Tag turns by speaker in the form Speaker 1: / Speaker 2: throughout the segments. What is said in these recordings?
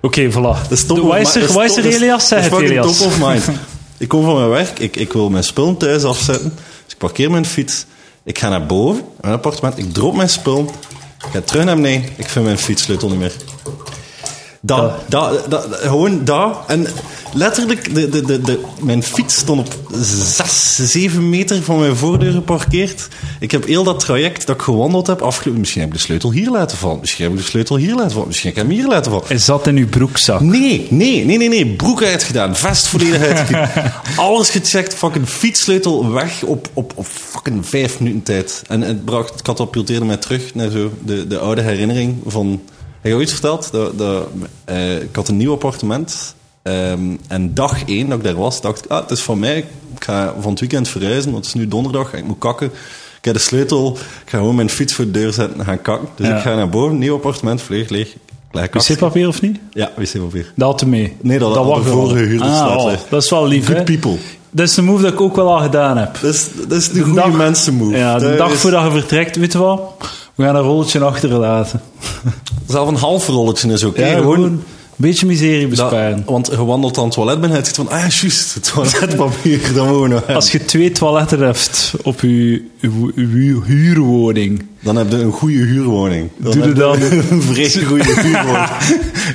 Speaker 1: Oké, voilà.
Speaker 2: Dat is top of
Speaker 1: Wat is
Speaker 2: mind.
Speaker 1: er,
Speaker 2: Dat
Speaker 1: wat is
Speaker 2: top-
Speaker 1: er
Speaker 2: dat
Speaker 1: Elias? Zeg
Speaker 2: dat
Speaker 1: het,
Speaker 2: is fucking
Speaker 1: Elias.
Speaker 2: top of mind. ik kom van mijn werk, ik, ik wil mijn spullen thuis afzetten. Dus ik parkeer mijn fiets. Ik ga naar boven, naar mijn appartement. Ik drop mijn spullen. Ik ga terug naar beneden. Ik vind mijn fietssleutel niet meer. Dat, dat, dat, dat- gewoon dat. En letterlijk, de, de, de, de, mijn fiets stond op 6, 7 meter van mijn voordeur geparkeerd. Ik heb heel dat traject dat ik gewandeld heb afgelopen. Misschien heb ik de sleutel hier laten vallen. Misschien heb ik de sleutel hier laten vallen. Misschien heb ik hem hier laten vallen.
Speaker 1: Is dat in uw broekzak?
Speaker 2: Nee, nee, nee, nee, nee. Broek uitgedaan. Vest volledig uitgedaan. Alles gecheckt. Fucking fietssleutel weg op, op, op fucking vijf minuten tijd. En het, bracht, het katapulteerde mij terug naar zo de, de oude herinnering van... Heb je ooit verteld? Dat, dat, eh, ik had een nieuw appartement. Ehm, en dag één dat ik daar was, dacht ik... Ah, het is van mij. Ik ga van het weekend verhuizen, want het is nu donderdag en ik moet kakken. Ik heb de sleutel. Ik ga gewoon mijn fiets voor de deur zetten en gaan kakken. Dus
Speaker 1: Ja.
Speaker 2: ik ga naar boven. Nieuw appartement, vleeg leeg. Ik leg kakken.
Speaker 1: Wc-papier of niet?
Speaker 2: Ja, wc-papier.
Speaker 1: Dat had hem mee.
Speaker 2: Nee, dat- dat
Speaker 1: wacht
Speaker 2: de
Speaker 1: wel.
Speaker 2: vorige huurders
Speaker 1: ah,
Speaker 2: dat
Speaker 1: oh,
Speaker 2: zegt.
Speaker 1: Dat is wel lief,
Speaker 2: Good
Speaker 1: hè?
Speaker 2: people.
Speaker 1: Dat is een move dat ik ook wel al gedaan heb.
Speaker 2: Dat is, dat is de, goede
Speaker 1: dag-
Speaker 2: mensenmove.
Speaker 1: Ja, de
Speaker 2: Dat
Speaker 1: dag
Speaker 2: is-
Speaker 1: voordat je vertrekt, weet je wat? We gaan een rolletje achterlaten.
Speaker 2: Zelf een half rolletje is oké.
Speaker 1: Ja,
Speaker 2: gewoon-
Speaker 1: gewoon een beetje miserie
Speaker 2: dat-
Speaker 1: besparen.
Speaker 2: want je wandelt aan het toilet binnen en je zegt van... Ah ja, juist, het toiletpapier, dat moeten we nog hebben.
Speaker 1: Als je twee toiletten hebt op je, uw uw huurwoning,
Speaker 2: Dan heb je een goede huurwoning. Dan
Speaker 1: Doe
Speaker 2: heb
Speaker 1: er
Speaker 2: je
Speaker 1: dan-
Speaker 2: Een vreselijk goede huurwoning.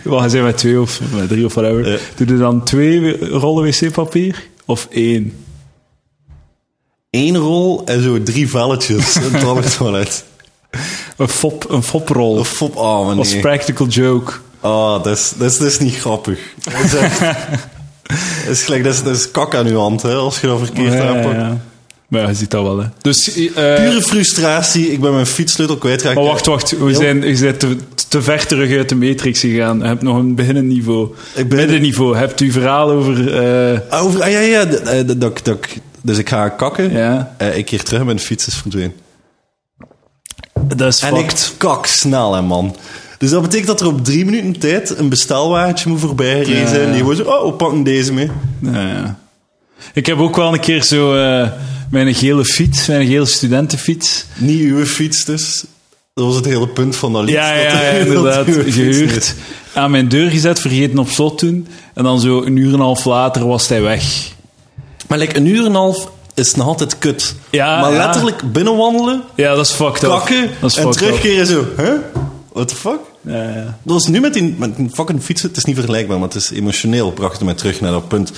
Speaker 1: Wel, je zijn met twee of met drie of whatever.
Speaker 2: Ja.
Speaker 1: Doe je dan twee rollen wc-papier of één?
Speaker 2: Eén rol en zo drie velletjes. En dan het toilet.
Speaker 1: Een, fop, een foprol.
Speaker 2: Of fop... Oh, maar
Speaker 1: Als
Speaker 2: nee.
Speaker 1: practical joke.
Speaker 2: Oh, dat is, dat is, dat is niet grappig. Dat is, echt- dat is gelijk, dat is, dat is kak aan uw hand, hè, als je dat verkeerd
Speaker 1: Ja, ja,
Speaker 2: aanpakt.
Speaker 1: ja. Maar ja, je ziet dat wel, hè. Dus, eh,
Speaker 2: Pure frustratie. Ik ben mijn fietssleutel kwijtgeraakt.
Speaker 1: maar wacht, wacht. We
Speaker 2: Heel-
Speaker 1: zijn, je bent te, te ver terug uit de matrix gegaan. Je hebt nog een beginnenniveau.
Speaker 2: ben-
Speaker 1: Middenniveau. Je hebt uw verhaal over... eh,
Speaker 2: Ah, Over, ah, ja, ja. d- eh, d- dat- dat- Dus ik ga kakken.
Speaker 1: ja,
Speaker 2: Eh, ik keer terug en mijn fiets is verdwenen.
Speaker 1: dat is
Speaker 2: En ik
Speaker 1: fucked.
Speaker 2: kak snel, hè, man. Dus dat betekent dat er op drie minuten tijd een bestelwagentje moet voorbij gereden
Speaker 1: Ja.
Speaker 2: zijn. En die gewoon zo, oh, we pakken deze mee.
Speaker 1: Ja, ja. Ik heb ook wel een keer zo eh, mijn gele fiets, mijn gele studentenfiets.
Speaker 2: Niet uw fiets dus. Dat was het hele punt van dat lied.
Speaker 1: Ja,
Speaker 2: Dat-
Speaker 1: ja, ja,
Speaker 2: dat
Speaker 1: inderdaad.
Speaker 2: uw fiets niet
Speaker 1: Gehuurd.
Speaker 2: is.
Speaker 1: Aan mijn deur gezet, vergeten op slot doen. En dan zo een uur en een half later was hij weg.
Speaker 2: Maar like, een uur en een half is nog altijd kut.
Speaker 1: Ja,
Speaker 2: maar
Speaker 1: ja.
Speaker 2: letterlijk binnenwandelen,
Speaker 1: Ja, dat is fucked up.
Speaker 2: kakken
Speaker 1: Dat is
Speaker 2: en
Speaker 1: fucked up.
Speaker 2: terugkeren zo. Huh? What the fuck?
Speaker 1: Ja, ja.
Speaker 2: Dat was nu met die, met die fucking fietsen. Het is niet vergelijkbaar, maar het is emotioneel. Bracht het mij terug naar dat punt.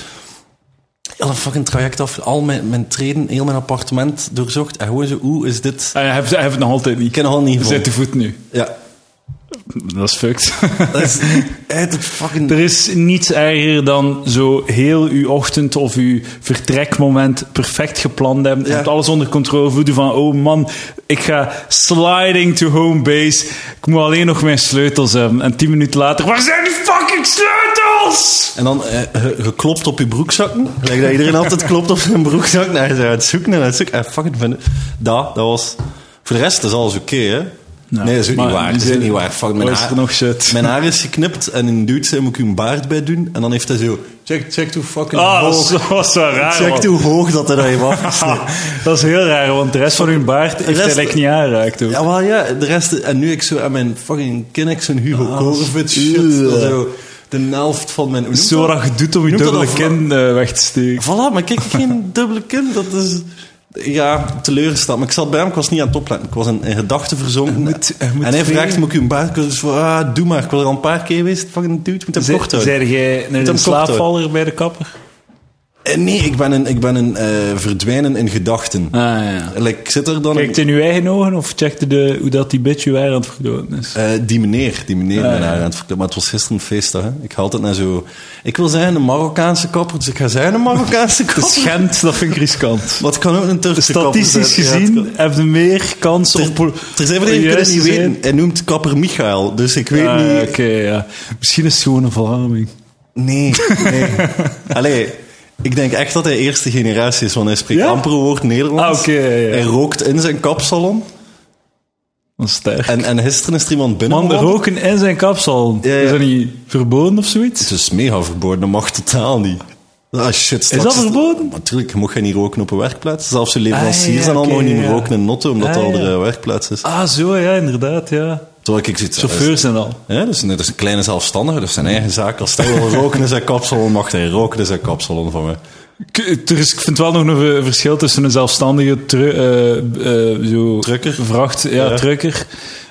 Speaker 2: Heel een fucking traject af. Al mijn, mijn treden, heel mijn appartement doorzocht. En gewoon zo, hoe is dit?
Speaker 1: Ah, ja, hij heeft- hij heeft het nog altijd
Speaker 2: Ik
Speaker 1: niet.
Speaker 2: ken al niet
Speaker 1: Zet
Speaker 2: van.
Speaker 1: de voet nu.
Speaker 2: Ja.
Speaker 1: Dat is fucked.
Speaker 2: Dat is uit het fucking...
Speaker 1: er is niets erger dan zo heel uw ochtend of uw vertrekmoment perfect gepland hebben. Je
Speaker 2: Ja.
Speaker 1: hebt alles onder controle. Voelde van, oh man, ik ga sliding to home base. Ik moet alleen nog mijn sleutels hebben. En tien minuten later, waar zijn die fucking sleutels?
Speaker 2: En dan eh, ge- geklopt op je broekzakken. Gelijk dat iedereen altijd klopt op zijn broekzak. Naar het zoeken en het zoeken. Eh, En fucking vinden. Dat, dat was... Voor de rest is alles oké, hè?
Speaker 1: Nou,
Speaker 2: nee, dat is ook
Speaker 1: maar
Speaker 2: niet waar.
Speaker 1: die
Speaker 2: Dat is ook
Speaker 1: zijn-
Speaker 2: niet waar. Fuck,
Speaker 1: Oh,
Speaker 2: mijn
Speaker 1: is er
Speaker 2: haar,
Speaker 1: nog shit?
Speaker 2: mijn haar is geknipt en in Duitsland moet ik u een baard bij doen. En dan heeft hij zo... Check, check hoe fucking
Speaker 1: Ah, dat
Speaker 2: hoog.
Speaker 1: is- was zo raar.
Speaker 2: Check
Speaker 1: man.
Speaker 2: hoe hoog dat hij dat heeft afgesneden.
Speaker 1: Dat is heel raar, want de rest van hun baard heeft
Speaker 2: rest-
Speaker 1: hij eigenlijk niet aangeraakt. Ook.
Speaker 2: ja, wel ja, de rest... En nu ik zo aan mijn fucking kin, ik zo'n Hugo
Speaker 1: Ah,
Speaker 2: Corvette shit.
Speaker 1: Ugh.
Speaker 2: dat Zo, de helft van mijn... hoe noemt
Speaker 1: Zo
Speaker 2: dat?
Speaker 1: dat je doet om je
Speaker 2: Noemt dat
Speaker 1: dubbele
Speaker 2: dat
Speaker 1: kin eh, weg te steken.
Speaker 2: Voilà, maar kijk, geen dubbele kin. Dat is... Ja, teleurgesteld. Maar ik zat bij hem, ik was niet aan het opletten. Ik was in, in gedachten verzonken.
Speaker 1: moet- hij moet
Speaker 2: en hij vraagt,
Speaker 1: veel-
Speaker 2: moet ik u een baard? Ik was dus van, ah, doe maar. Ik wil er al een paar keer geweest. Fucking dude, moet hem kort houden.
Speaker 1: Zijn jij een,
Speaker 2: hem
Speaker 1: slaapvaller bij de kapper?
Speaker 2: Eh, Nee, ik ben een, ik ben een eh, verdwijnen in gedachten.
Speaker 1: Ah, ja.
Speaker 2: Like, ik zit er dan...
Speaker 1: Kijkt in uw eigen ogen of checkte de, hoe dat die bitch uw haar aan het verdoten is?
Speaker 2: Eh, die meneer, die meneer
Speaker 1: Ah,
Speaker 2: mijn
Speaker 1: ja.
Speaker 2: haar aan het verkleed. Maar het was gisteren een feestdag. Hè? Ik ga altijd naar zo... Ik wil zijn een Marokkaanse kapper, dus ik ga zijn een Marokkaanse
Speaker 1: Het is
Speaker 2: kapper.
Speaker 1: Gent, dat vind ik riskant.
Speaker 2: Wat kan ook een Turkse kapper zijn.
Speaker 1: Statistisch
Speaker 2: Ja, het kan-
Speaker 1: gezien heb je meer kans
Speaker 2: Ter,
Speaker 1: op... pro-
Speaker 2: ter zijn verdediging
Speaker 1: juist
Speaker 2: kunnen het niet
Speaker 1: te zijn.
Speaker 2: weten. Hij noemt kapper Michael, dus ik weet
Speaker 1: Ah,
Speaker 2: niet...
Speaker 1: Oké, ja. Misschien is het gewoon een verwarming.
Speaker 2: Nee, nee. Allee, ik denk echt dat hij eerste generatie is, want hij spreekt
Speaker 1: Ja?
Speaker 2: amper een woord Nederlands.
Speaker 1: Ah, oké, ja, ja.
Speaker 2: Hij rookt in zijn kapsalon.
Speaker 1: Dat is sterk.
Speaker 2: En, en gisteren is er iemand binnen.
Speaker 1: Man, roken in zijn kapsel.
Speaker 2: Ja, ja.
Speaker 1: Is dat niet verboden of
Speaker 2: Het
Speaker 1: zoiets?
Speaker 2: is mega verboden, dat mag totaal niet. Ah shit, straks
Speaker 1: dat verboden?
Speaker 2: Natuurlijk, je mag geen niet roken op een werkplaats. Zelfs de leveranciers
Speaker 1: Ah, ja,
Speaker 2: en allemaal
Speaker 1: oké,
Speaker 2: niet meer
Speaker 1: ja.
Speaker 2: roken in notten, omdat
Speaker 1: Ah,
Speaker 2: dat al
Speaker 1: ja.
Speaker 2: de eh, werkplaats is.
Speaker 1: Ah, zo, ja, inderdaad, ja.
Speaker 2: Het Terwijl ik zit...
Speaker 1: Chauffeurs en al.
Speaker 2: Ja, dus, dat is een kleine zelfstandige, dus zijn eigen zaak. Als hij wil roken in zijn kapsalon, mag hij roken in zijn kapsalon van mij.
Speaker 1: K- Er is, ik vind wel nog een eh, verschil tussen een zelfstandige tru- eh, eh, zo
Speaker 2: Trucker.
Speaker 1: vracht, ja,
Speaker 2: Ja.
Speaker 1: trucker,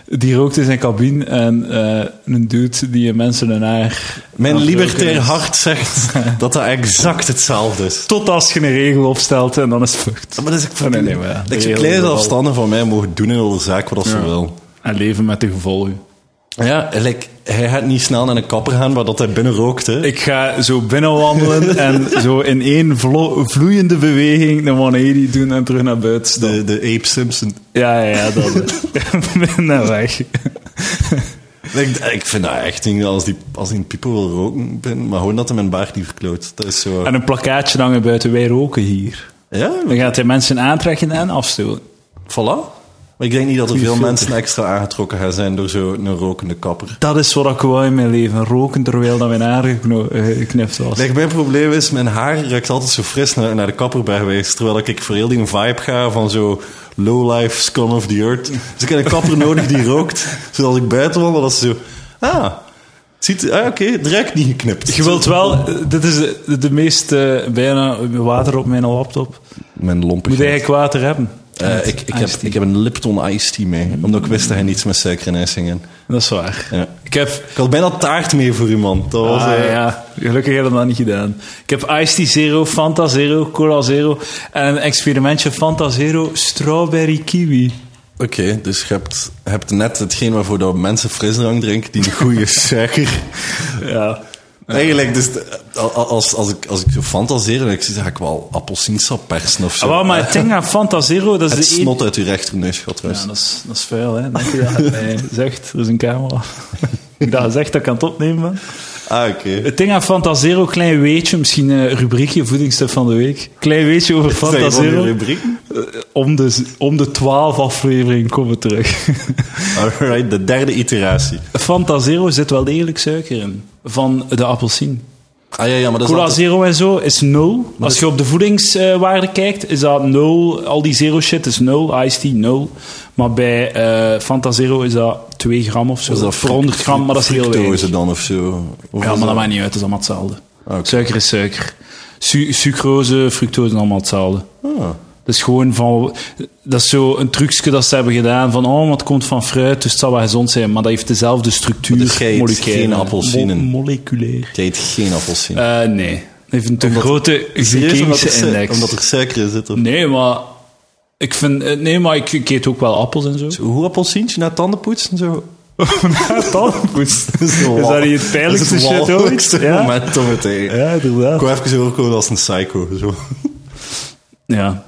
Speaker 1: die rookt in zijn cabine en eh, een dude die mensen hun haar...
Speaker 2: Mijn
Speaker 1: aan het roken
Speaker 2: libertair
Speaker 1: is.
Speaker 2: hart zegt dat dat exact hetzelfde is.
Speaker 1: Tot als je een regel opstelt en dan is het fucked.
Speaker 2: Maar dat is ik
Speaker 1: Nee, nee, maar ja.
Speaker 2: Dat je
Speaker 1: Regel
Speaker 2: kleine
Speaker 1: wel.
Speaker 2: zelfstandigen van mij mogen doen in de zaak wat als ze wil.
Speaker 1: En leven met de gevolgen.
Speaker 2: Ja, like, hij gaat niet snel naar een kapper gaan waar dat hij binnen rookt. Hè.
Speaker 1: Ik ga zo binnenwandelen en zo in één vlo- vloeiende beweging een 180 doen en terug naar buiten stappen.
Speaker 2: de, de Ape Simpson.
Speaker 1: Ja, ja, ja, dat. naar weg.
Speaker 2: Ik, ik vind dat echt niet als die, als die een pieper wil roken, ben, maar gewoon dat hij mijn baard niet verkloot. Dat is zo.
Speaker 1: En een plakkaatje hangen buiten, wij roken hier.
Speaker 2: Ja,
Speaker 1: Dan gaat hij mensen aantrekken en afstoten.
Speaker 2: voilà. Maar ik denk niet dat er
Speaker 1: Goeie
Speaker 2: veel
Speaker 1: filter.
Speaker 2: mensen extra aangetrokken gaan zijn door zo'n rokende kapper.
Speaker 1: Dat is wat ik wou in mijn leven. Roken terwijl dat mijn haar gekno- eh, geknipt was.
Speaker 2: Like, mijn probleem is, mijn haar ruikt altijd zo fris naar, naar de kapper bij geweest. Terwijl ik voor heel die vibe ga van zo low-life scum of the earth. Dus ik heb een kapper nodig die rookt. Zodat als ik buiten wandel, dat ze zo... Ah, het ziet, ah oké, het ruikt niet geknipt.
Speaker 1: Je wilt wel... eh, Dit is de, de meeste bijna water op mijn laptop.
Speaker 2: Mijn lompig.
Speaker 1: Moet eigenlijk water hebben. Ah,
Speaker 2: Eh, ik, ik, heb,
Speaker 1: Iced tea.
Speaker 2: ik heb een Lipton Ice Tea mee. Omdat ik wist dat hij niets met suiker en ijs ging in.
Speaker 1: Dat is waar.
Speaker 2: Ja.
Speaker 1: Ik heb...
Speaker 2: Ik had bijna taart mee voor u, man. Dat was,
Speaker 1: Ah,
Speaker 2: eh,
Speaker 1: ja, gelukkig heb ik dat niet gedaan. Ik heb Ice Tea Zero, Fanta Zero, Cola Zero en een experimentje Fanta Zero, Strawberry Kiwi.
Speaker 2: Oké, dus je hebt, je hebt net hetgeen waarvoor dat mensen frisdrank drinken, die een goede suiker.
Speaker 1: Ja.
Speaker 2: Eigenlijk, dus de- al- al- als, als, ik, als ik zo fantaseer, dan ga ik wel appelsiensap persen of zo. Eh,
Speaker 1: Ah, wel, maar het ding aan Fanta Zero, dat is
Speaker 2: het
Speaker 1: de enige-
Speaker 2: snot uit uw rechterneus gaat
Speaker 1: Ja,
Speaker 2: trouwens.
Speaker 1: dat is, dat is vuil, hè. Denk je dat mij zegt, er is een camera. Ik dat zegt dat ik aan het opnemen ben.
Speaker 2: Ah, oké.
Speaker 1: Het ding aan Fantasero, klein weetje, misschien een rubriekje, voedingstuk van de week. Klein weetje over
Speaker 2: Zijn van uw
Speaker 1: Fantasero. Eh,
Speaker 2: rubriek?
Speaker 1: Om de, z- om de twaalf afleveringen komen we terug.
Speaker 2: Alright, de derde iteratie.
Speaker 1: Fantasero zit wel degelijk suiker in, van de appelsien.
Speaker 2: Ah ja, ja maar dat is
Speaker 1: Cola
Speaker 2: altijd-
Speaker 1: Zero en zo is nul. Als je op de voedingswaarde kijkt, is dat nul. Al die zero shit is nul. Ice tea nul. Maar bij eh Fanta Zero is dat 2 gram of zo.
Speaker 2: is
Speaker 1: voor 100 gram, maar dat is heel
Speaker 2: fructose
Speaker 1: weinig.
Speaker 2: dan of zo. Of
Speaker 1: Ja,
Speaker 2: is Ah,
Speaker 1: maar dat maakt niet uit. Dat is allemaal hetzelfde.
Speaker 2: Oké.
Speaker 1: Suiker is suiker. Su- sucrose, fructose, allemaal hetzelfde.
Speaker 2: Ah.
Speaker 1: Dat is gewoon van... Dat is zo een trucje dat ze hebben gedaan. Van, oh, maar het komt van fruit, dus het zal wel gezond zijn. Maar dat heeft dezelfde structuur.
Speaker 2: Maar dus jij eet
Speaker 1: moleculair.
Speaker 2: geen appelsinen?
Speaker 1: Mo- moleculair.
Speaker 2: Je eet geen appelsien.
Speaker 1: Eh, nee. Het heeft een te grote
Speaker 2: Serieus, omdat, er
Speaker 1: glycemische
Speaker 2: su-
Speaker 1: index.
Speaker 2: omdat er suiker in zit. Of...
Speaker 1: Nee, maar... Ik vind... eh, Nee, maar ik, ik eet ook wel appels en zo.
Speaker 2: Hoe appelsientje na tandenpoetsen zo?
Speaker 1: Tandenpoes.
Speaker 2: Is
Speaker 1: dat niet het pijnlijkste
Speaker 2: Dat is het
Speaker 1: shit ooit?
Speaker 2: walgelijkste
Speaker 1: Ja?
Speaker 2: moment om het te eten.
Speaker 1: Ja,
Speaker 2: Ik
Speaker 1: inderdaad.
Speaker 2: wou even overkomen als een psycho. Zo.
Speaker 1: Ja.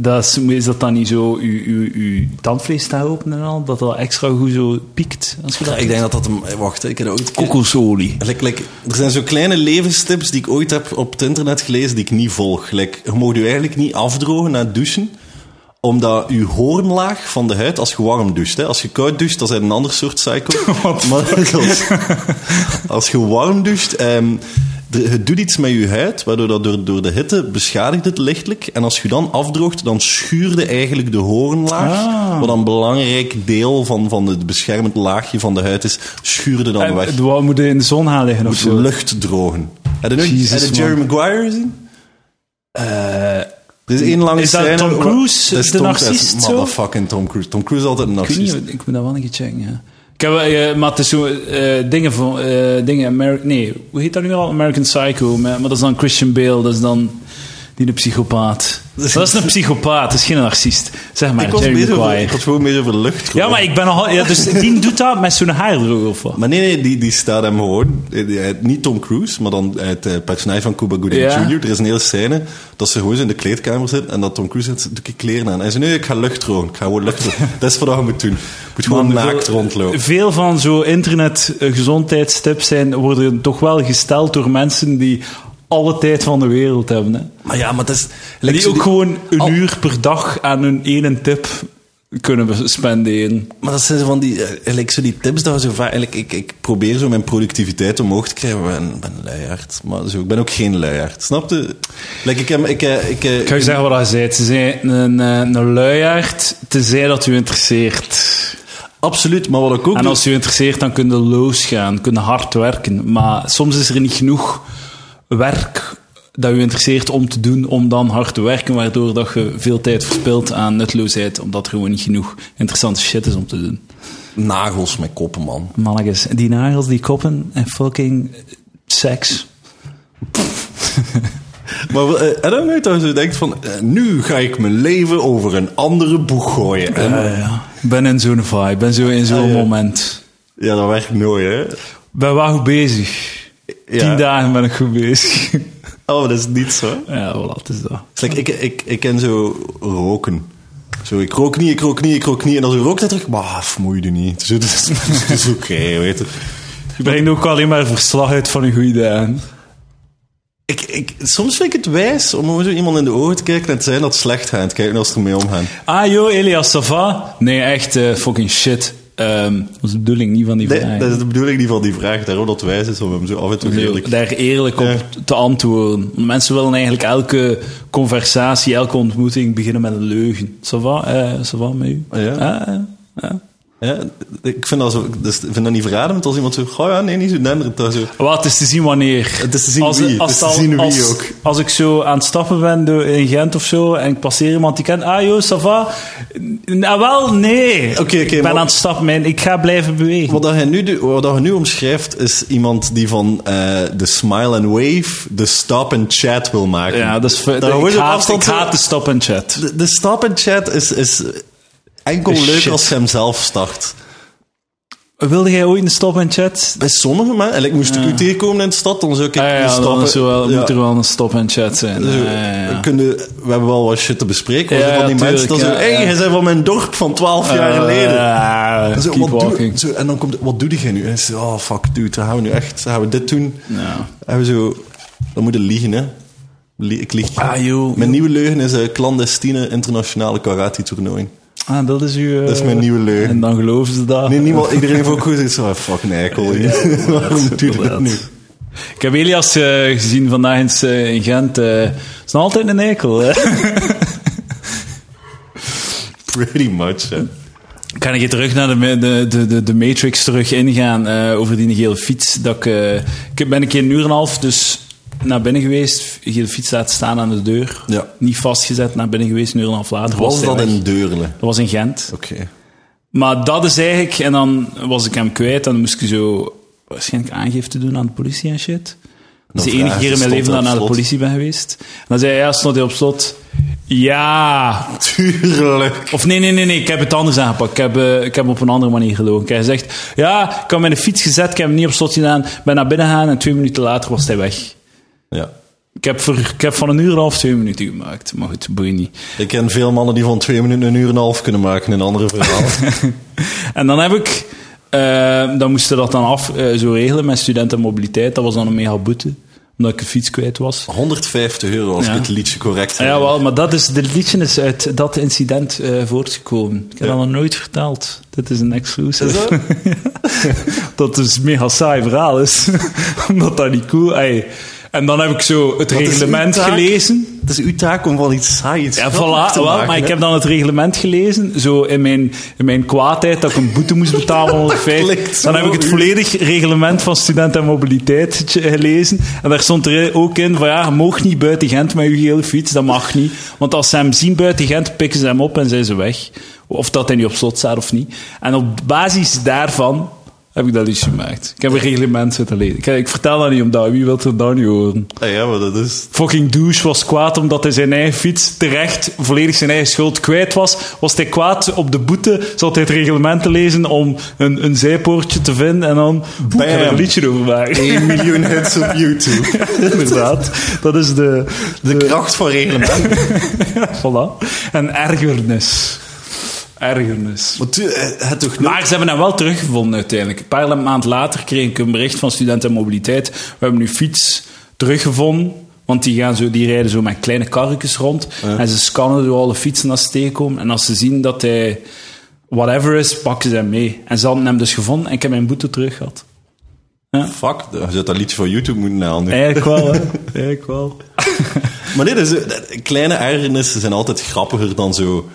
Speaker 1: Dat is, is dat dan niet zo, uw, uw, uw tandvlees daar openen en al, dat dat extra goed zo piekt? Als je dat
Speaker 2: Ik denk dat dat... hem- Wacht, ik heb dat ooit... een keer-
Speaker 1: kokosolie.
Speaker 2: Like, like, er zijn zo kleine levenstips die ik ooit heb op het internet gelezen die ik niet volg. Like, je mag je eigenlijk niet afdrogen na het douchen, omdat je hoornlaag van de huid, als je warm doucht, hè, als je koud doucht, dat is een ander soort cycle. maar als, als je warm doucht, ehm, er- het doet iets met je huid, waardoor dat door, door de hitte beschadigt het lichtelijk. En als je dan afdroogt, dan schuurde eigenlijk de hoornlaag,
Speaker 1: Ah.
Speaker 2: wat een belangrijk deel van, van het beschermend laagje van de huid is, schuurde dan
Speaker 1: En
Speaker 2: weg
Speaker 1: het wou- moet in de zon gaan liggen of
Speaker 2: moet
Speaker 1: zo?
Speaker 2: lucht drogen. Heb je, nooit-
Speaker 1: Jezus,
Speaker 2: heb je Jerry Maguire gezien? Eh, er is één lange
Speaker 1: is dat
Speaker 2: scène-
Speaker 1: Tom Cruise,
Speaker 2: Dat is
Speaker 1: de
Speaker 2: Tom-
Speaker 1: narcist,
Speaker 2: Dat is
Speaker 1: zo?
Speaker 2: motherfucking Tom Cruise. Tom Cruise is altijd een
Speaker 1: Ik weet
Speaker 2: narcist.
Speaker 1: niet, ik moet dat wel een keer checken, ja. Ik heb, eh, maar het is zo, eh, dingen van, eh, dingen, Ameri- nee, hoe heet dat nu al? American Psycho, maar, maar dat is dan Christian Bale, dat is dan die een psychopaat. Dat is een psychopaat, dat is geen narcist. Zeg maar,
Speaker 2: Ik was,
Speaker 1: Jerry
Speaker 2: meer over,
Speaker 1: Maguire.
Speaker 2: ik was gewoon meer over lucht.
Speaker 1: Ja, maar ik ben nogal, ja, dus die doet dat met zo'n haardroger of wat?
Speaker 2: Maar nee, nee die, die staat hem gewoon. eh, die- eh, Niet Tom Cruise, maar dan het eh, personage van Cuba Gooding
Speaker 1: Ja.
Speaker 2: Jr. Er is een hele scène dat ze gewoon zo in de kleedkamer zit en dat Tom Cruise zegt, doe ik kleren aan. Hij zei, nee, ik ga lucht drogen. Ik ga gewoon lucht drogen. dat is wat je moet doen. Je moet gewoon
Speaker 1: Maar
Speaker 2: naakt
Speaker 1: veel-
Speaker 2: rondlopen.
Speaker 1: Veel van zo internet eh, gezondheidstips zijn, worden toch wel gesteld door mensen die alle tijd van de wereld hebben. Hè.
Speaker 2: Maar ja, maar dat is...
Speaker 1: En die ook gewoon een
Speaker 2: al-
Speaker 1: uur per dag aan hun ene tip kunnen we spenderen.
Speaker 2: Maar dat zijn zo van die, eh, eigenlijk zo die tips dat we zo vaak... eigenlijk, Ik, ik probeer zo mijn productiviteit omhoog te krijgen. maar Ik ben, ben een luiaard, maar zo, ik ben ook geen luiaard. Snap je? Like, ik, heb, ik, eh, ik, eh,
Speaker 1: Ik ga je zeggen wat hij zei. Ze zijn een, eh, een luiaard, tenzij dat u interesseert.
Speaker 2: Absoluut, maar wat ik ook
Speaker 1: En
Speaker 2: doe-
Speaker 1: als je interesseert, dan kun je loos gaan, kun je hard werken. Maar soms is er niet genoeg werk dat je interesseert om te doen, om dan hard te werken, waardoor dat je veel tijd verspilt aan nutloosheid, omdat er gewoon niet genoeg interessante shit is om te doen.
Speaker 2: Nagels met koppen, man.
Speaker 1: Mannetjes, die nagels, die koppen en fucking seks.
Speaker 2: Maar eh, en dan nooit dat je denkt van... eh, nu ga ik mijn leven over een andere boeg gooien. En-
Speaker 1: Ja, ja. Ik Eh, ben in zo'n vibe, ben zo in zo'n
Speaker 2: Ja, ja.
Speaker 1: moment.
Speaker 2: ja, dat werkt nooit, hè.
Speaker 1: Ben wel goed bezig.
Speaker 2: Ja.
Speaker 1: Tien dagen ben ik goed bezig.
Speaker 2: Oh, maar dat is niet zo.
Speaker 1: ja, voilà, het is dat.
Speaker 2: Het is like, ik, ik, ik ken zo roken. Zo, ik rook niet, ik rook niet, ik rook niet. En als ik rook, dan terug, maar vermoei je niet. Zo, dat is, dat is oké, weet je.
Speaker 1: Je brengt ook alleen maar verslag uit van een goede dagen.
Speaker 2: Ik, ik, soms vind ik het wijs om gewoon zo iemand in de ogen te kijken en te zijn dat het slecht gaat. En te kijken als ze ermee omgaan.
Speaker 1: Ah joh, Elias, ça va? Nee, echt eh, fucking shit. Ehm, dat was de bedoeling niet van die
Speaker 2: Nee,
Speaker 1: vraag.
Speaker 2: dat is de bedoeling niet van die vraag. Daarom dat het wijs is om hem zo af en toe
Speaker 1: Nee,
Speaker 2: eerlijk...
Speaker 1: Daar eerlijk op te antwoorden. Want Mensen willen eigenlijk elke conversatie, elke ontmoeting beginnen met een leugen. Ça va? Eh, ça va met u?
Speaker 2: Ah, ja?
Speaker 1: Ah, eh, ja.
Speaker 2: Ja, ik vind dat, zo, dus, ik vind dat niet verradend als iemand zo... Oh ja, nee, niet zo denderd. Dat zo.
Speaker 1: Wat, het is te zien wanneer.
Speaker 2: Het is te zien wie, het is te
Speaker 1: al-
Speaker 2: zien wie
Speaker 1: als,
Speaker 2: ook.
Speaker 1: Als ik zo aan het stappen ben door- in Gent of zo en ik passeer iemand die kent, ah joh, ça va? Nou wel, nee.
Speaker 2: Oké, oké,
Speaker 1: ik ben
Speaker 2: maar-
Speaker 1: aan het stappen en ik ga blijven bewegen.
Speaker 2: Wat dat hij nu, doet- wat dat hij nu omschrijft is iemand die van eh, de smile and wave de stop and chat wil maken.
Speaker 1: Ja, dat is...
Speaker 2: Dan
Speaker 1: ik
Speaker 2: wordt het
Speaker 1: haat,
Speaker 2: afstand
Speaker 1: ik
Speaker 2: zo-
Speaker 1: haat de stop en chat.
Speaker 2: De, de stop and chat is, is enkel
Speaker 1: Is
Speaker 2: leuk
Speaker 1: shit.
Speaker 2: als ze hem zelf start.
Speaker 1: Wilde jij ooit een stop en chat?
Speaker 2: Bij sommige mensen, en ik moest ik u tegenkomen in de stad, dan zou ik
Speaker 1: Ah,
Speaker 2: de
Speaker 1: ja,
Speaker 2: stap-
Speaker 1: dan is er wel,
Speaker 2: ja.
Speaker 1: moet er wel een stop en chat zijn.
Speaker 2: Dus,
Speaker 1: Ja,
Speaker 2: eh,
Speaker 1: ja, ja.
Speaker 2: we kunnen- we hebben wel wat shit te bespreken. maar
Speaker 1: Ja,
Speaker 2: zo van die
Speaker 1: tuurlijk,
Speaker 2: mensen dan
Speaker 1: ja,
Speaker 2: zo, hé,
Speaker 1: ja.
Speaker 2: hey, hij zijn van mijn dorp van 12 jaar
Speaker 1: Eh,
Speaker 2: geleden.
Speaker 1: ja,
Speaker 2: Zo,
Speaker 1: keep
Speaker 2: wat doe,
Speaker 1: walking.
Speaker 2: zo, en dan komt, wat doe jij nu? En ze oh fuck dude, dan gaan we nu echt, dan gaan we dit doen.
Speaker 1: Ja.
Speaker 2: En we zo, dan moeten liegen hè. Lie- ik lieg.
Speaker 1: Ah, joh.
Speaker 2: Mijn nieuwe leugen is eh clandestine internationale karate toernooien.
Speaker 1: Ah, dat is uw... eh,
Speaker 2: Dat is mijn nieuwe leugen.
Speaker 1: En dan geloven ze dat.
Speaker 2: Nee, niemand, iedereen heeft ook goed zoiets van, ah, fuck een eikel. hier. Waarom doe je dat
Speaker 1: inderdaad.
Speaker 2: nu?
Speaker 1: Ik heb Elias eh, gezien vandaag eens, eh, in Gent. eh, Het is nog altijd een eikel. Hè?
Speaker 2: Pretty much, hè.
Speaker 1: Kan ik je terug naar de, ma- de, de, de, de Matrix terug ingaan eh, over die gele fiets? Dat ik, eh, ik ben een keer een uur en een half dus naar binnen geweest. Gele fiets staat staan aan de deur.
Speaker 2: Ja.
Speaker 1: Niet vastgezet, naar binnen geweest, een uur en een half later.
Speaker 2: Was
Speaker 1: hij
Speaker 2: dat
Speaker 1: weg.
Speaker 2: in Deurle?
Speaker 1: Dat was in Gent.
Speaker 2: Oké.
Speaker 1: Maar dat is eigenlijk... En dan was ik hem kwijt. Dan moest ik zo waarschijnlijk aangifte doen aan de politie en shit. Dat is de
Speaker 2: vragen
Speaker 1: enige keer in
Speaker 2: ze,
Speaker 1: mijn
Speaker 2: stond
Speaker 1: leven
Speaker 2: hij
Speaker 1: dat ik
Speaker 2: op
Speaker 1: naar de
Speaker 2: slot?
Speaker 1: politie ben geweest. En dan zei hij, ja, stond hij op slot. Ja.
Speaker 2: Tuurlijk.
Speaker 1: Of nee, nee, nee, nee, ik heb het anders aangepakt. Ik heb, eh, ik heb op een andere manier gelogen. Hij zegt, ja, ik had mijn fiets gezet, ik heb hem niet op slot gedaan. Ben naar binnen gegaan en twee minuten later was hij weg.
Speaker 2: Ja.
Speaker 1: Ik heb, voor, ik heb van een uur en een half twee minuten gemaakt. Maar goed, boeit niet.
Speaker 2: Ik ken veel mannen die van twee minuten een uur en een half kunnen maken in een andere verhaal.
Speaker 1: En dan heb ik, eh, dan moesten we dat dan af eh, zo regelen met studentenmobiliteit. Dat was dan een mega boete, omdat ik een fiets kwijt was.
Speaker 2: 150 euro als
Speaker 1: Ja.
Speaker 2: ik het liedje correct
Speaker 1: Ja,
Speaker 2: heb.
Speaker 1: wel, maar dat is, dit liedje is uit dat incident eh, voortgekomen. Ik heb
Speaker 2: Ja.
Speaker 1: dat nog nooit verteld. Dit is een exclusive.
Speaker 2: Is dat?
Speaker 1: dat is een mega saai verhaal is. Omdat dat niet cool ey. En dan heb ik zo het
Speaker 2: is
Speaker 1: reglement
Speaker 2: uw taak?
Speaker 1: gelezen.
Speaker 2: Het is uw taak om van iets saais
Speaker 1: Ja,
Speaker 2: grappigs
Speaker 1: voilà,
Speaker 2: te
Speaker 1: wel,
Speaker 2: maken,
Speaker 1: maar ik
Speaker 2: hè.
Speaker 1: heb dan het reglement gelezen, zo in mijn, in mijn kwaadheid dat ik een boete moest betalen van
Speaker 2: Dat
Speaker 1: 150.
Speaker 2: klinkt zo
Speaker 1: Dan heb ik het
Speaker 2: u.
Speaker 1: volledig reglement van student en mobiliteit tje- gelezen. En daar stond er ook in van ja, je mag niet buiten Gent met je gele fiets, dat mag niet. Want als ze hem zien buiten Gent, pikken ze hem op en zijn ze weg. Of dat hij niet op slot staat of niet. En op basis daarvan heb ik dat liedje gemaakt. Ik heb een reglement zitten lezen. Ik, ik vertel dat niet om daar, wie wil er daar nu horen?
Speaker 2: Ja, Ah, ja, maar dat is...
Speaker 1: Fucking douche was kwaad omdat hij zijn eigen fiets terecht volledig zijn eigen schuld kwijt was. Was hij kwaad op de boete, zat hij het reglement te lezen om een, een zijpoortje te vinden en dan boem,
Speaker 2: Bam.
Speaker 1: kan er een liedje over maken.
Speaker 2: 1 miljoen hits op YouTube.
Speaker 1: Inderdaad, dat is de,
Speaker 2: De kracht van reglement.
Speaker 1: voilà. En ergernis. Ergernis.
Speaker 2: Want u, eh, het toch nooit-
Speaker 1: Maar ze hebben hem wel teruggevonden uiteindelijk. Een paar maand later kreeg ik een bericht van Studenten en Mobiliteit. We hebben nu fiets teruggevonden. Want die, gaan zo, die rijden zo met kleine karretjes rond. En ze scannen zo alle fietsen als ze tegenkomen. En als ze zien dat hij whatever is, pakken ze hem mee. En ze hadden hem dus gevonden en ik heb mijn boete terug gehad.
Speaker 2: Fuck, je zou dat liedje van YouTube moeten halen nu.
Speaker 1: Eigenlijk wel, hè? Eigenlijk wel.
Speaker 2: Maar nee, dus, eh, kleine ergernissen zijn altijd grappiger dan zo...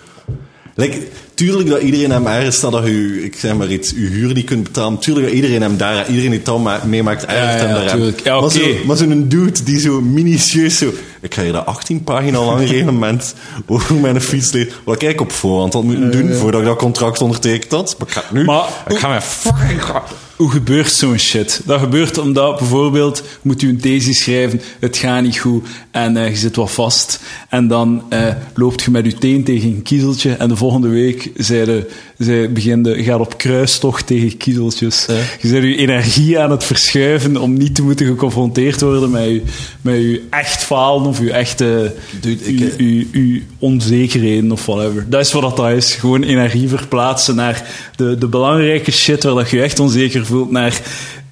Speaker 2: Like, tuurlijk dat iedereen hem ergens staat dat u, ik zeg maar iets, uw huur niet kunt betalen. Tuurlijk dat iedereen hem daar, iedereen die het dan ma- meemaakt, ergert
Speaker 1: ja,
Speaker 2: hem daar.
Speaker 1: tuurlijk. Ja,
Speaker 2: Maar
Speaker 1: oké.
Speaker 2: zo- Maar zo'n dude die zo minutieus zo... Ik ga je dat 18 pagina lang reglement over mijn fiets lezen. Wat ik eigenlijk op voorhand had moeten doen, voordat ik dat contract ondertekend had. Maar ik ga het nu...
Speaker 1: Maar-
Speaker 2: ik ga mijn fucking... gra-
Speaker 1: Hoe gebeurt zo'n shit? Dat gebeurt omdat bijvoorbeeld moet u een thesis schrijven, het gaat niet goed en eh, je zit wat vast. En dan eh, loopt je met je teen tegen een kiezeltje en de volgende week zeiden, ze beginde, je gaat op kruistocht tegen kiezeltjes. Je zet je energie aan het verschuiven om niet te moeten geconfronteerd worden met je, met je echt falen of je echte
Speaker 2: Dude, ik,
Speaker 1: uw-
Speaker 2: eh,
Speaker 1: uw- uw onzekerheden of whatever. Dat is wat dat is. Gewoon energie verplaatsen naar de, de belangrijke shit waar dat je je echt onzeker voelt. Naar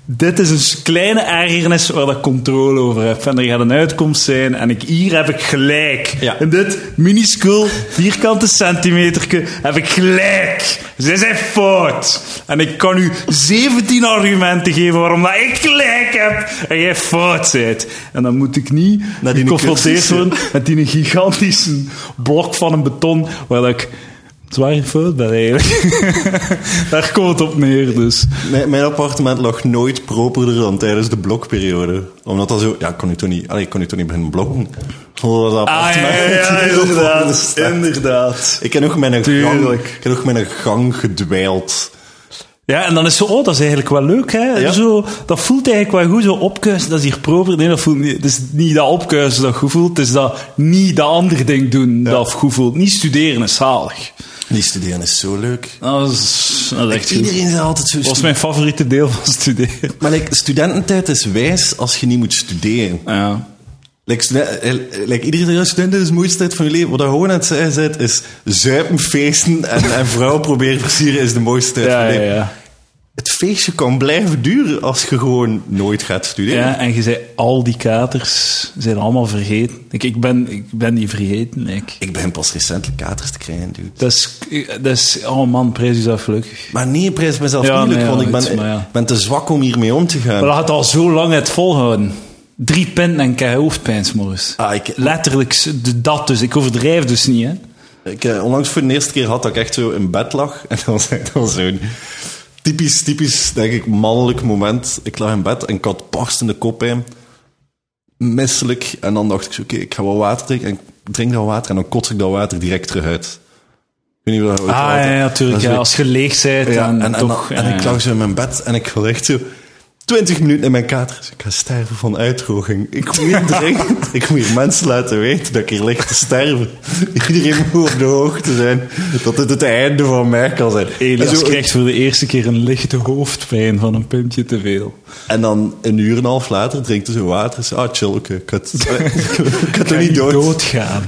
Speaker 1: dit is een s- kleine ergernis waar dat ik controle over heb. En er gaat een uitkomst zijn en ik, hier heb ik gelijk.
Speaker 2: Ja.
Speaker 1: In dit minuscuul vierkante centimeterke heb ik gelijk. Ze zijn fout. En ik kan u 17 argumenten geven waarom dat ik gelijk heb en jij fout bent. En dan moet ik niet
Speaker 2: Naar die
Speaker 1: geconfronteerd
Speaker 2: cursus, ja.
Speaker 1: worden met die gigantische blok van een beton, waar ik zwaar in fout ben eigenlijk. Daar komt het op neer, dus.
Speaker 2: Mijn, mijn appartement lag nooit properder dan tijdens de blokperiode. Omdat dat zo... Ja, ik kon nu toch niet... Allee, ik kon nu toch niet beginnen blokken. Omdat dat appartement...
Speaker 1: inderdaad. inderdaad.
Speaker 2: Ik heb nog mijn gang,
Speaker 1: Tuurlijk.
Speaker 2: ik heb nog mijn gang gedwijld.
Speaker 1: Ja, en dan is zo, oh, dat is eigenlijk wel leuk, hè.
Speaker 2: Ja.
Speaker 1: Zo, dat voelt eigenlijk wel goed, zo opkuisen, dat is hier proper. Nee, dat voelt niet, het is niet dat opkuisen dat goed voelt, het is dat niet dat andere ding doen dat goed voelt. Niet studeren is zalig.
Speaker 2: Die studeren is zo leuk.
Speaker 1: Dat is, dat is echt goed.
Speaker 2: Iedereen is altijd zo...
Speaker 1: Dat was
Speaker 2: stu-
Speaker 1: mijn favoriete deel van studeren.
Speaker 2: Maar like, studententijd is wijs als je niet moet studeren.
Speaker 1: Ja.
Speaker 2: Like, studen- eh, eh, like, iedere dag student is de mooiste tijd van je leven. Wat dat gewoon aan het zeggen bent, is zuipen, feesten en, en vrouwen proberen versieren is de mooiste tijd van
Speaker 1: Ja,
Speaker 2: je leven.
Speaker 1: ja, ja.
Speaker 2: Het feestje kan blijven duren als je gewoon nooit gaat studeren.
Speaker 1: Ja, en je zei, al die katers zijn allemaal vergeten. Ik, ik, ben, ik ben niet vergeten, ik.
Speaker 2: Ik begin pas recentelijk katers te krijgen, dude.
Speaker 1: Dat is, dat is, oh man, prijs jezelf gelukkig.
Speaker 2: Maar nee, prijs mezelf
Speaker 1: Ja,
Speaker 2: niet
Speaker 1: nee, ja,
Speaker 2: want ik
Speaker 1: weet je,
Speaker 2: ben,
Speaker 1: maar ja.
Speaker 2: ik ben te zwak om hiermee om te gaan.
Speaker 1: Maar dat had al zo lang het volhouden. Drie pinten en kei hoofdpijn, 's morgens.
Speaker 2: Ah, ik-
Speaker 1: Letterlijk s- de- dat dus. Ik overdrijf dus niet, hè.
Speaker 2: Ik, eh, onlangs voor de eerste keer had dat ik echt zo in bed lag. En dat was echt al zo'n typisch, typisch, denk ik, mannelijk moment. Ik lag in bed en ik had barstende koppijn. Misselijk. En dan dacht ik zo, oké, ik ga wat water drinken. En ik drink dat water en dan kots ik dat water direct terug uit. Ik weet niet of dat
Speaker 1: Ah, ja, ja, natuurlijk.
Speaker 2: Dat is
Speaker 1: Ja,
Speaker 2: weer-
Speaker 1: als je leeg bent,
Speaker 2: ja,
Speaker 1: dan
Speaker 2: en, en,
Speaker 1: toch... eh,
Speaker 2: en,
Speaker 1: ja,
Speaker 2: ik
Speaker 1: ja.
Speaker 2: lag zo in mijn bed en ik wil echt zo... 20 minuten in mijn kater. Dus ik ga sterven van uitdroging. Ik moet hier dringend- ik moet hier mensen laten weten dat ik hier lig te sterven. Iedereen moet op de hoogte zijn dat dit het einde van mij kan zijn.
Speaker 1: Elias
Speaker 2: en, zo-
Speaker 1: krijgt voor de eerste keer een lichte hoofdpijn van een pintje te veel.
Speaker 2: en dan een uur en een half later drinkt hij zo water. Zo, ah, chill, oké. ik had, ik had er
Speaker 1: Kan
Speaker 2: niet
Speaker 1: je
Speaker 2: dood.
Speaker 1: doodgaan.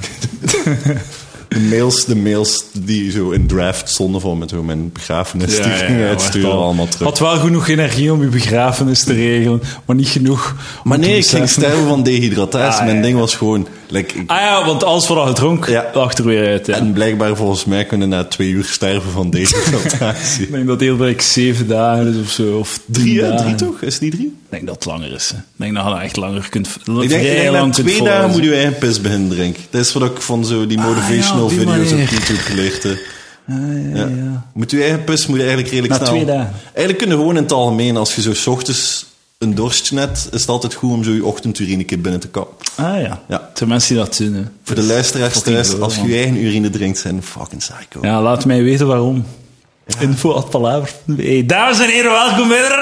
Speaker 2: De mails, de mails die zo in draft stonden van met zo mijn begrafenis, die gingen uitsturen
Speaker 1: wacht al.
Speaker 2: allemaal terug.
Speaker 1: Had wel genoeg energie om je begrafenis te regelen, maar niet genoeg. om
Speaker 2: Maar
Speaker 1: te
Speaker 2: nee, ik
Speaker 1: beseffen-
Speaker 2: ging sterven van dehydratatie.
Speaker 1: Ah,
Speaker 2: Mijn
Speaker 1: ja,
Speaker 2: ding was gewoon... Like, ik-
Speaker 1: Ah ja, want alles wat al gedronken
Speaker 2: Ja.
Speaker 1: lag er weer uit. Ja.
Speaker 2: En blijkbaar volgens mij kunnen na twee uur sterven van dehydratatie.
Speaker 1: Ik denk dat heel vaak zeven dagen is of zo. Of
Speaker 2: drie, hè?
Speaker 1: dagen.
Speaker 2: Drie toch? Is het niet drie?
Speaker 1: Ik denk dat het langer is. hè. Ik denk dat je dat echt langer kunt.
Speaker 2: Ik denk, ik denk na
Speaker 1: lang kunt
Speaker 2: twee dagen
Speaker 1: volhouden.
Speaker 2: moet je eigen pis beginnen drinken. Dat is wat ik van zo die motivational
Speaker 1: Ah, op die
Speaker 2: video's op
Speaker 1: manier.
Speaker 2: YouTube geleerd heb.
Speaker 1: Ah,
Speaker 2: ja, Moet je eigen pis moet je eigenlijk redelijk
Speaker 1: Na
Speaker 2: snel...
Speaker 1: twee dagen.
Speaker 2: Eigenlijk kun je gewoon in het algemeen, als je zo 's ochtends een dorstje net, is het altijd goed om zo je ochtendurine een keer binnen te kappen.
Speaker 1: Ah ja.
Speaker 2: Ja.
Speaker 1: Ter mensen die dat doen. hè.
Speaker 2: Voor de luisteraars
Speaker 1: fucking
Speaker 2: thuis,
Speaker 1: goed,
Speaker 2: als je
Speaker 1: man.
Speaker 2: je eigen urine drinkt, zijn fucking psycho.
Speaker 1: Ja, laat mij weten waarom. Info at palaver. Hey, dames en heren, welkom bij de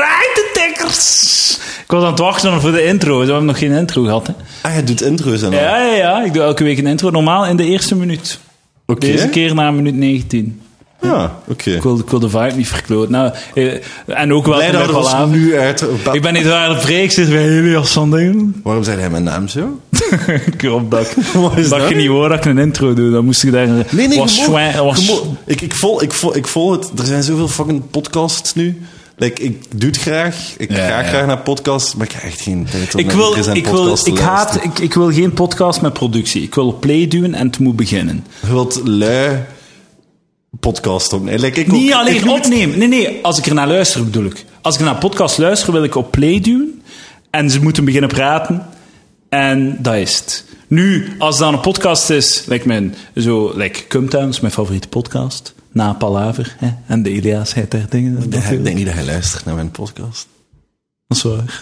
Speaker 1: Rijtentikkers. Ik was aan het wachten voor de intro. dus We hebben nog geen intro gehad. Hè.
Speaker 2: Ah, je doet intro's en al.
Speaker 1: Ja, ja, ja, ik doe elke week een intro. Normaal in de eerste minuut.
Speaker 2: Oké.
Speaker 1: Deze keer na minuut 19.
Speaker 2: Ja, oké.
Speaker 1: Ik wil, ik wil de vibe niet verkloot. Nou, eh, en ook wel
Speaker 2: Blij dat
Speaker 1: bij
Speaker 2: we ons
Speaker 1: Palaver.
Speaker 2: nu uit...
Speaker 1: Ik ben niet waar de preek zit bij jullie of zo'n ding.
Speaker 2: Waarom zei hij mijn naam zo?
Speaker 1: Kropdak.
Speaker 2: Wat is
Speaker 1: dat
Speaker 2: dat?
Speaker 1: je niet hoor dat ik een intro doe, dan moest ik daar...
Speaker 2: Nee, nee,
Speaker 1: was
Speaker 2: je
Speaker 1: schwijn-
Speaker 2: moet-
Speaker 1: was-
Speaker 2: je moet- ik, ik, vol, ik, vol, ik vol het. Er zijn zoveel fucking podcasts nu. Like, ik doe het graag. Ik
Speaker 1: Ja,
Speaker 2: ga
Speaker 1: ja.
Speaker 2: graag naar podcasts, maar ik heb echt geen tijd om
Speaker 1: Ik
Speaker 2: naar
Speaker 1: wil,
Speaker 2: iedereen zijn
Speaker 1: ik, wil,
Speaker 2: podcast te
Speaker 1: ik, haat,
Speaker 2: luisteren.
Speaker 1: ik, ik wil geen podcast met productie. Ik wil op play duwen en het moet beginnen.
Speaker 2: Je wilt lui podcast doen. Nee, like, ik
Speaker 1: Niet
Speaker 2: ook- ik
Speaker 1: alleen
Speaker 2: noem het-
Speaker 1: opnemen. Nee, nee, als ik ernaar luister bedoel ik. Als ik naar podcast luister, wil ik op play duwen. En ze moeten beginnen praten. En dat is het. Nu, als dat een podcast is, like mijn, zo, like Cumtown is mijn favoriete podcast. Na Palaver, hè. En de Ilia's heet daar dingen.
Speaker 2: Ik denk- ik denk niet dat hij luistert naar mijn podcast.
Speaker 1: Dat is waar.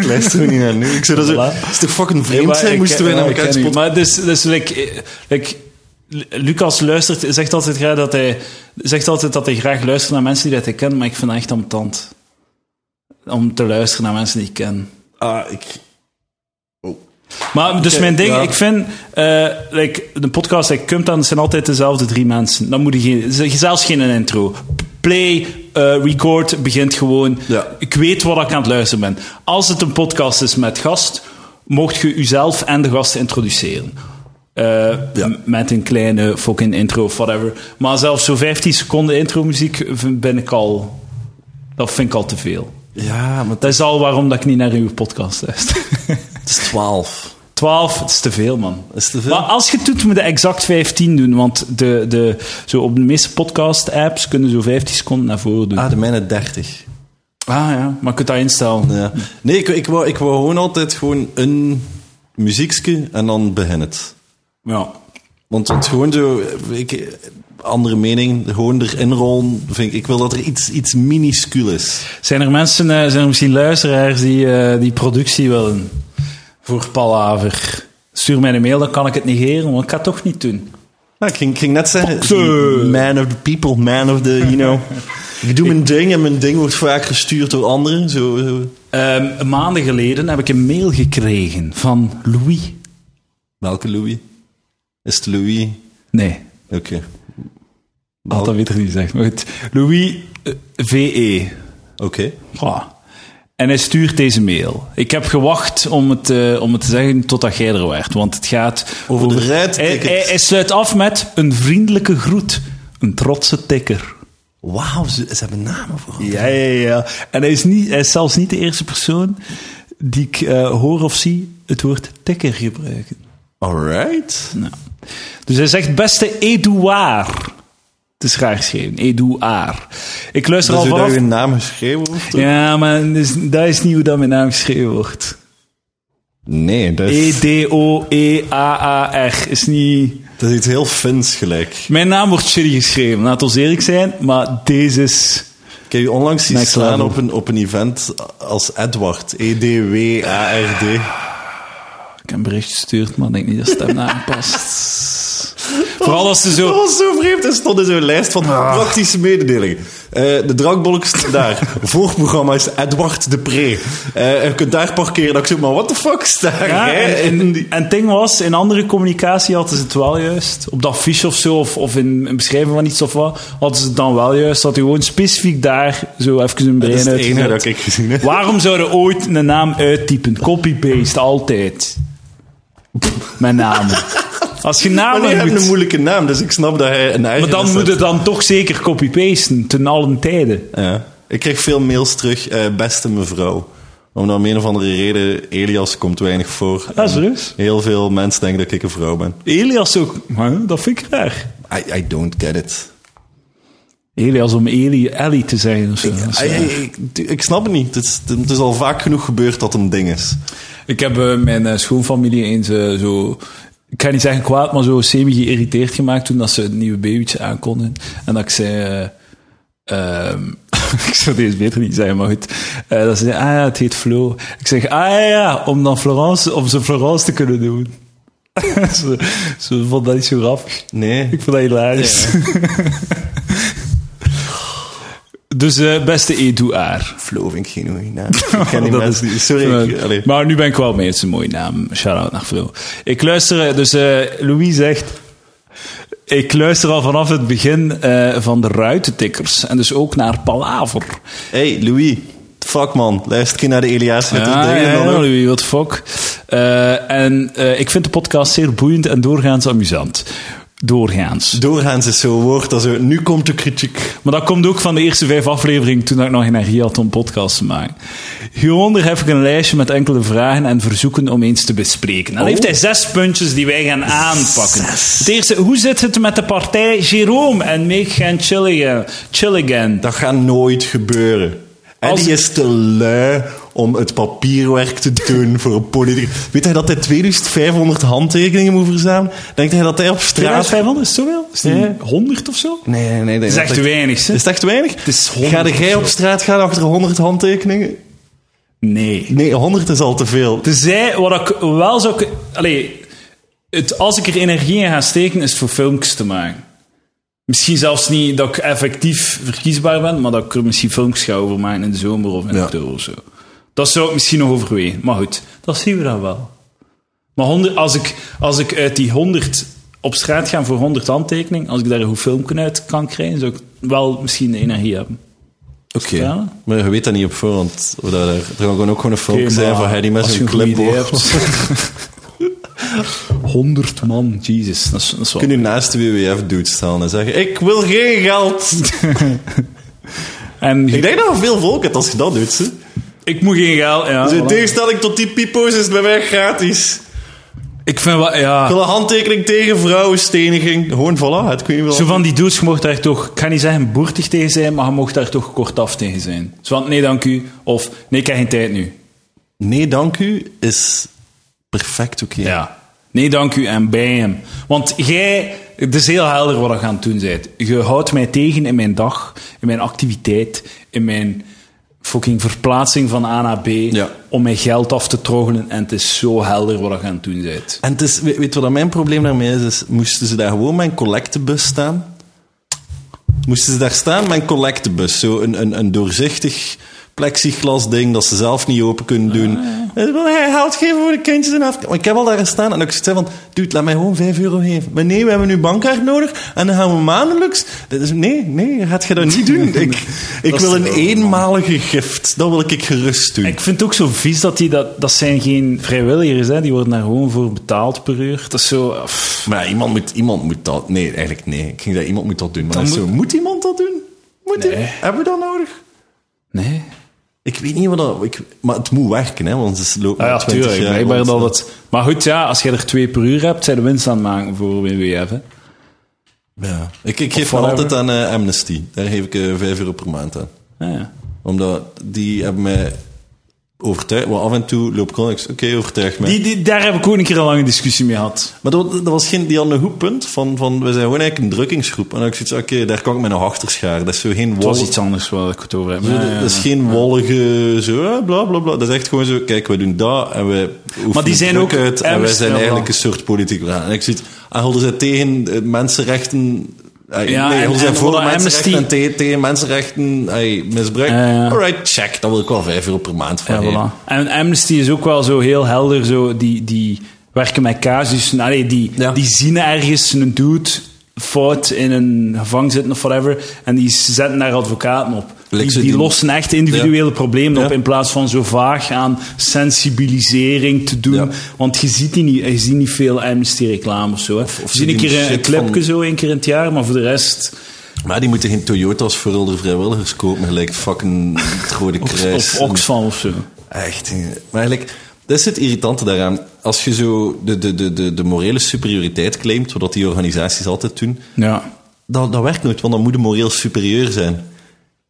Speaker 2: ik luister er niet naar nu. Ik zou dat zo...
Speaker 1: Voilà.
Speaker 2: Het is toch fucking
Speaker 1: Nee,
Speaker 2: vreemd
Speaker 1: maar
Speaker 2: zijn,
Speaker 1: ik-
Speaker 2: moesten wij
Speaker 1: ja,
Speaker 2: naar
Speaker 1: ik
Speaker 2: elkaar
Speaker 1: ken u.
Speaker 2: spotten.
Speaker 1: Maar dus, dus like, eh, like, Lu- Lucas luistert, zegt altijd, graag dat hij, zegt altijd dat hij graag luistert naar mensen die dat hij kent, maar ik vind het echt ambetant. Om te luisteren naar mensen die ik ken.
Speaker 2: Ah, ik... Oh.
Speaker 1: Maar dus
Speaker 2: Oké,
Speaker 1: mijn ding,
Speaker 2: ja.
Speaker 1: ik vind, eh like, de podcast die komt aan, zijn altijd dezelfde drie mensen. Dan moet je geen, ze- zelfs geen intro. Play, eh, record, begint gewoon.
Speaker 2: Ja.
Speaker 1: Ik weet wat ik aan het luisteren ben. Als het een podcast is met gast, mocht je uzelf en de gast introduceren. Eh, m- Met een kleine fucking intro of whatever. Maar zelfs zo'n 15 seconden intro muziek ben ik al. Dat vind ik al te veel.
Speaker 2: Ja, maar
Speaker 1: Dat is al waarom dat ik niet naar uw podcast luister.
Speaker 2: het is 12.
Speaker 1: 12, het is te veel, man.
Speaker 2: Dat is te veel.
Speaker 1: Maar als je het doet, moet je exact 15 doen. Want de, de, zo op de meeste podcast-apps kunnen zo 15 seconden naar voren doen. Ah,
Speaker 2: Ah, de mijne 30.
Speaker 1: ja, maar je kunt dat instellen.
Speaker 2: Ja. Nee, ik, ik, wou, ik wou gewoon altijd gewoon een muziekje en dan begin het.
Speaker 1: Ja.
Speaker 2: Want, want gewoon zo, ik, andere mening, gewoon erin rollen, vind ik, ik wil dat er iets, iets minuscuul is.
Speaker 1: Zijn er mensen, eh, zijn er misschien luisteraars die eh, die productie willen voor Palaver? Stuur mij een mail, dan kan ik het negeren, want ik ga het toch niet doen.
Speaker 2: Nou, ik, ging, ik ging net zeggen,
Speaker 1: the-
Speaker 2: man of the people, man of the, you know. ik doe mijn ding en mijn ding wordt vaak gestuurd door anderen. Zo, zo.
Speaker 1: Ehm, maanden geleden heb ik een mail gekregen van Louis.
Speaker 2: Welke Louis? Is het Louis?
Speaker 1: Nee,
Speaker 2: Oké.
Speaker 1: had dat weet ik niet gezegd. Maar goed, Louis eh, VE.
Speaker 2: Oké.
Speaker 1: Voilà. En hij stuurt deze mail. Ik heb gewacht om het, eh, om het te zeggen totdat jij er werd. Want het gaat
Speaker 2: Over de
Speaker 1: Hij,
Speaker 2: rijtickets.
Speaker 1: hij- hij sluit af met een vriendelijke groet. Een trotse tikker.
Speaker 2: Wauw, ze, ze hebben namen voor
Speaker 1: Ja, ja, ja. En hij is, niet, hij is zelfs niet de eerste persoon die ik eh, hoor of zie het woord tikker gebruiken.
Speaker 2: Alright.
Speaker 1: Nou. Dus hij zegt, beste Edouard. Het is raar geschreven, Edouard. Ik luister
Speaker 2: Dat
Speaker 1: al
Speaker 2: is hoe
Speaker 1: vanaf...
Speaker 2: dat je naam geschreven wordt?
Speaker 1: Ja, maar dus, dat is niet hoe dat mijn naam geschreven wordt.
Speaker 2: Nee, dat
Speaker 1: E
Speaker 2: is,
Speaker 1: E-D-O-E-A-A-R is niet...
Speaker 2: dat is iets heel Fins gelijk.
Speaker 1: Mijn naam wordt shitty geschreven, laat ons eerlijk zijn, maar deze is...
Speaker 2: Ik heb je onlangs zien
Speaker 1: Next
Speaker 2: slaan
Speaker 1: level.
Speaker 2: op een, op een event als Edward. E E-D-W-A-R-D.
Speaker 1: Ik heb een bericht gestuurd, maar ik denk niet dat stemnaam past. Vooral als ze
Speaker 2: Dat
Speaker 1: zo...
Speaker 2: was zo vreemd. Er stond in zo'n lijst van
Speaker 1: Ah.
Speaker 2: praktische mededelingen. Eh, de drankbolk staat daar. Voorprogramma is Edward de Pre. Eh, je kunt daar parkeren. Dat ik zo, maar what the fuck is daar?
Speaker 1: Ja,
Speaker 2: hè?
Speaker 1: en, en, en het ding was, in andere communicatie hadden ze het wel juist. Op dat fiche of zo, of, of in een beschrijving van iets of wat, hadden ze het dan wel juist. Dat hij gewoon specifiek daar zo even een
Speaker 2: dat
Speaker 1: brein
Speaker 2: is het enige
Speaker 1: uitgezet.
Speaker 2: dat ik gezien heb.
Speaker 1: Waarom zouden ooit een naam uittypen? Copy-paste, altijd. Met namen. Als je
Speaker 2: Maar
Speaker 1: namen
Speaker 2: die hebben
Speaker 1: moet...
Speaker 2: een moeilijke naam, dus ik snap dat hij een eigen
Speaker 1: maar dan
Speaker 2: is.
Speaker 1: moet het dan toch zeker copy-pasten, ten allen tijden.
Speaker 2: Ja. Ik kreeg veel mails terug, eh, beste mevrouw. Omdat om een of andere reden, Elias komt weinig voor.
Speaker 1: Dat is dus.
Speaker 2: Heel veel mensen denken dat ik een vrouw ben.
Speaker 1: Elias ook. Huh? Dat vind ik raar.
Speaker 2: I, I don't get it.
Speaker 1: Elias om Eli, Ellie te zijn of zo. Dat is eh,
Speaker 2: I-
Speaker 1: raar.
Speaker 2: I- ik, ik snap het niet. Het is, het is al vaak genoeg gebeurd dat een ding is.
Speaker 1: Ik heb eh, mijn eh, schoonfamilie eens eh, zo... Ik ga niet zeggen kwaad, maar zo semi-geïrriteerd gemaakt toen dat ze het nieuwe babytje aankonden. En dat ik zei... eh, ehm, ik zou deze beter niet zeggen, maar goed. Eh, dat ze zei, ah ja, het heet Flo. Ik zeg, ah ja, ja, om dan Florence, om ze Florence te kunnen doen. ze, ze vond dat niet zo grappig.
Speaker 2: Nee.
Speaker 1: Ik vond dat hilarisch. dus eh, beste Edouard.
Speaker 2: Flo vind ik geen mooie naam. Ik ken die
Speaker 1: Dat
Speaker 2: mensen
Speaker 1: is-
Speaker 2: niet. Sorry. Ik,
Speaker 1: Eh,
Speaker 2: allee.
Speaker 1: maar nu ben ik wel mee. Het is een mooie naam. Shout-out naar Flo. Ik luister... eh, Dus eh, Louis zegt... Ik luister al vanaf het begin eh, van de ruitentikkers. En dus ook naar Palaver.
Speaker 2: hey, Louis. Fuck man. Luister je naar de Elias met dat ding. en dan ook.
Speaker 1: Ah, Louis, what the fuck. Eh, en eh, ik vind de podcast zeer boeiend en doorgaans amusant. Doorgaans.
Speaker 2: Doorgaans is zo'n woord dat zo... Nu komt de kritiek.
Speaker 1: Maar dat komt ook van de eerste vijf afleveringen toen ik nog geen energie had om podcasts te maken. Hieronder heb ik een lijstje met enkele vragen en verzoeken om eens te bespreken. Dan heeft hij zes puntjes die wij gaan aanpakken. Het eerste, hoe zit het met de partij Jerome en Meg en Chilligan? Chilligan.
Speaker 2: Dat gaat nooit gebeuren. En
Speaker 1: Als-
Speaker 2: die is te lui om het papierwerk te doen voor een politicus. Weet hij dat hij 2500 handtekeningen moet verzamelen? Denkt hij dat hij op straat...
Speaker 1: 2500 is zoveel? Is die
Speaker 2: Ja.
Speaker 1: 100 of zo?
Speaker 2: Nee, nee, nee.
Speaker 1: Dat is echt weinig, hè?
Speaker 2: Is het echt weinig?
Speaker 1: Het is 100
Speaker 2: Ga jij
Speaker 1: of
Speaker 2: op
Speaker 1: zo.
Speaker 2: straat gaan achter 100 handtekeningen?
Speaker 1: Nee.
Speaker 2: Nee, 100 is al te veel.
Speaker 1: Tenzij, wat ik wel zou... kun- Allee, het, als ik er energie in ga steken, is het voor filmpjes te maken. Misschien zelfs niet dat ik effectief verkiesbaar ben, maar dat ik er misschien filmpjes ga over maken in de zomer of in
Speaker 2: Ja.
Speaker 1: oktober of zo. Dat zou ik misschien nog overwegen. Maar goed, dat zien we dan wel. Maar 100, als, ik, als ik uit die 100 op straat ga voor 100 handtekeningen, als ik daar een goed filmpje uit kan krijgen, zou ik wel misschien de energie hebben.
Speaker 2: Oké.
Speaker 1: Ja.
Speaker 2: Maar je weet dat niet op voorhand. Of dat Er er kan ook gewoon een filmpje
Speaker 1: Oké,
Speaker 2: zijn
Speaker 1: maar
Speaker 2: van hij die met
Speaker 1: als
Speaker 2: zijn
Speaker 1: je een goed idee
Speaker 2: clipboard.
Speaker 1: 100 man, Jesus, dat is, dat is wel...
Speaker 2: Kun je naast de WWF-dude staan en zeggen: Ik wil geen geld.
Speaker 1: En
Speaker 2: ik
Speaker 1: ik,
Speaker 2: denk dat er veel volk het als je dat doet. hè.
Speaker 1: moet geen geld... Ja,
Speaker 2: Dus in
Speaker 1: voilà.
Speaker 2: tegenstelling tot die pipo's is het bij mij gratis.
Speaker 1: Ik vind wel,
Speaker 2: Ik
Speaker 1: ja.
Speaker 2: wil een handtekening tegen vrouwensteniging. Gewoon voilà, het kun je wel.
Speaker 1: Zo van die dudes, je mocht daar toch, ik ga niet zeggen boertig tegen zijn, maar je mocht daar toch kortaf tegen zijn. Zo van, nee dank u, of nee ik heb geen tijd nu.
Speaker 2: Nee, dank u is perfect oké.
Speaker 1: Ja. Nee dank u en bij hem. Want jij, het is heel helder wat je aan het doen bent. Je houdt mij tegen in mijn dag, in mijn activiteit, in mijn fucking verplaatsing van A naar B,
Speaker 2: Ja.
Speaker 1: om mijn geld af te troggelen en het is zo helder wat je aan het doen bent.
Speaker 2: En het is, weet, weet je wat mijn probleem daarmee is, is? Moesten ze daar gewoon mijn collectebus staan? Moesten ze daar staan, mijn collectebus? Zo een, een, een doorzichtig plexiglas ding dat ze zelf niet open kunnen doen.
Speaker 1: Ah.
Speaker 2: Eh, wel, Hij haalt geen voor de kindjes en af. Maar ik heb al daar staan en ik zei van, dude, laat mij gewoon 5 euro geven. Maar nee, we hebben nu bankkaart nodig en dan gaan we maandelijks. Dat is, nee, nee, dat gaat je dat niet doen. Ik, ik
Speaker 1: is
Speaker 2: wil
Speaker 1: te
Speaker 2: een
Speaker 1: veel, man.
Speaker 2: eenmalige gift. Dat wil ik gerust doen.
Speaker 1: Ik vind het ook zo vies dat die dat, dat zijn geen vrijwilligers, hè? die worden daar gewoon voor betaald per uur. Dat is zo. pff.
Speaker 2: Maar ja, iemand, moet, iemand moet dat... Nee, eigenlijk nee. Ik ging dat iemand moet dat doen. Maar dat is
Speaker 1: moet-
Speaker 2: zo, moet iemand dat doen? Moet
Speaker 1: Nee.
Speaker 2: i- Hebben we dat nodig?
Speaker 1: Nee.
Speaker 2: Ik weet niet wat dat... Ik, maar het moet werken, hè. Want ze lopen
Speaker 1: Ah, ja,
Speaker 2: al 20
Speaker 1: tuurlijk.
Speaker 2: jaar
Speaker 1: Blijkbaar
Speaker 2: rond.
Speaker 1: dat het... Maar goed, ja, als je er twee per uur hebt, zijn de winst aan het maken voor WWF. Hè?
Speaker 2: Ja. Ik, ik geef me
Speaker 1: whatever.
Speaker 2: altijd aan eh, Amnesty. Daar geef ik eh 5 euro per maand aan.
Speaker 1: Ja, Ah ja.
Speaker 2: Omdat die hebben mij overtuigd. Maar af en toe loop ik al... ik zeg, Oké, overtuig mij.
Speaker 1: Die, die, daar heb ik ook een keer een lange discussie mee gehad.
Speaker 2: Maar dat, dat was geen, die hadden een goed punt van, van... We zijn gewoon eigenlijk een drukkingsgroep. En dan heb ik zoiets oké, daar kan ik me nog achter scharen. Dat is zo geen
Speaker 1: Het was
Speaker 2: wollen-
Speaker 1: iets anders waar ik het over heb.
Speaker 2: Zo,
Speaker 1: Ja,
Speaker 2: dat-
Speaker 1: Ah, ja,
Speaker 2: dat is
Speaker 1: ja.
Speaker 2: geen wollige zo, eh, bla bla bla. Dat is echt gewoon zo, kijk, wij doen dat en wij oefenen
Speaker 1: Maar die zijn
Speaker 2: druk
Speaker 1: ook
Speaker 2: uit en wij
Speaker 1: Amsterdam.
Speaker 2: zijn eigenlijk een soort politiek orgaan. En ik zie het, en houden ze tegen eh, mensenrechten... eh,
Speaker 1: Ja,
Speaker 2: nee,
Speaker 1: en-
Speaker 2: houden ze
Speaker 1: en
Speaker 2: voor
Speaker 1: wat
Speaker 2: mensenrechten
Speaker 1: Amnesty-
Speaker 2: en tegen, tegen mensenrechten eh, misbruik.
Speaker 1: Ja, ja.
Speaker 2: Alright, check, dan wil ik wel vijf euro per maand van
Speaker 1: Ja,
Speaker 2: hebben.
Speaker 1: voilà. En Amnesty is ook wel zo heel helder, zo, die, die werken met casussen. Allee, die,
Speaker 2: Ja.
Speaker 1: die zien ergens een dude fout in een gevangen zitten of whatever, en die zetten daar advocaten op. Die,
Speaker 2: Like ze
Speaker 1: die
Speaker 2: doen.
Speaker 1: lossen echt individuele problemen op,
Speaker 2: Ja.
Speaker 1: in plaats van zo vaag aan sensibilisering te doen.
Speaker 2: Ja.
Speaker 1: Want je ziet, die niet, je ziet niet veel Amnesty-reclame of zo. Hè.
Speaker 2: of
Speaker 1: je
Speaker 2: ze
Speaker 1: ziet een
Speaker 2: doen
Speaker 1: keer een, een
Speaker 2: shit
Speaker 1: clipje
Speaker 2: van-
Speaker 1: zo, één keer in het jaar, maar voor de rest...
Speaker 2: Maar die moeten geen Toyota's voor older vrijwilligers kopen, gelijk fucking het Rode Kruis.
Speaker 1: Of
Speaker 2: en-
Speaker 1: Oxfam of zo.
Speaker 2: Echt. eh, Maar eigenlijk, dat is het irritante daaraan. Als je zo de, de, de, de, de morele superioriteit claimt, wat die organisaties altijd doen,
Speaker 1: Ja.
Speaker 2: dat, dat werkt nooit, want dan moet je moreel superieur zijn.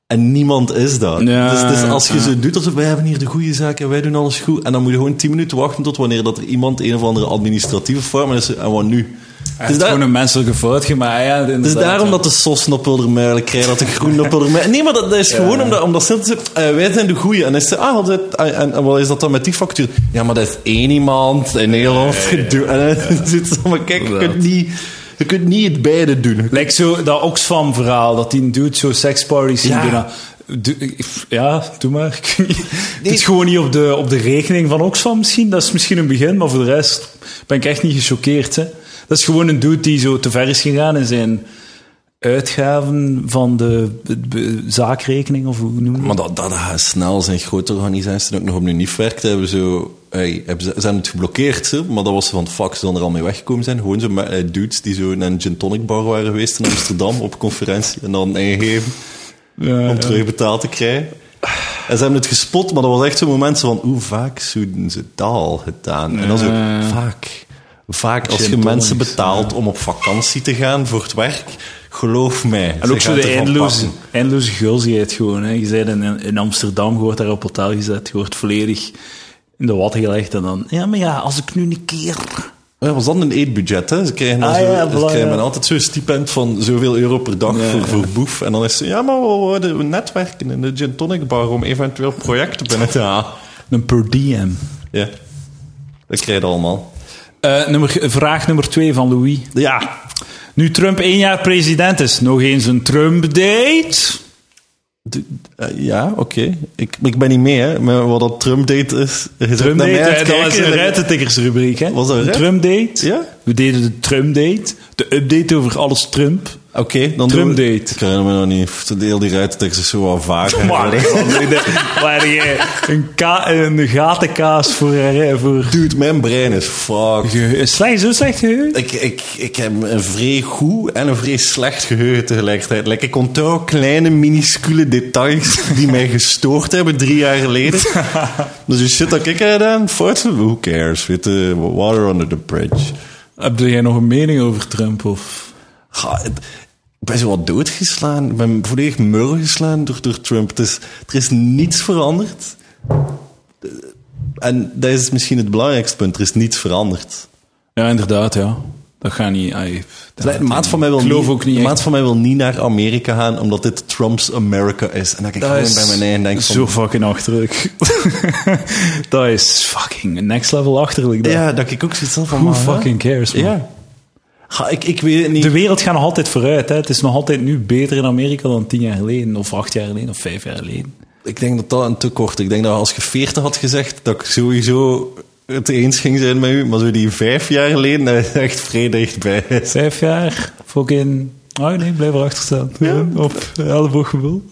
Speaker 2: En niemand is dat.
Speaker 1: Ja,
Speaker 2: dus, dus als je
Speaker 1: ja.
Speaker 2: zo doet alsof wij hebben hier de goede zaak en wij doen alles goed, en dan moet je gewoon 10 minuten wachten tot wanneer dat er iemand een of andere administratieve fout maakt. En wat nu?
Speaker 1: Het
Speaker 2: dus
Speaker 1: is
Speaker 2: daar-
Speaker 1: gewoon een menselijke fout gemaakt. Ja,
Speaker 2: dus
Speaker 1: inderdaad,
Speaker 2: daarom
Speaker 1: ja.
Speaker 2: dat de sosnoppeldermuilen krijgen, dat de groennopeldermuilen... Nee, maar dat, dat is gewoon omdat, omdat ze altijd zeggen, eh, wij zijn de goeie. En dan is ze, ah, dat, en, en wat is dat dan met die factuur? Ja, maar dat is één iemand in Nederland. gedoe. En dan zitten ze allemaal, kijk, je kunt,
Speaker 1: Inderdaad.
Speaker 2: niet, je kunt niet het beide doen.
Speaker 1: Lijkt zo dat Oxfam-verhaal, dat die dude zo seksparties
Speaker 2: Ja.
Speaker 1: ja. doen. Doe- ik- Ja, doe maar. Ik weet niet. Het
Speaker 2: Nee.
Speaker 1: is gewoon niet op de, op de rekening van Oxfam misschien. Dat is misschien een begin, maar voor de rest ben ik echt niet gechoqueerd. Hè. Dat is gewoon een dude die zo te ver is gegaan in zijn uitgaven van de, de- de zaakrekening, of hoe noem je dat?
Speaker 2: Maar dat, dat gaat snel. Zijn grote organisaties die ook nog op hun niet werkt, hebben zo... Hey, hebben ze, ze hebben het geblokkeerd, hè, maar dat was van fuck, ze zullen er al mee weggekomen zijn. Gewoon zo met, eh, dudes die zo naar een gin tonic bar waren geweest in Amsterdam op conferentie en dan ingegeven.
Speaker 1: Ja,
Speaker 2: om
Speaker 1: ja.
Speaker 2: terugbetaald te krijgen. En ze hebben het gespot, maar dat was echt zo'n moment zo van... Hoe vaak zouden ze dat al gedaan? En dan zo,
Speaker 1: Ja.
Speaker 2: vaak. Vaak als
Speaker 1: Gin
Speaker 2: je mensen
Speaker 1: tonics,
Speaker 2: betaalt om op vakantie te gaan voor het werk... Geloof mij.
Speaker 1: En ook zo de eindeloze, eindeloze gulzigheid gewoon. Hè. Je bent in, in Amsterdam, je wordt daar op hotel gezet, je wordt volledig in de watten gelegd. En dan, ja, maar ja, als ik nu een keer...
Speaker 2: Dat was dan een eetbudget, hè? Ze krijgen, dan
Speaker 1: Ah,
Speaker 2: zo-
Speaker 1: ja,
Speaker 2: ze
Speaker 1: voilà,
Speaker 2: krijgen
Speaker 1: ja.
Speaker 2: dan altijd zo'n stipend van zoveel euro per dag voor, voor boef. En dan is ze, ja, maar we worden netwerken in de gin tonic bar om eventueel projecten binnen te halen.
Speaker 1: Een per diem.
Speaker 2: Ja, dat krijg je allemaal.
Speaker 1: Eh, nummer, vraag nummer twee van Louis.
Speaker 2: Ja,
Speaker 1: Nu Trump één jaar president is, nog eens een Trump-date?
Speaker 2: D- eh, ja, oké. Ik, ik ben niet mee, hè. Maar wat dat Trump deed is... je zit naar mij aan
Speaker 1: Trump-date, eh, dat
Speaker 2: het kijken
Speaker 1: was een
Speaker 2: en-
Speaker 1: ruitentikkersrubriek. Hè?
Speaker 2: Was dat een
Speaker 1: een
Speaker 2: ruit-
Speaker 1: Trump-date?
Speaker 2: Ja?
Speaker 1: We deden de Trump-date, de update over alles Trump.
Speaker 2: Oké, dan
Speaker 1: Trump
Speaker 2: doen we-
Speaker 1: date.
Speaker 2: Ik herinner me nog niet. Deel die ruitentekst is zo wel vaag.
Speaker 1: Maar waar jij een, ka- een gatenkaas voor... eh, voor
Speaker 2: Dude, mijn brein is fucked.
Speaker 1: Ge- slecht, zo slecht geheugen?
Speaker 2: Ik, ik, ik heb een vrij goed en een vrij slecht geheugen tegelijkertijd. Like, ik onthoud kleine, minuscule details die mij gestoord hebben drie jaar geleden. dus je shit dat ik heb gedaan, fout, who cares? Weet je, water under the bridge.
Speaker 1: Heb jij nog een mening over Trump? Of?
Speaker 2: Ga, het- ik ben zo wat doodgeslaan. Ik ben volledig mur geslaan door, door Trump. Het is, er is niets veranderd. En dat is misschien het belangrijkste punt. Er is niets veranderd.
Speaker 1: Ja, inderdaad, ja. Dat gaat niet. ai, dat-
Speaker 2: De maat van mij wil
Speaker 1: Ik geloof
Speaker 2: niet,
Speaker 1: ook niet
Speaker 2: de
Speaker 1: echt.
Speaker 2: maat van mij wil niet naar Amerika gaan, omdat dit Trump's America is. En dan kijk
Speaker 1: Dat
Speaker 2: ik gewoon
Speaker 1: is
Speaker 2: bij mijn eigen denk van...
Speaker 1: zo fucking achterlijk. dat is fucking next level achterlijk. Dat.
Speaker 2: Ja, dat ik ook zoiets had van...
Speaker 1: Who
Speaker 2: maar, hè?
Speaker 1: fucking cares, man?
Speaker 2: Ja. Ga, ik, ik weet het niet.
Speaker 1: De wereld gaat nog altijd vooruit. Hè. Het is nog altijd nu beter in Amerika dan tien jaar geleden, of acht jaar geleden, of vijf jaar geleden.
Speaker 2: Ik denk dat dat een tekort. Ik denk dat als je 40 had gezegd, dat ik sowieso het eens ging zijn met u. Maar zo die vijf jaar geleden, dat is echt vrij dichtbij.
Speaker 1: Vijf jaar, fucking... Oh nee, blijf erachter staan. Op ellebooggevoel.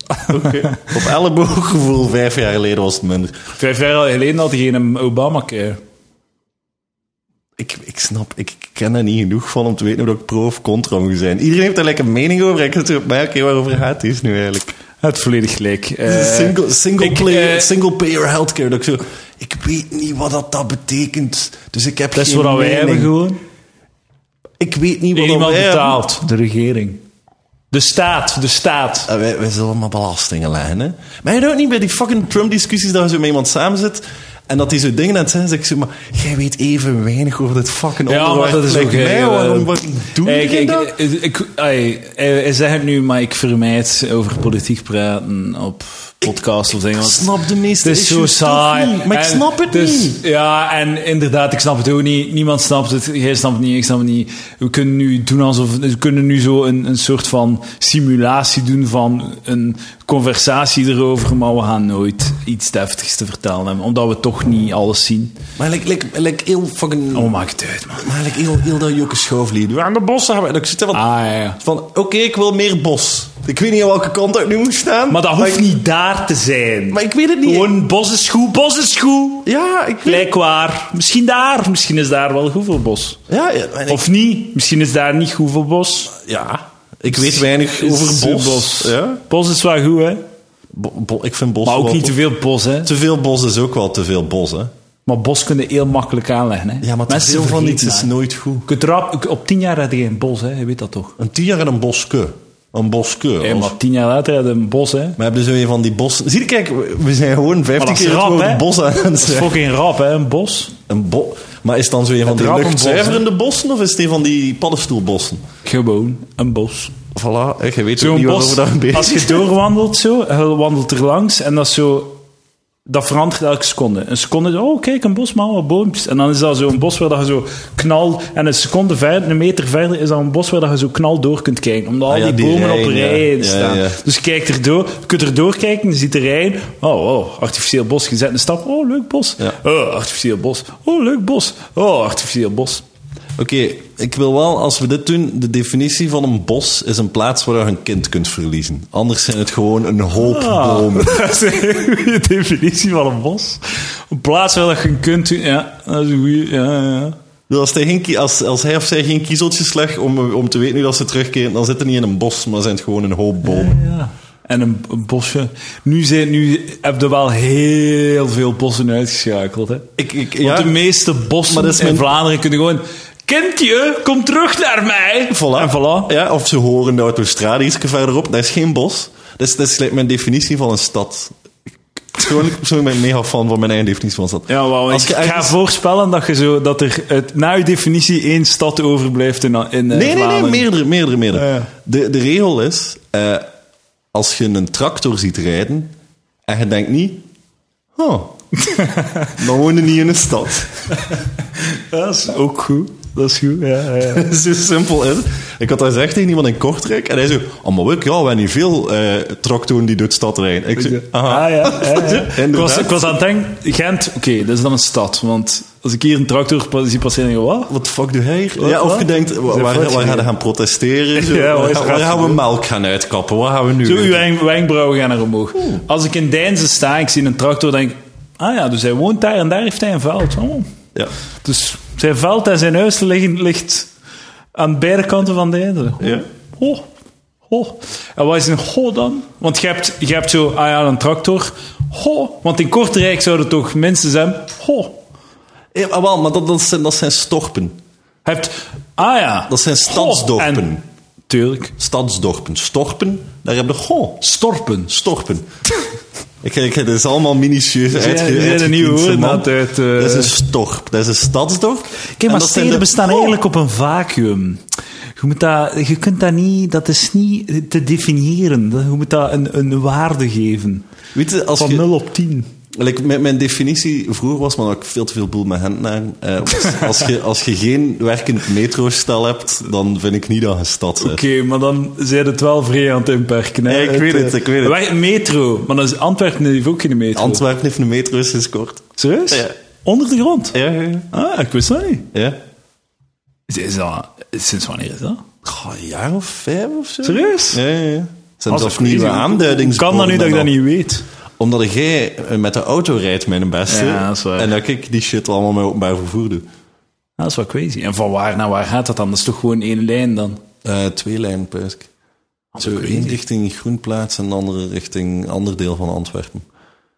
Speaker 2: Op ellebooggevoel, vijf jaar geleden was het minder.
Speaker 1: Vijf jaar geleden had hij geen Obamacare.
Speaker 2: Ik, ik snap, ik ik ken daar niet genoeg van om te weten hoe dat ik pro of contra moet zijn. Iedereen heeft daar lekker een mening over. Ik zit zo, maar oké, waarover gaat het nu eigenlijk?
Speaker 1: Het volledig gelijk. Eh,
Speaker 2: single, single,
Speaker 1: ik,
Speaker 2: player,
Speaker 1: eh,
Speaker 2: single player healthcare. Dat ik zo, ik weet niet wat dat, dat betekent. Dus ik heb
Speaker 1: dat is
Speaker 2: geen
Speaker 1: wat wij
Speaker 2: mening.
Speaker 1: hebben gewoon.
Speaker 2: Ik weet niet wat dat
Speaker 1: Iemand
Speaker 2: wij hebben.
Speaker 1: betaalt. De regering. De staat, de staat.
Speaker 2: Eh, Wij, wij zullen maar belastingen leggen, hè. Maar je doet niet bij die fucking Trump-discussies dat je zo met iemand samen zit en dat die zo dingen aan het zeggen is. Ik zo, maar jij weet even weinig over dit fucking
Speaker 1: Ja, maar
Speaker 2: onderwerp.
Speaker 1: dat is
Speaker 2: gelijk
Speaker 1: ook...
Speaker 2: mij,
Speaker 1: eh,
Speaker 2: waarom wat, doen
Speaker 1: eh,
Speaker 2: jullie
Speaker 1: ik,
Speaker 2: dat?
Speaker 1: ik, ik, ai, eh, Hij zegt het nu, maar ik vermijd over politiek praten op podcasts of dingen.
Speaker 2: Ik
Speaker 1: want
Speaker 2: snap de
Speaker 1: Het
Speaker 2: meeste
Speaker 1: is zo
Speaker 2: issues toch
Speaker 1: saai.
Speaker 2: niet, maar ik
Speaker 1: En
Speaker 2: snap het
Speaker 1: dus-
Speaker 2: niet.
Speaker 1: Ja, en inderdaad, ik snap het ook niet. Niemand snapt het. Jij snapt het niet, ik snap het niet. We kunnen nu doen alsof... We kunnen nu zo een, een soort van simulatie doen van een conversatie erover, maar we gaan nooit iets deftigs te vertellen hebben, omdat we toch niet alles zien.
Speaker 2: Maar like, like, like heel fucking...
Speaker 1: Oh, maakt het uit, man.
Speaker 2: Maar like heel, heel dat jokke schooflied. We gaan de bossen hebben. En ik zit er van,
Speaker 1: Ah, ja, ja.
Speaker 2: van oké, ik wil meer bos. Ik weet niet aan welke kant ik nu moet staan.
Speaker 1: Maar dat hoeft
Speaker 2: ik-
Speaker 1: niet daar te zijn.
Speaker 2: Maar ik weet het niet.
Speaker 1: Gewoon bos is goed, bos is goed.
Speaker 2: Ja, ik weet...
Speaker 1: Gelijk waar. Misschien daar. Misschien is daar wel goed voor bos.
Speaker 2: Ja, ja, maar ik-
Speaker 1: Of niet. Misschien is daar niet goed voor bos.
Speaker 2: ja. Ik weet weinig over bos. Ja?
Speaker 1: Bos is wel goed, hè.
Speaker 2: Bo- bo- ik vind bos
Speaker 1: Maar ook
Speaker 2: wel
Speaker 1: niet
Speaker 2: tof.
Speaker 1: te veel bos, hè.
Speaker 2: Te veel bos is ook wel te veel bos, hè?
Speaker 1: Maar bos kunnen heel makkelijk aanleggen, hè.
Speaker 2: Ja, maar te veel van iets is nooit goed.
Speaker 1: Je kunt rap- op tien jaar had je geen bos, hè. Je weet dat toch?
Speaker 2: Een tier en een boske. Een boske.
Speaker 1: Ja,
Speaker 2: Als-
Speaker 1: maar tien jaar later had je een bos, hè.
Speaker 2: Maar hebben zo een van die bossen... Zie je, kijk, we- we zijn gewoon
Speaker 1: Maar
Speaker 2: 15
Speaker 1: dat is
Speaker 2: keer het
Speaker 1: rap,
Speaker 2: woord
Speaker 1: hè.
Speaker 2: bos aan het
Speaker 1: Dat is
Speaker 2: zeggen.
Speaker 1: fucking rap, hè, een bos.
Speaker 2: Een bo maar is het dan zo een van die
Speaker 1: rap een bos,
Speaker 2: luchtzuiverende bossen of is het een van die paddenstoelbossen?
Speaker 1: Gewoon, een bos.
Speaker 2: Voilà, hè, je weet ook
Speaker 1: Zo'n
Speaker 2: niet
Speaker 1: bos,
Speaker 2: waarover dat een beetje
Speaker 1: als je doorwandelt zo, je wandelt er langs en dat is zo... Dat verandert elke seconde. Een seconde, oh kijk, een bos met allemaal boompjes. En dan is dat zo'n bos waar dat je zo knal... En een seconde verder, een meter verder, is dat een bos waar dat je zo knal door kunt kijken. Omdat al
Speaker 2: Ah ja,
Speaker 1: die,
Speaker 2: die
Speaker 1: bomen op
Speaker 2: rijen, ja.
Speaker 1: rijen
Speaker 2: Ja,
Speaker 1: staan.
Speaker 2: ja.
Speaker 1: Dus je kijkt erdoor, je kunt erdoor kijken, je ziet er rijen. Oh, oh, artificieel bos. Je zet een stap, oh, leuk bos.
Speaker 2: Ja.
Speaker 1: Oh, artificieel bos. Oh, leuk bos. Oh, artificieel bos.
Speaker 2: Oké, ik wil wel, als we dit doen, de definitie van een bos is een plaats waar je een kind kunt verliezen. Anders zijn het gewoon een hoop
Speaker 1: Ah,
Speaker 2: bomen.
Speaker 1: Dat is een goede definitie van een bos. Een plaats waar dat je kunt doen. Ja, dat is een goede. Ja, ja.
Speaker 2: Dus als, hij geen ki- als, als hij of zij geen kiezeltjes legt om, om te weten hoe dat ze terugkeren, dan zitten niet in een bos, maar zijn het gewoon een hoop bomen.
Speaker 1: ja. En een, een bosje. Nu, zijn, nu heb je wel heel veel bossen uitgeschakeld. Hè?
Speaker 2: Ik, ik,
Speaker 1: Want
Speaker 2: ja,
Speaker 1: de meeste bossen
Speaker 2: Maar dat is
Speaker 1: in
Speaker 2: mijn-
Speaker 1: Vlaanderen kunnen gewoon Kindje, kom terug naar mij.
Speaker 2: Voilà.
Speaker 1: En voilà.
Speaker 2: Ja, of ze horen de autostrade iets verderop. Dat is geen bos. Dat is, dat is like mijn definitie van een stad. Persoonlijk, persoonlijk ben ik mega fan van mijn eigen definitie van een stad.
Speaker 1: Ja, wauw. Ik
Speaker 2: Als je
Speaker 1: ga
Speaker 2: ergens-
Speaker 1: voorspellen dat, je zo, dat er uit, na je definitie één stad overblijft in, in eh,
Speaker 2: Nee, nee, nee,
Speaker 1: Vlaanderen.
Speaker 2: meerdere, meerdere, meerdere.
Speaker 1: Ja, ja.
Speaker 2: De, de regel is, eh, als je een tractor ziet rijden en je denkt niet, oh, dan woon je niet in een stad.
Speaker 1: Dat is ook goed. Dat is goed, ja. ja.
Speaker 2: Zo simpel is het. Ik had daar gezegd tegen iemand in Kortrijk en hij zei, oh, maar ik, ja, we hebben hier veel eh tractoren die door de stad rijden. Ik zei, aha.
Speaker 1: Ah, ja, ja, ja. Ik, was,
Speaker 2: Inderdaad.
Speaker 1: ik was aan het denken, Gent, oké, dat is dan een stad. Want als ik hier een tractor pa- zie passeren, denk ik, wat?
Speaker 2: Wat de fuck doe hij hier?
Speaker 1: Wat,
Speaker 2: ja, of
Speaker 1: wat?
Speaker 2: je denkt,
Speaker 1: Is
Speaker 2: wa-
Speaker 1: dat
Speaker 2: waar, waar,
Speaker 1: fout
Speaker 2: gaan we
Speaker 1: gegaan?
Speaker 2: gaan protesteren? Zo,
Speaker 1: Ja, wat is er
Speaker 2: waar
Speaker 1: aan
Speaker 2: gaan- waar
Speaker 1: te
Speaker 2: gaan we
Speaker 1: doen?
Speaker 2: melk gaan uitkappen? Wat gaan we nu
Speaker 1: Zo,
Speaker 2: doen?
Speaker 1: uw wenkbrauwen gaan er omhoog. Als ik in Deinzen sta, ik zie een tractor, denk ik, ah ja, dus hij woont daar en daar heeft hij een veld. Oh.
Speaker 2: Ja.
Speaker 1: Dus zijn veld en zijn huis liggen, ligt aan beide kanten van Deinzen.
Speaker 2: Ja.
Speaker 1: Oh, oh. En wat is een ho dan? Want je hebt, je hebt zo, ah ja, een tractor. Ho, want in Kortrijk zouden toch minstens hem, ho.
Speaker 2: Ja, maar wel, maar dat, dat, zijn, dat zijn storpen.
Speaker 1: Je hebt, ah ja.
Speaker 2: Dat zijn stadsdorpen.
Speaker 1: Ho, en- Tuurlijk.
Speaker 2: Stadsdorpen. Storpen, daar hebben we goh,
Speaker 1: Storpen.
Speaker 2: storpen. ik, ik, dit is allemaal minutieus
Speaker 1: zijn-
Speaker 2: uitge,
Speaker 1: die zijn een nieuwe woord
Speaker 2: uitgekiend, man.
Speaker 1: aan het uit, eh.
Speaker 2: Dat is een storp, dat is een stadsdorp.
Speaker 1: Kijk,
Speaker 2: En
Speaker 1: maar
Speaker 2: dat zijn
Speaker 1: steden
Speaker 2: de- Oh!
Speaker 1: bestaan
Speaker 2: goh.
Speaker 1: eigenlijk op een vacuüm. Je, moet dat, je kunt dat niet, dat is niet te definiëren. Je moet dat een, een waarde geven.
Speaker 2: Weet je, als
Speaker 1: Van
Speaker 2: je,
Speaker 1: 0 op 10.
Speaker 2: Like, mijn, mijn definitie vroeger was, maar dat ik veel te veel boel met handen eh, was, als, je, als je geen werkend metrostel hebt, dan vind ik niet dat je stad bent.
Speaker 1: Oké, maar dan zijn het wel vrij aan het inperken. Hè?
Speaker 2: Ja, ik weet het, ik weet het.
Speaker 1: Wij- metro, maar dan is Antwerpen heeft ook geen metro.
Speaker 2: Antwerpen heeft een metro sinds kort.
Speaker 1: Serieus?
Speaker 2: Ja.
Speaker 1: Onder de grond?
Speaker 2: Ja, ja,
Speaker 1: Ah, ik wist dat niet.
Speaker 2: ja.
Speaker 1: Is- is dat- sinds wanneer is dat?
Speaker 2: Goh, een jaar of vijf of zo.
Speaker 1: Serieus?
Speaker 2: Ja, ja, ja. Zijn
Speaker 1: Als
Speaker 2: zelfs
Speaker 1: ik-
Speaker 2: nieuwe
Speaker 1: hoe-
Speaker 2: aanduidings.
Speaker 1: Hoe kan dat nu dat ik dat niet weet?
Speaker 2: Omdat jij eh, met de auto rijdt, mijn beste.
Speaker 1: Ja, dat is waar.
Speaker 2: En dat ik die shit allemaal met openbaar vervoer doe.
Speaker 1: Ah, dat is wel crazy. En van waar naar waar gaat dat dan? Dat is toch gewoon één lijn dan?
Speaker 2: Eh twee lijnen, Puisk.
Speaker 1: Ah,
Speaker 2: Zo één richting Groenplaats en de andere richting ander deel van Antwerpen.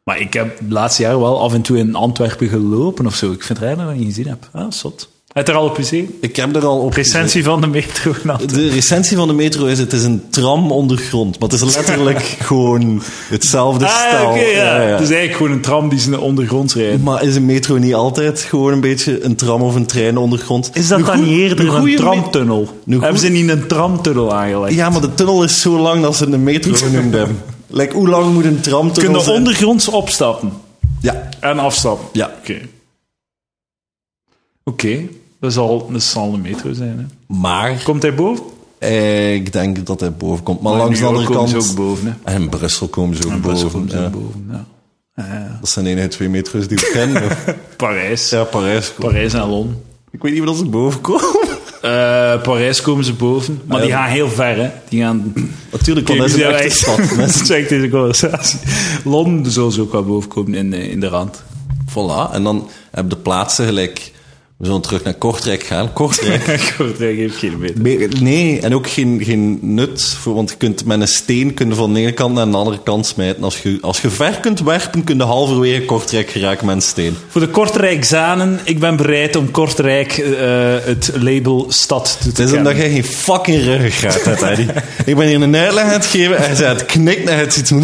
Speaker 1: Maar ik heb het laatste jaar wel af en toe in Antwerpen gelopen of zo. Ik vind het raar dat ik dat niet gezien heb. Ah, zot. Uit er al op gezien?
Speaker 2: Ik heb er al op
Speaker 1: Recensie van de metro. in Antwerpen.
Speaker 2: De recensie van de metro is: het is een tram ondergrond. Maar het is letterlijk gewoon hetzelfde
Speaker 1: Ah, ja,
Speaker 2: stijl.
Speaker 1: oké, ja.
Speaker 2: Ja, ja.
Speaker 1: Het is eigenlijk gewoon een tram die ze in de ondergronds rijden.
Speaker 2: Maar is een metro niet altijd gewoon een beetje een tram of een trein ondergrond?
Speaker 1: Is dat
Speaker 2: Een
Speaker 1: dan
Speaker 2: goe-
Speaker 1: niet eerder een,
Speaker 2: goeie me-
Speaker 1: tramtunnel?
Speaker 2: goed-
Speaker 1: Hebben ze niet een tramtunnel aangelegd?
Speaker 2: Ja, maar de tunnel is zo lang dat ze een metro genoemd hebben. Like, hoe lang moet een tramtunnel
Speaker 1: Kunnen
Speaker 2: zijn?
Speaker 1: ondergronds opstappen
Speaker 2: Ja,
Speaker 1: en afstappen?
Speaker 2: ja.
Speaker 1: Oké. Oké, dat zal een snelle metro zijn. Hè.
Speaker 2: Maar
Speaker 1: Komt hij boven?
Speaker 2: eh, ik denk dat hij boven komt. Maar, langs de
Speaker 1: New
Speaker 2: andere
Speaker 1: York komen
Speaker 2: kant...
Speaker 1: ze ook boven. Hè.
Speaker 2: En in Brussel komen ze ook
Speaker 1: Brussel
Speaker 2: boven.
Speaker 1: komen ze
Speaker 2: ja.
Speaker 1: ook boven, ja. Eh,
Speaker 2: Dat zijn één uit twee metro's die we kennen.
Speaker 1: Parijs.
Speaker 2: ja, Parijs.
Speaker 1: Parijs en Londen.
Speaker 2: Ik weet niet of dat ze boven komen.
Speaker 1: Eh, Parijs komen ze boven, maar die gaan heel ver, hè. Die gaan...
Speaker 2: Natuurlijk, want dat is een echte stad.
Speaker 1: Dat
Speaker 2: Mensen-
Speaker 1: is echt deze conversatie. Londen zal ze ook wel boven komen in, eh, in de rand.
Speaker 2: Voilà. En dan hebben de plaatsen gelijk... We zullen terug naar Kortrijk gaan. Kortrijk
Speaker 1: Kortrijk heeft geen meter.
Speaker 2: Meer- Nee, en ook geen, geen nut. Voor, want je kunt met een steen kun je van de ene kant naar de andere kant smijten. Als je, als je ver kunt werpen, kun je halverwege kortrek geraken met een steen.
Speaker 1: Voor de Kortrijkzanen, ik ben bereid om Kortrijk eh, het label stad toe te
Speaker 2: Het is omdat
Speaker 1: kennen.
Speaker 2: jij geen fucking ruggengraat hebt, Eddie. Ik ben hier een uitleg aan het geven en hij het knikt en het ziet zo...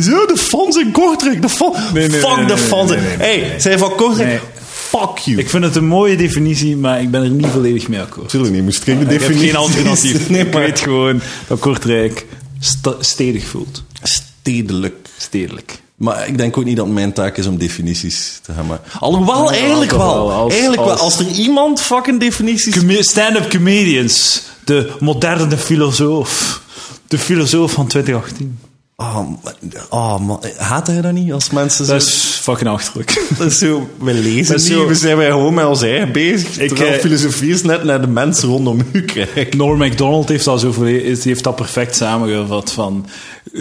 Speaker 2: Zo, de fans in Kortrijk, de fans...
Speaker 1: Nee, nee,
Speaker 2: fuck
Speaker 1: nee, nee,
Speaker 2: de
Speaker 1: nee,
Speaker 2: fans.
Speaker 1: nee, nee, nee,
Speaker 2: hey, zijn van Kortrijk?
Speaker 1: Nee.
Speaker 2: Fuck you.
Speaker 1: Ik vind het een mooie definitie, maar ik ben er niet volledig mee akkoord.
Speaker 2: Natuurlijk niet, moet streng de
Speaker 1: Ik heb
Speaker 2: definitie.
Speaker 1: geen alternatief.
Speaker 2: Nee,
Speaker 1: ik
Speaker 2: maar
Speaker 1: weet gewoon dat Kortrijk sta- stedig voelt.
Speaker 2: Stedelijk.
Speaker 1: Stedelijk.
Speaker 2: Maar ik denk ook niet dat het mijn taak is om definities te gaan maken. Alhoewel,
Speaker 1: Ja,
Speaker 2: eigenlijk
Speaker 1: toch
Speaker 2: wel.
Speaker 1: wel, als-
Speaker 2: eigenlijk wel.
Speaker 1: als-
Speaker 2: Als er iemand fucking definities...
Speaker 1: Come- Stand-up comedians, de moderne filosoof. De filosoof van 2018.
Speaker 2: Oh, man. oh man. Haat hij dat niet? Als mensen zo...
Speaker 1: Dat is fucking achterlijk.
Speaker 2: dat is zo- we lezen
Speaker 1: dat is
Speaker 2: niet,
Speaker 1: zo-
Speaker 2: we zijn wij gewoon met ons eigen bezig.
Speaker 1: Ik,
Speaker 2: terwijl
Speaker 1: eh,
Speaker 2: filosofie is net naar de mensen rondom u kijken.
Speaker 1: Norm MacDonald heeft dat, zo, verle- is- die heeft dat perfect samengevat. Van,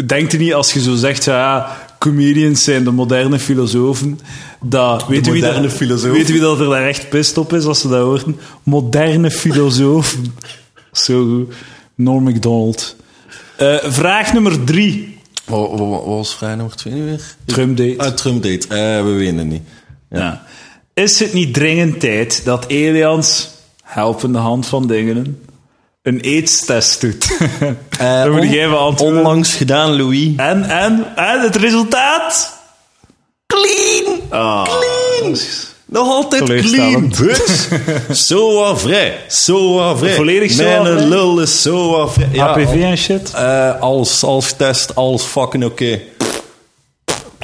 Speaker 1: denk je niet als je zo zegt, ja, comedians zijn de moderne filosofen. Dat, weet, u wie
Speaker 2: moderne
Speaker 1: dat,
Speaker 2: filosofen.
Speaker 1: weet u wie dat er daar echt pist op is als ze dat horen? Moderne filosofen. zo goed. Norm MacDonald. Eh, vraag nummer drie.
Speaker 2: Wat was vrij nummer twee nu weer?
Speaker 1: Trump date.
Speaker 2: Ah, Trump date. Eh, we winnen niet.
Speaker 1: Ja. Is het niet dringend tijd dat aliens helpende hand van dingen een aids-test doet.
Speaker 2: Eh,
Speaker 1: Dan moet
Speaker 2: on-
Speaker 1: jij beantwoorden.
Speaker 2: Onlangs gedaan, Louis.
Speaker 1: En, en, en het resultaat?
Speaker 2: Clean! Ah. Clean! Nog altijd clean.
Speaker 1: Teleurstellend.
Speaker 2: Dus, zo vrij. Zo vrij.
Speaker 1: Volledig
Speaker 2: Mijn
Speaker 1: Zoa vrij?
Speaker 2: lul is zo vrij. Ja,
Speaker 1: APV
Speaker 2: al-
Speaker 1: en shit.
Speaker 2: eh, alles, alles test, alles fucking oké.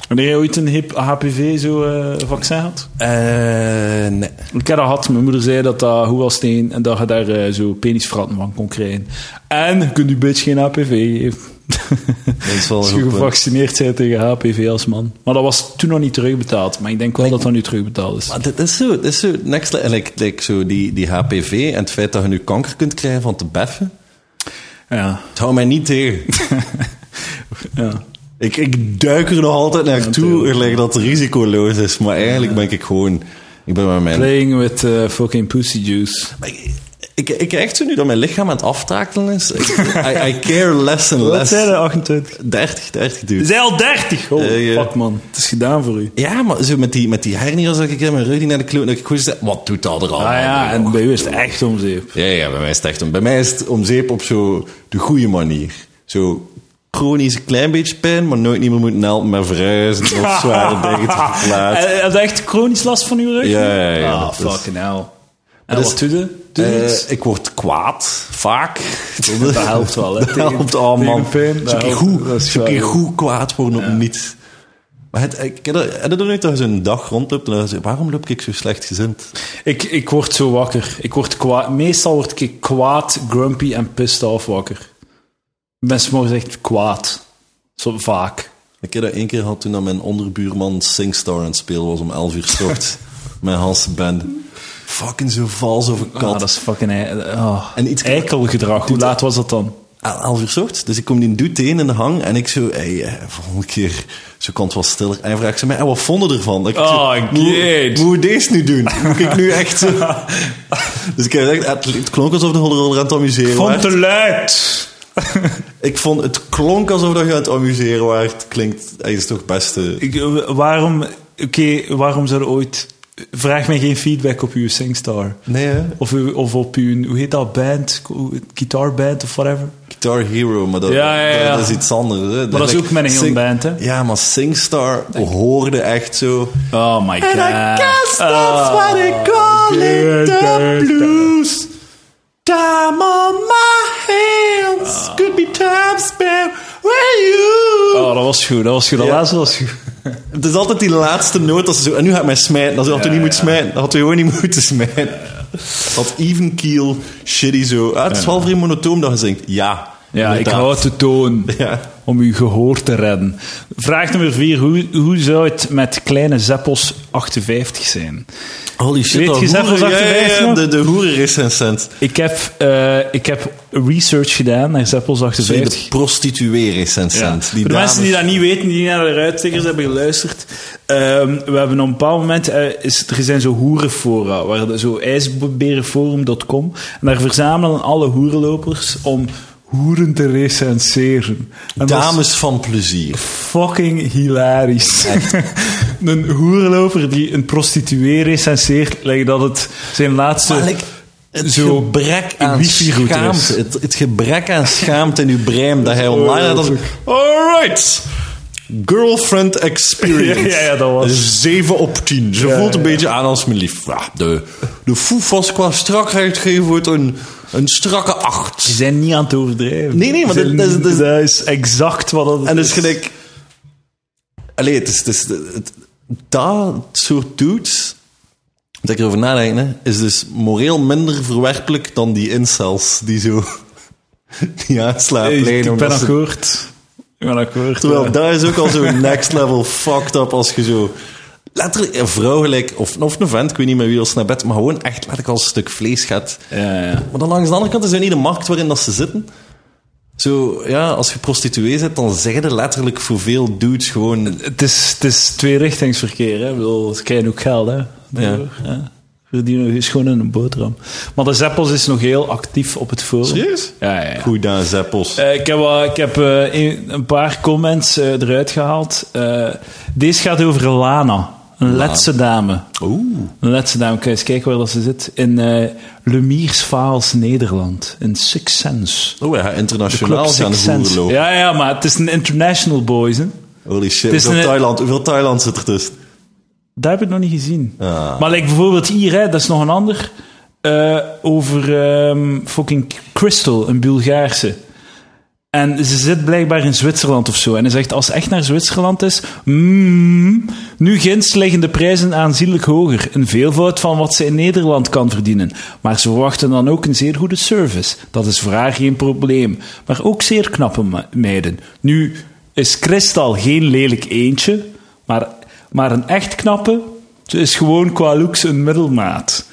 Speaker 1: Wanneer jij ooit een hip HPV zo eh, vaccin had?
Speaker 2: Eh, nee.
Speaker 1: Ik heb dat gehad. Mijn moeder zei dat dat hoe was steen en dat je daar eh, zo penisfratten van kon krijgen. En je kunt je bitch geen HPV geven.
Speaker 2: Dat is wel
Speaker 1: Als
Speaker 2: een
Speaker 1: je
Speaker 2: goed punt.
Speaker 1: gevaccineerd bent tegen HPV als man. Maar dat was toen nog niet terugbetaald. Maar ik denk wel dat dat nu terugbetaald is.
Speaker 2: Maar Ah, dit is zo, dit is zo next level. Like, like zo die, die HPV en het feit dat je nu kanker kunt krijgen van te beffen.
Speaker 1: Ja.
Speaker 2: Het houdt mij niet tegen.
Speaker 1: ja.
Speaker 2: Ik, ik duik er nog altijd naartoe.
Speaker 1: natuurlijk.
Speaker 2: Er lijkt dat het risicoloos is. Maar eigenlijk ben ik gewoon... Ik ben maar mijn...
Speaker 1: Playing with eh, fucking pussy juice.
Speaker 2: Maar Ik, ik, ik krijg echt zo nu dat mijn lichaam aan het aftakelen is. Ik, I, I care less and less.
Speaker 1: 28?
Speaker 2: 30, 30 dude.
Speaker 1: Zij al 30! Oh,
Speaker 2: Eh, ja.
Speaker 1: fuck man. Het is gedaan voor u.
Speaker 2: Ja, maar zo met die, met die hernia als ik in mijn rug die naar de kloot... dat ik gewoon zeg, Wat doet dat er allemaal?
Speaker 1: Ah ja, en
Speaker 2: joh?
Speaker 1: bij u is het echt om zeep.
Speaker 2: Ja, ja, bij mij is het echt om, bij mij is het om zeep op zo de goede manier. Zo chronisch een klein beetje pijn, maar nooit niet meer moeten helpen met verhuizen of zware dingen te verplaatsen.
Speaker 1: Heb je echt chronisch last van uw rug?
Speaker 2: Ja, ja, ja.
Speaker 1: Ah,
Speaker 2: Dat is-
Speaker 1: fucking hell. En
Speaker 2: is-
Speaker 1: wat doe je? Doe je iets?
Speaker 2: Eh, ik word kwaad, vaak.
Speaker 1: Dat helpt wel, hè,
Speaker 2: Dat
Speaker 1: tegen-
Speaker 2: helpt al,
Speaker 1: tegen
Speaker 2: man.
Speaker 1: pijn.
Speaker 2: Zo'n
Speaker 1: Dat
Speaker 2: keer
Speaker 1: helpt, dat
Speaker 2: goed,
Speaker 1: is
Speaker 2: zo'n keer
Speaker 1: waar.
Speaker 2: goed kwaad worden op niets. Maar het, ik heb dat- heb je dat nooit dat je zo'n dag rondloopt en dan zeg je, waarom loop ik zo slecht gezind?
Speaker 1: Ik, ik word zo wakker. Ik word kwaad. Meestal word ik kwaad, grumpy en pissed off wakker. Mensen mogen echt kwaad. Zo vaak.
Speaker 2: Ik heb dat één keer gehad toen dat mijn onderbuurman Singstar aan het spelen was om 11 uur 's ochtends. Mijn Hans band. Fucking zo vals over
Speaker 1: Ah,
Speaker 2: kat.
Speaker 1: dat is fucking ei- oh.
Speaker 2: En iets-
Speaker 1: eikelgedrag. Hoe laat was dat dan?
Speaker 2: Aan 11 uur 's ochtends. Dus ik kom die dude tegen in de hang en ik zo, hey, eh, volgende keer, zo kan het wel stiller. En hij vraagt ze mij, en wat vonden ervan? Dat Ik
Speaker 1: Oh,
Speaker 2: zo,
Speaker 1: jeet.
Speaker 2: moet, moet ik deze nu doen? Moet ik nu echt zo... Dus ik heb echt, het, het klonk alsof de hollerol aan het amuseren
Speaker 1: Vond
Speaker 2: was.
Speaker 1: te luid!
Speaker 2: Ik vond, het klonk alsof dat je aan het amuseren was. Klinkt, hij is toch het beste.
Speaker 1: Ik, eh, waarom, oké, waarom zou je ooit... Vraag mij geen feedback op uw Singstar.
Speaker 2: Nee, hè?
Speaker 1: Of, uw- of op uw, hoe heet dat, band? Guitarband of whatever.
Speaker 2: Guitar Hero, maar dat,
Speaker 1: Ja, ja, ja.
Speaker 2: dat, dat is iets anders. Hè.
Speaker 1: dat is ook met een heel
Speaker 2: Sing-
Speaker 1: band, hè?
Speaker 2: Ja, maar Singstar hoorde echt zo...
Speaker 1: Oh my god. Oh,
Speaker 2: calling
Speaker 1: the
Speaker 2: blues. Time on my hands. Could be time spent with you.
Speaker 1: Oh, dat was goed, dat was goed. Dat
Speaker 2: Ja.
Speaker 1: laatste was goed.
Speaker 2: Het is altijd die laatste noot. Dat ze zo, en nu gaat mij smijten. Dat ze altijd niet
Speaker 1: ja.
Speaker 2: moeten smijten. Dat had hij gewoon niet moeten smijten. Dat even keel, shitty zo. Ah, het is wel vrij monotoom dat je zingt. Ja.
Speaker 1: Ja, ik
Speaker 2: inderdaad.
Speaker 1: houd de toon
Speaker 2: Ja.
Speaker 1: om uw gehoor te redden. Vraag nummer vier. Hoe, hoe zou het met kleine Zeppels 58 zijn?
Speaker 2: Holy shit,
Speaker 1: Weet
Speaker 2: dat
Speaker 1: je, zeg
Speaker 2: hoeren-
Speaker 1: ons
Speaker 2: ja, ja,
Speaker 1: 58
Speaker 2: ja,
Speaker 1: nog?
Speaker 2: de, de hoerenrecensent.
Speaker 1: Ik heb, eh, ik heb research gedaan naar Zeppels
Speaker 2: Sorry,
Speaker 1: 58.
Speaker 2: de prostituee-recensent.
Speaker 1: Ja. Voor de mensen die dat niet weten, die naar de ruitziggers hebben geluisterd. ehm, we hebben op een bepaald moment, eh, is, er zijn zo hoerenfora, waar, de- zo ijsberenforum.com. En daar verzamelen alle hoerenlopers om hoeren te recenseren. En dat is
Speaker 2: Dames van plezier.
Speaker 1: fucking hilarisch. een hoerenloper die een prostituee recenseert, lijkt dat het zijn laatste...
Speaker 2: Maar like, het
Speaker 1: Zo
Speaker 2: gebrek aan
Speaker 1: wifi-router is.
Speaker 2: schaamte, het, het gebrek aan schaamte in uw brein dat hij online
Speaker 1: Oh,
Speaker 2: had. als- Alright! Girlfriend experience.
Speaker 1: Ja, ja, ja, dat was-
Speaker 2: 7 op 10. Ze voelt een beetje aan als mijn lief. Ja, de, de foefas qua strakheid geven wordt een, een strakke 8.
Speaker 1: Ze zijn niet aan het overdrijven.
Speaker 2: Nee, nee, maar
Speaker 1: Ze zijn
Speaker 2: dat is-
Speaker 1: niet-
Speaker 2: dat is-
Speaker 1: dat is exact wat dat
Speaker 2: En dus gelijk. Allee, het is. Het is het- dat soort dudes. Dat ik erover nadenk, hè, is dus moreel minder verwerpelijk dan die incels die zo. die aanslapen.
Speaker 1: Hey,
Speaker 2: liggen
Speaker 1: ik
Speaker 2: omdat
Speaker 1: ben
Speaker 2: ze-
Speaker 1: akkoord. Ik ben akkoord.
Speaker 2: Terwijl
Speaker 1: ja.
Speaker 2: daar is ook al zo next level fucked up als je zo. Letterlijk een vrouw gelijk, of, of een vent, ik weet niet meer wie als naar bed, maar gewoon echt letterlijk als een stuk vlees gaat.
Speaker 1: Ja, ja.
Speaker 2: Maar dan langs de andere kant is er niet de markt waarin dat ze zitten. Zo, ja, als je prostituee bent, dan zeggen er letterlijk voor veel dudes gewoon...
Speaker 1: Het is, het is tweerichtingsverkeer, hè. Ik bedoel, ze krijgen ook geld, hè. Daarvoor, ja. Verdienen is gewoon in een boterham. Maar de Zeppels is nog heel actief op het forum.
Speaker 2: Serieus?
Speaker 1: Ja, ja, ja.
Speaker 2: Goed aan Zeppels.
Speaker 1: Eh, ik heb, wat- ik heb eh, een, een paar comments eh, eruit gehaald. Eh, deze gaat over Lana. Een Letse dame.
Speaker 2: Oeh.
Speaker 1: Een Letse dame, kun je eens kijken waar dat ze zit. In eh Lemiersvaals, Nederland. In Six Sense.
Speaker 2: Oh ja,
Speaker 1: De
Speaker 2: internationaal
Speaker 1: club
Speaker 2: gaan de
Speaker 1: Six
Speaker 2: voeren
Speaker 1: Sense.
Speaker 2: lopen.
Speaker 1: Ja, ja, maar het is een international boys, hè.
Speaker 2: Holy shit,
Speaker 1: is
Speaker 2: hoeveel,
Speaker 1: een-
Speaker 2: Thailand, hoeveel Thailand zit er tussen?
Speaker 1: Dat heb ik nog niet gezien. Maar like bijvoorbeeld hier, hè, dat is nog een ander. eh, over ehm, fucking Crystal, een Bulgaarse. En ze zit blijkbaar in Zwitserland of zo. En hij zegt, als ze echt naar Zwitserland is... mm, nu ginds liggen de prijzen aanzienlijk hoger. Een veelvoud van wat ze in Nederland kan verdienen. Maar ze verwachten dan ook een zeer goede service. Dat is voor haar geen probleem. Maar ook zeer knappe me- meiden. Nu is Kristal geen lelijk eentje. Maar, maar een echt knappe... Ze is gewoon qua looks een middelmaat.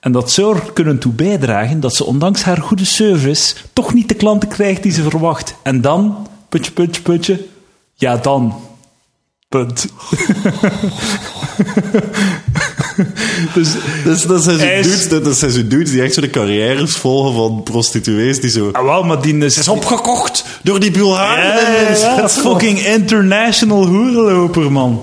Speaker 1: En dat zou er kunnen toe bijdragen dat ze ondanks haar goede service toch niet de klanten krijgt die ze verwacht. En dan, putje, putje, putje, ja dan. Punt. dus
Speaker 2: Dus dat zijn
Speaker 1: Hij
Speaker 2: zo'n
Speaker 1: is-
Speaker 2: dudes, dat- dat zijn zo'n dudes die echt zo de carrières volgen van prostituees die zo...
Speaker 1: Ah, wel, maar die is...
Speaker 2: is opgekocht door die Bulgaren.
Speaker 1: Ja, ja, ja, ja, fucking international hoerenloper, man.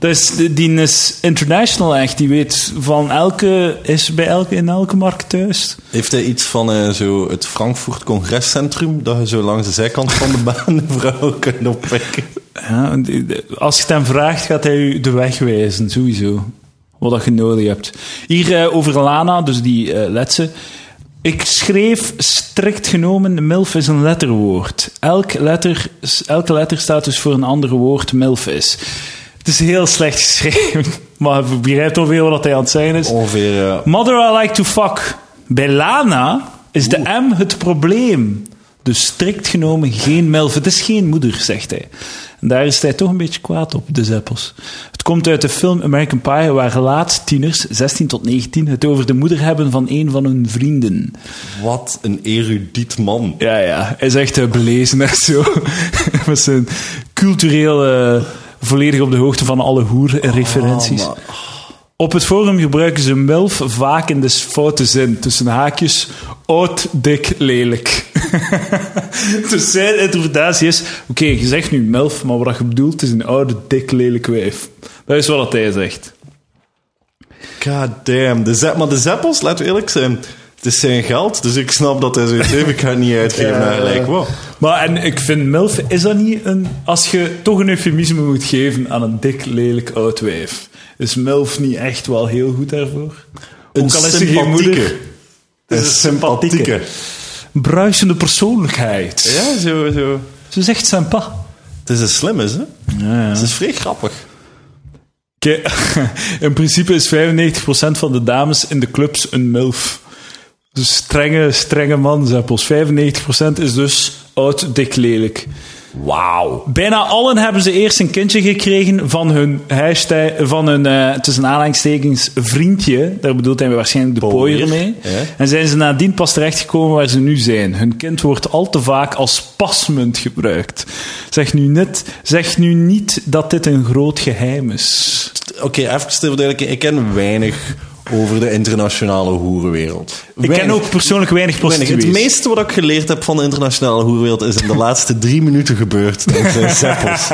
Speaker 1: Dus die- die is international echt. Die weet van elke... Is bij elke, in elke markt thuis.
Speaker 2: Heeft hij iets van eh, zo het Frankfurt Congrescentrum, dat je zo langs de zijkant van de baan een vrouw kunt oppikken?
Speaker 1: Ja, en die- de- als je het hem vraagt, gaat hij u de weg wijzen, sowieso. Wat dat je nodig hebt. Hier eh, over Lana, dus die eh letse. Ik schreef strikt genomen, MILF is een letterwoord. Elk letter, elke letter staat dus voor een ander woord, MILF is. Het is heel slecht geschreven, maar je begrijpt ongeveer wat hij aan het zeggen is.
Speaker 2: Ongeveer... eh,
Speaker 1: Mother I like to fuck. Bij Lana is de M het probleem. Dus strikt genomen geen melf. Het is geen moeder, zegt hij. En daar is hij toch een beetje kwaad op, de zeppels. Het komt uit de film American Pie, waar laat tieners, 16 tot 19, het over de moeder hebben van een van hun vrienden.
Speaker 2: wat een erudiet man.
Speaker 1: Ja, ja. Hij is echt eh, belezen en zo. Met zijn cultureel eh, volledig op de hoogte van alle hoerreferenties.
Speaker 2: Oh, maar-
Speaker 1: Op het forum gebruiken ze MILF vaak in de foute zin. Tussen haakjes, oud, dik, lelijk. dus zijn interpretatie is... Oké, je zegt nu MILF, maar wat je bedoelt is een oude, dik, lelijk wijf. Dat is wat hij zegt.
Speaker 2: God damn. De Ze- maar de Zeppels, laten we eerlijk zijn, het is zijn geld. Dus ik snap dat hij zoiets heeft. Ik ga het niet uitgeven.
Speaker 1: Ja.
Speaker 2: maar like, wow.
Speaker 1: Eh, Maar en ik vind MILF, is dat niet een... Als je toch een eufemisme moet geven aan een dik, lelijk, oud wijf... Is MILF niet echt wel heel goed daarvoor?
Speaker 2: Een
Speaker 1: Ook al is ze geen
Speaker 2: sympathieke.
Speaker 1: moeder.
Speaker 2: Een
Speaker 1: sympathieke.
Speaker 2: sympathieke.
Speaker 1: Bruisende persoonlijkheid.
Speaker 2: Ja, zo, zo.
Speaker 1: Ze zegt zijn pa.
Speaker 2: Het is een slimme, hè?
Speaker 1: Ja, ja.
Speaker 2: Het is vrij grappig.
Speaker 1: Oké, in principe is 95% van de dames in de clubs een MILF. Dus strenge, strenge manzappels. 95% is dus oud, dik, lelijk.
Speaker 2: Wauw.
Speaker 1: Bijna allen hebben ze eerst een kindje gekregen van hun, hashtag, van hun eh, tussen aanhalingstekens, vriendje. Daar bedoelt hij waarschijnlijk de
Speaker 2: Pooier,
Speaker 1: pooier mee.
Speaker 2: ja.
Speaker 1: En zijn ze nadien pas terechtgekomen waar ze nu zijn. Hun kind wordt al te vaak als pasmunt gebruikt. Zeg nu, net, zeg nu niet dat dit een groot geheim is.
Speaker 2: Oké, even ter verduidelijking. Ik ken weinig over de internationale hoerenwereld.
Speaker 1: Ik ken ook persoonlijk weinig
Speaker 2: Weinig. Het
Speaker 1: prostituees.
Speaker 2: meeste wat ik geleerd heb van de internationale hoerenwereld is in de laatste drie minuten gebeurd. Dankzij Zeppels.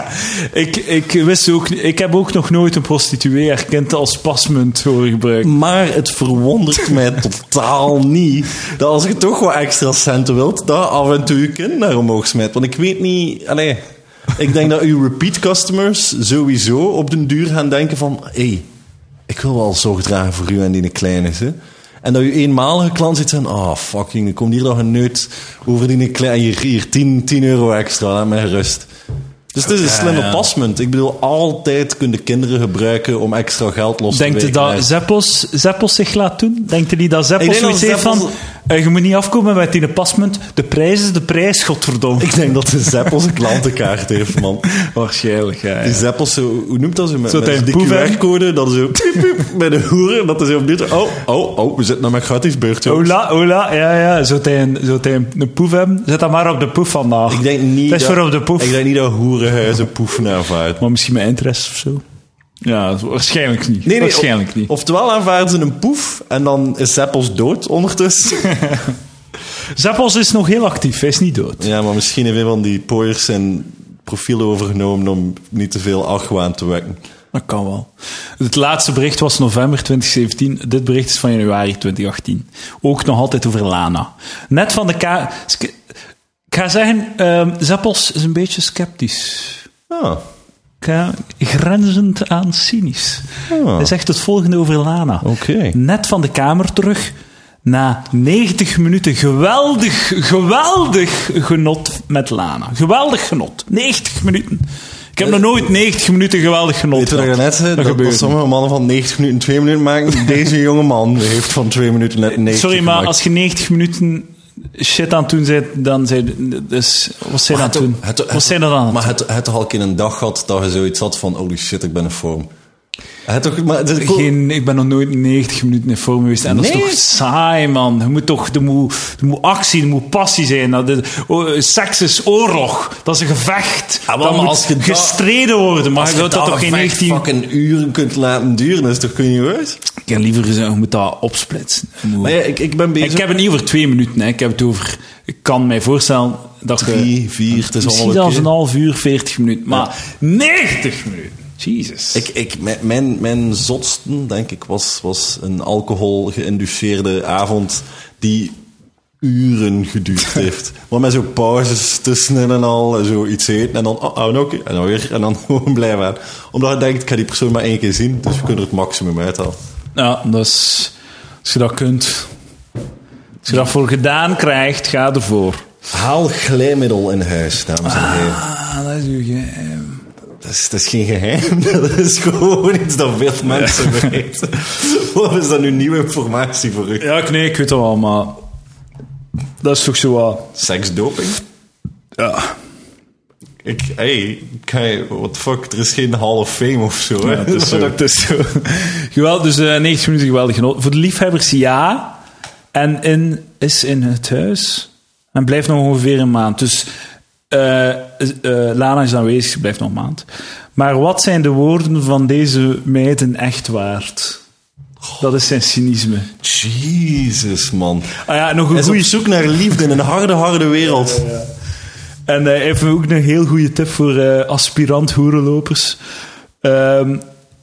Speaker 1: ik, ik, wist ook, ik heb ook nog nooit een prostituee herkend als pasmunt horen gebruiken.
Speaker 2: Maar het verwondert mij totaal niet dat als je toch wat extra centen wilt, dat af en toe je kind naar omhoog smijt. Want ik weet niet... Allee, ik denk dat uw repeat customers sowieso op den duur gaan denken van... Hé, hey, ik wil wel zorg dragen voor u en die kleine, hè. En dat uw eenmalige klant zit en... Ah, fucking, er komt hier nog een neut over die kleine... Hier, hier 10, 10 euro extra, laat mij rust. Dus het is een slimme
Speaker 1: ja.
Speaker 2: passment. Ik bedoel, altijd kunnen kinderen gebruiken om extra geld los
Speaker 1: Denkt
Speaker 2: te
Speaker 1: u
Speaker 2: weken uit-
Speaker 1: dat Zeppels, Zeppels zich laat doen? Denkt u niet dat Zeppels
Speaker 2: Ik denk dat
Speaker 1: zoiets heeft van...
Speaker 2: Zeppels-
Speaker 1: eh, je moet niet afkomen met die pasmunt. De prijs is de prijs, godverdomme.
Speaker 2: Ik denk dat de Zeppels een klantenkaart heeft, man.
Speaker 1: Waarschijnlijk, ja.
Speaker 2: Die Zeppels, zo, hoe noemt dat zo? Met,
Speaker 1: Zo
Speaker 2: met
Speaker 1: tegen
Speaker 2: die
Speaker 1: Poeven.
Speaker 2: QR-code, dat zo... piep, piep, met de hoeren, dat is zo opnieuw... Oh, oh, oh, we zitten nou met gratis beurt. jongens.
Speaker 1: Ola, ola, ja, ja. Zou hij een, zou hij een, een poef hebben? Zet dat maar op de poef vandaag.
Speaker 2: Ik denk niet
Speaker 1: Dat is voor op de poef.
Speaker 2: Ik denk niet dat hoerenhuizen poefen aanvaarden.
Speaker 1: Maar misschien mijn interesse of zo. Ja, waarschijnlijk niet. waarschijnlijk
Speaker 2: of-
Speaker 1: niet.
Speaker 2: Oftewel aanvaarden ze een poef en dan is Zeppels dood ondertussen.
Speaker 1: Zeppels is nog heel actief, hij is niet dood.
Speaker 2: ja, maar misschien hebben van die pooiers zijn profielen overgenomen om niet te veel argwaan te wekken.
Speaker 1: Dat kan wel. Het laatste bericht was november 2017. Dit bericht is van januari 2018. Ook nog altijd over Lana. Net van de K. Sk- Ik ga zeggen, ehm, Zeppels is een beetje sceptisch.
Speaker 2: Ah,
Speaker 1: Ik ga- Grenzend aan cynisch.
Speaker 2: Ah.
Speaker 1: Hij zegt het volgende over Lana.
Speaker 2: Oké.
Speaker 1: Net van de kamer terug. Na 90 minuten geweldig, geweldig genot met Lana. Geweldig genot. 90 minuten. Ik heb nog nooit 90 minuten geweldig genot
Speaker 2: Eh, Weet je wat ik
Speaker 1: gehad.
Speaker 2: net zei? Dat, dat
Speaker 1: gebeurt
Speaker 2: sommige mannen van 90 minuten 2 minuten maken. Deze jonge man heeft van 2 minuten net 90
Speaker 1: Sorry, maar
Speaker 2: gemaakt.
Speaker 1: als je 90 minuten shit aan het doen bent, dan zijn dus wat zijn dat
Speaker 2: het,
Speaker 1: doen?
Speaker 2: het- het-
Speaker 1: Wat zijn dat aan? het
Speaker 2: Maar het, het toch al een keer een dag gehad dat je zoiets had van... Holy shit, ik ben in vorm. Het toch, maar, het is-
Speaker 1: doen? Geen, ik ben nog nooit 90 minuten in vorm geweest. En dat is
Speaker 2: Nee.
Speaker 1: toch saai, man. Je moet toch, er moet, er moet actie, er moet passie zijn. Dat is, oh, seks is oorlog. Dat is een gevecht.
Speaker 2: Ah, wel,
Speaker 1: dat
Speaker 2: maar
Speaker 1: moet
Speaker 2: als je dat-
Speaker 1: gestreden worden. Maar
Speaker 2: als
Speaker 1: je
Speaker 2: je
Speaker 1: wilt dat toch geen 19...
Speaker 2: fucking uren kunt laten duren, dat is toch kun je uit?
Speaker 1: Ik heb liever gezegd, je moet dat opsplitsen. Je moet-
Speaker 2: Maar ja, ik, ik ben bezig...
Speaker 1: ik heb het niet over twee minuten. Hè. Ik heb het over... Ik kan mij voorstellen dat je-
Speaker 2: Drie, vier, het is
Speaker 1: Misschien
Speaker 2: allemaal
Speaker 1: zelfs
Speaker 2: oké.
Speaker 1: een half uur, 40 minuten. Maar 90 minuten. Jezus.
Speaker 2: Ik, ik, mijn- mijn, mijn zotste, denk ik, was, was een alcohol-geïnduceerde avond die uren geduurd heeft. Maar met zo'n pauzes tussenin en al, en zo iets eten en dan, oh, oh, oké, en dan weer, en dan gewoon blijven aan. Omdat ik denk, ik ga die persoon maar één keer zien, dus we kunnen er het maximum uithalen.
Speaker 1: Ja, dus als je dat kunt. Als je dat voor gedaan krijgt, ga ervoor.
Speaker 2: Haal glijmiddel in huis, dames en heren.
Speaker 1: Ah, dat is uw geheim.
Speaker 2: Dat is, dat is geen geheim, dat is gewoon iets dat veel mensen weten. Wat is dat nu nieuwe informatie voor u?
Speaker 1: Ja, ik- nee, ik weet het wel, maar... Dat is toch zo wat...
Speaker 2: Seksdoping?
Speaker 1: Ja.
Speaker 2: Ik, hey, kijk, what the fuck, er is geen Hall of Fame of zo. hè?
Speaker 1: het is
Speaker 2: dus
Speaker 1: zo. Het is dus zo. Geweld, dus eh, 90 minuten geweldig genoten. Voor de liefhebbers, ja. En in, is in het huis. En blijft nog ongeveer een maand. Dus eh, eh, Lana is aanwezig, ze blijft nog een maand. Maar wat zijn de woorden van deze meiden echt waard? Dat is zijn cynisme.
Speaker 2: Jezus, man.
Speaker 1: Ah ja, nog
Speaker 2: Hij
Speaker 1: een
Speaker 2: is op
Speaker 1: goeie.
Speaker 2: zoek naar liefde in een harde, harde wereld.
Speaker 1: En eh, even ook een heel goede tip voor eh, aspirant hoerenlopers. Ehm,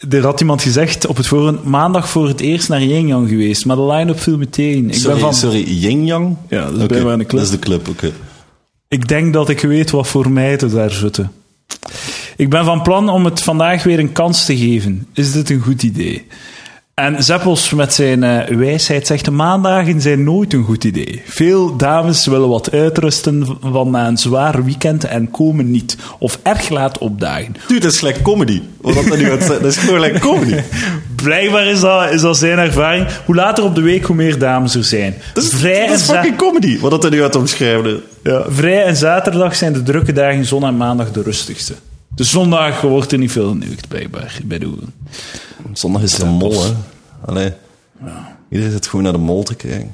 Speaker 1: er had iemand gezegd op het forum, maandag voor het eerst naar Yingyang geweest, maar de line-up viel meteen. Ik,
Speaker 2: Sorry,
Speaker 1: ben van,
Speaker 2: sorry, Yin Yang?
Speaker 1: Ja, dat is
Speaker 2: Oké,
Speaker 1: blijkbaar een club.
Speaker 2: Dat is de club, oké.
Speaker 1: ik denk dat ik weet wat voor meiden daar zitten. Ik ben van plan om het vandaag weer een kans te geven. Is dit een goed idee? En Zeppels met zijn eh, wijsheid zegt, maandagen zijn nooit een goed idee. Veel dames willen wat uitrusten van na een zwaar weekend en komen niet. Of erg laat opdagen.
Speaker 2: Dude, dat is gelijk comedy. Wat dat nu gaat zijn, dat is gewoon gelijk comedy.
Speaker 1: Blijkbaar is dat, is dat zijn ervaring. Hoe later op de week, hoe meer dames er zijn.
Speaker 2: Dat is,
Speaker 1: vrij,
Speaker 2: dat is
Speaker 1: en za-
Speaker 2: fucking comedy, wat dat nu gaat omschrijven.
Speaker 1: ja, vrij en zaterdag zijn de drukke dagen, zondag en maandag de rustigste. Dus zondag wordt er niet veel genukt, blijkbaar, bij de hoeren.
Speaker 2: Zondag is de mol, hè. Allee. Iedereen zit gewoon naar de mol te kijken.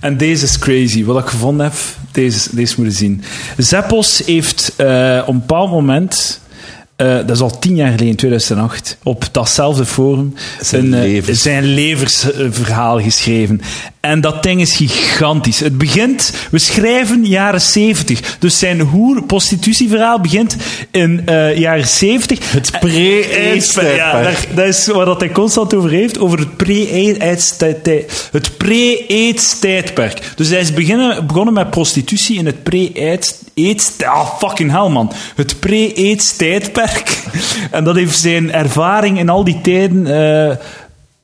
Speaker 1: En deze is crazy. Wat ik gevonden heb, deze, deze moeten zien. Zeppos heeft eh, op een bepaald moment, eh, dat is al tien jaar geleden, in 2008, op datzelfde forum
Speaker 2: Zijn
Speaker 1: een, eh,
Speaker 2: levens.
Speaker 1: zijn levensverhaal geschreven. En dat ding is gigantisch. Het begint, we schrijven jaren 70. Dus zijn hoer-prostitutieverhaal begint in eh, jaren 70. Het
Speaker 2: pre-eindstijdperk.
Speaker 1: Ja, daar- dat is waar dat hij constant over heeft, over het pre-eidstijdperk. Het pre-eidstijdperk. Dus hij is beginnen, begonnen met prostitutie in het pre-eidstijdperk. Ah, fucking hell, man. Het pre-eidstijdperk. En dat heeft zijn ervaring in al die tijden... eh,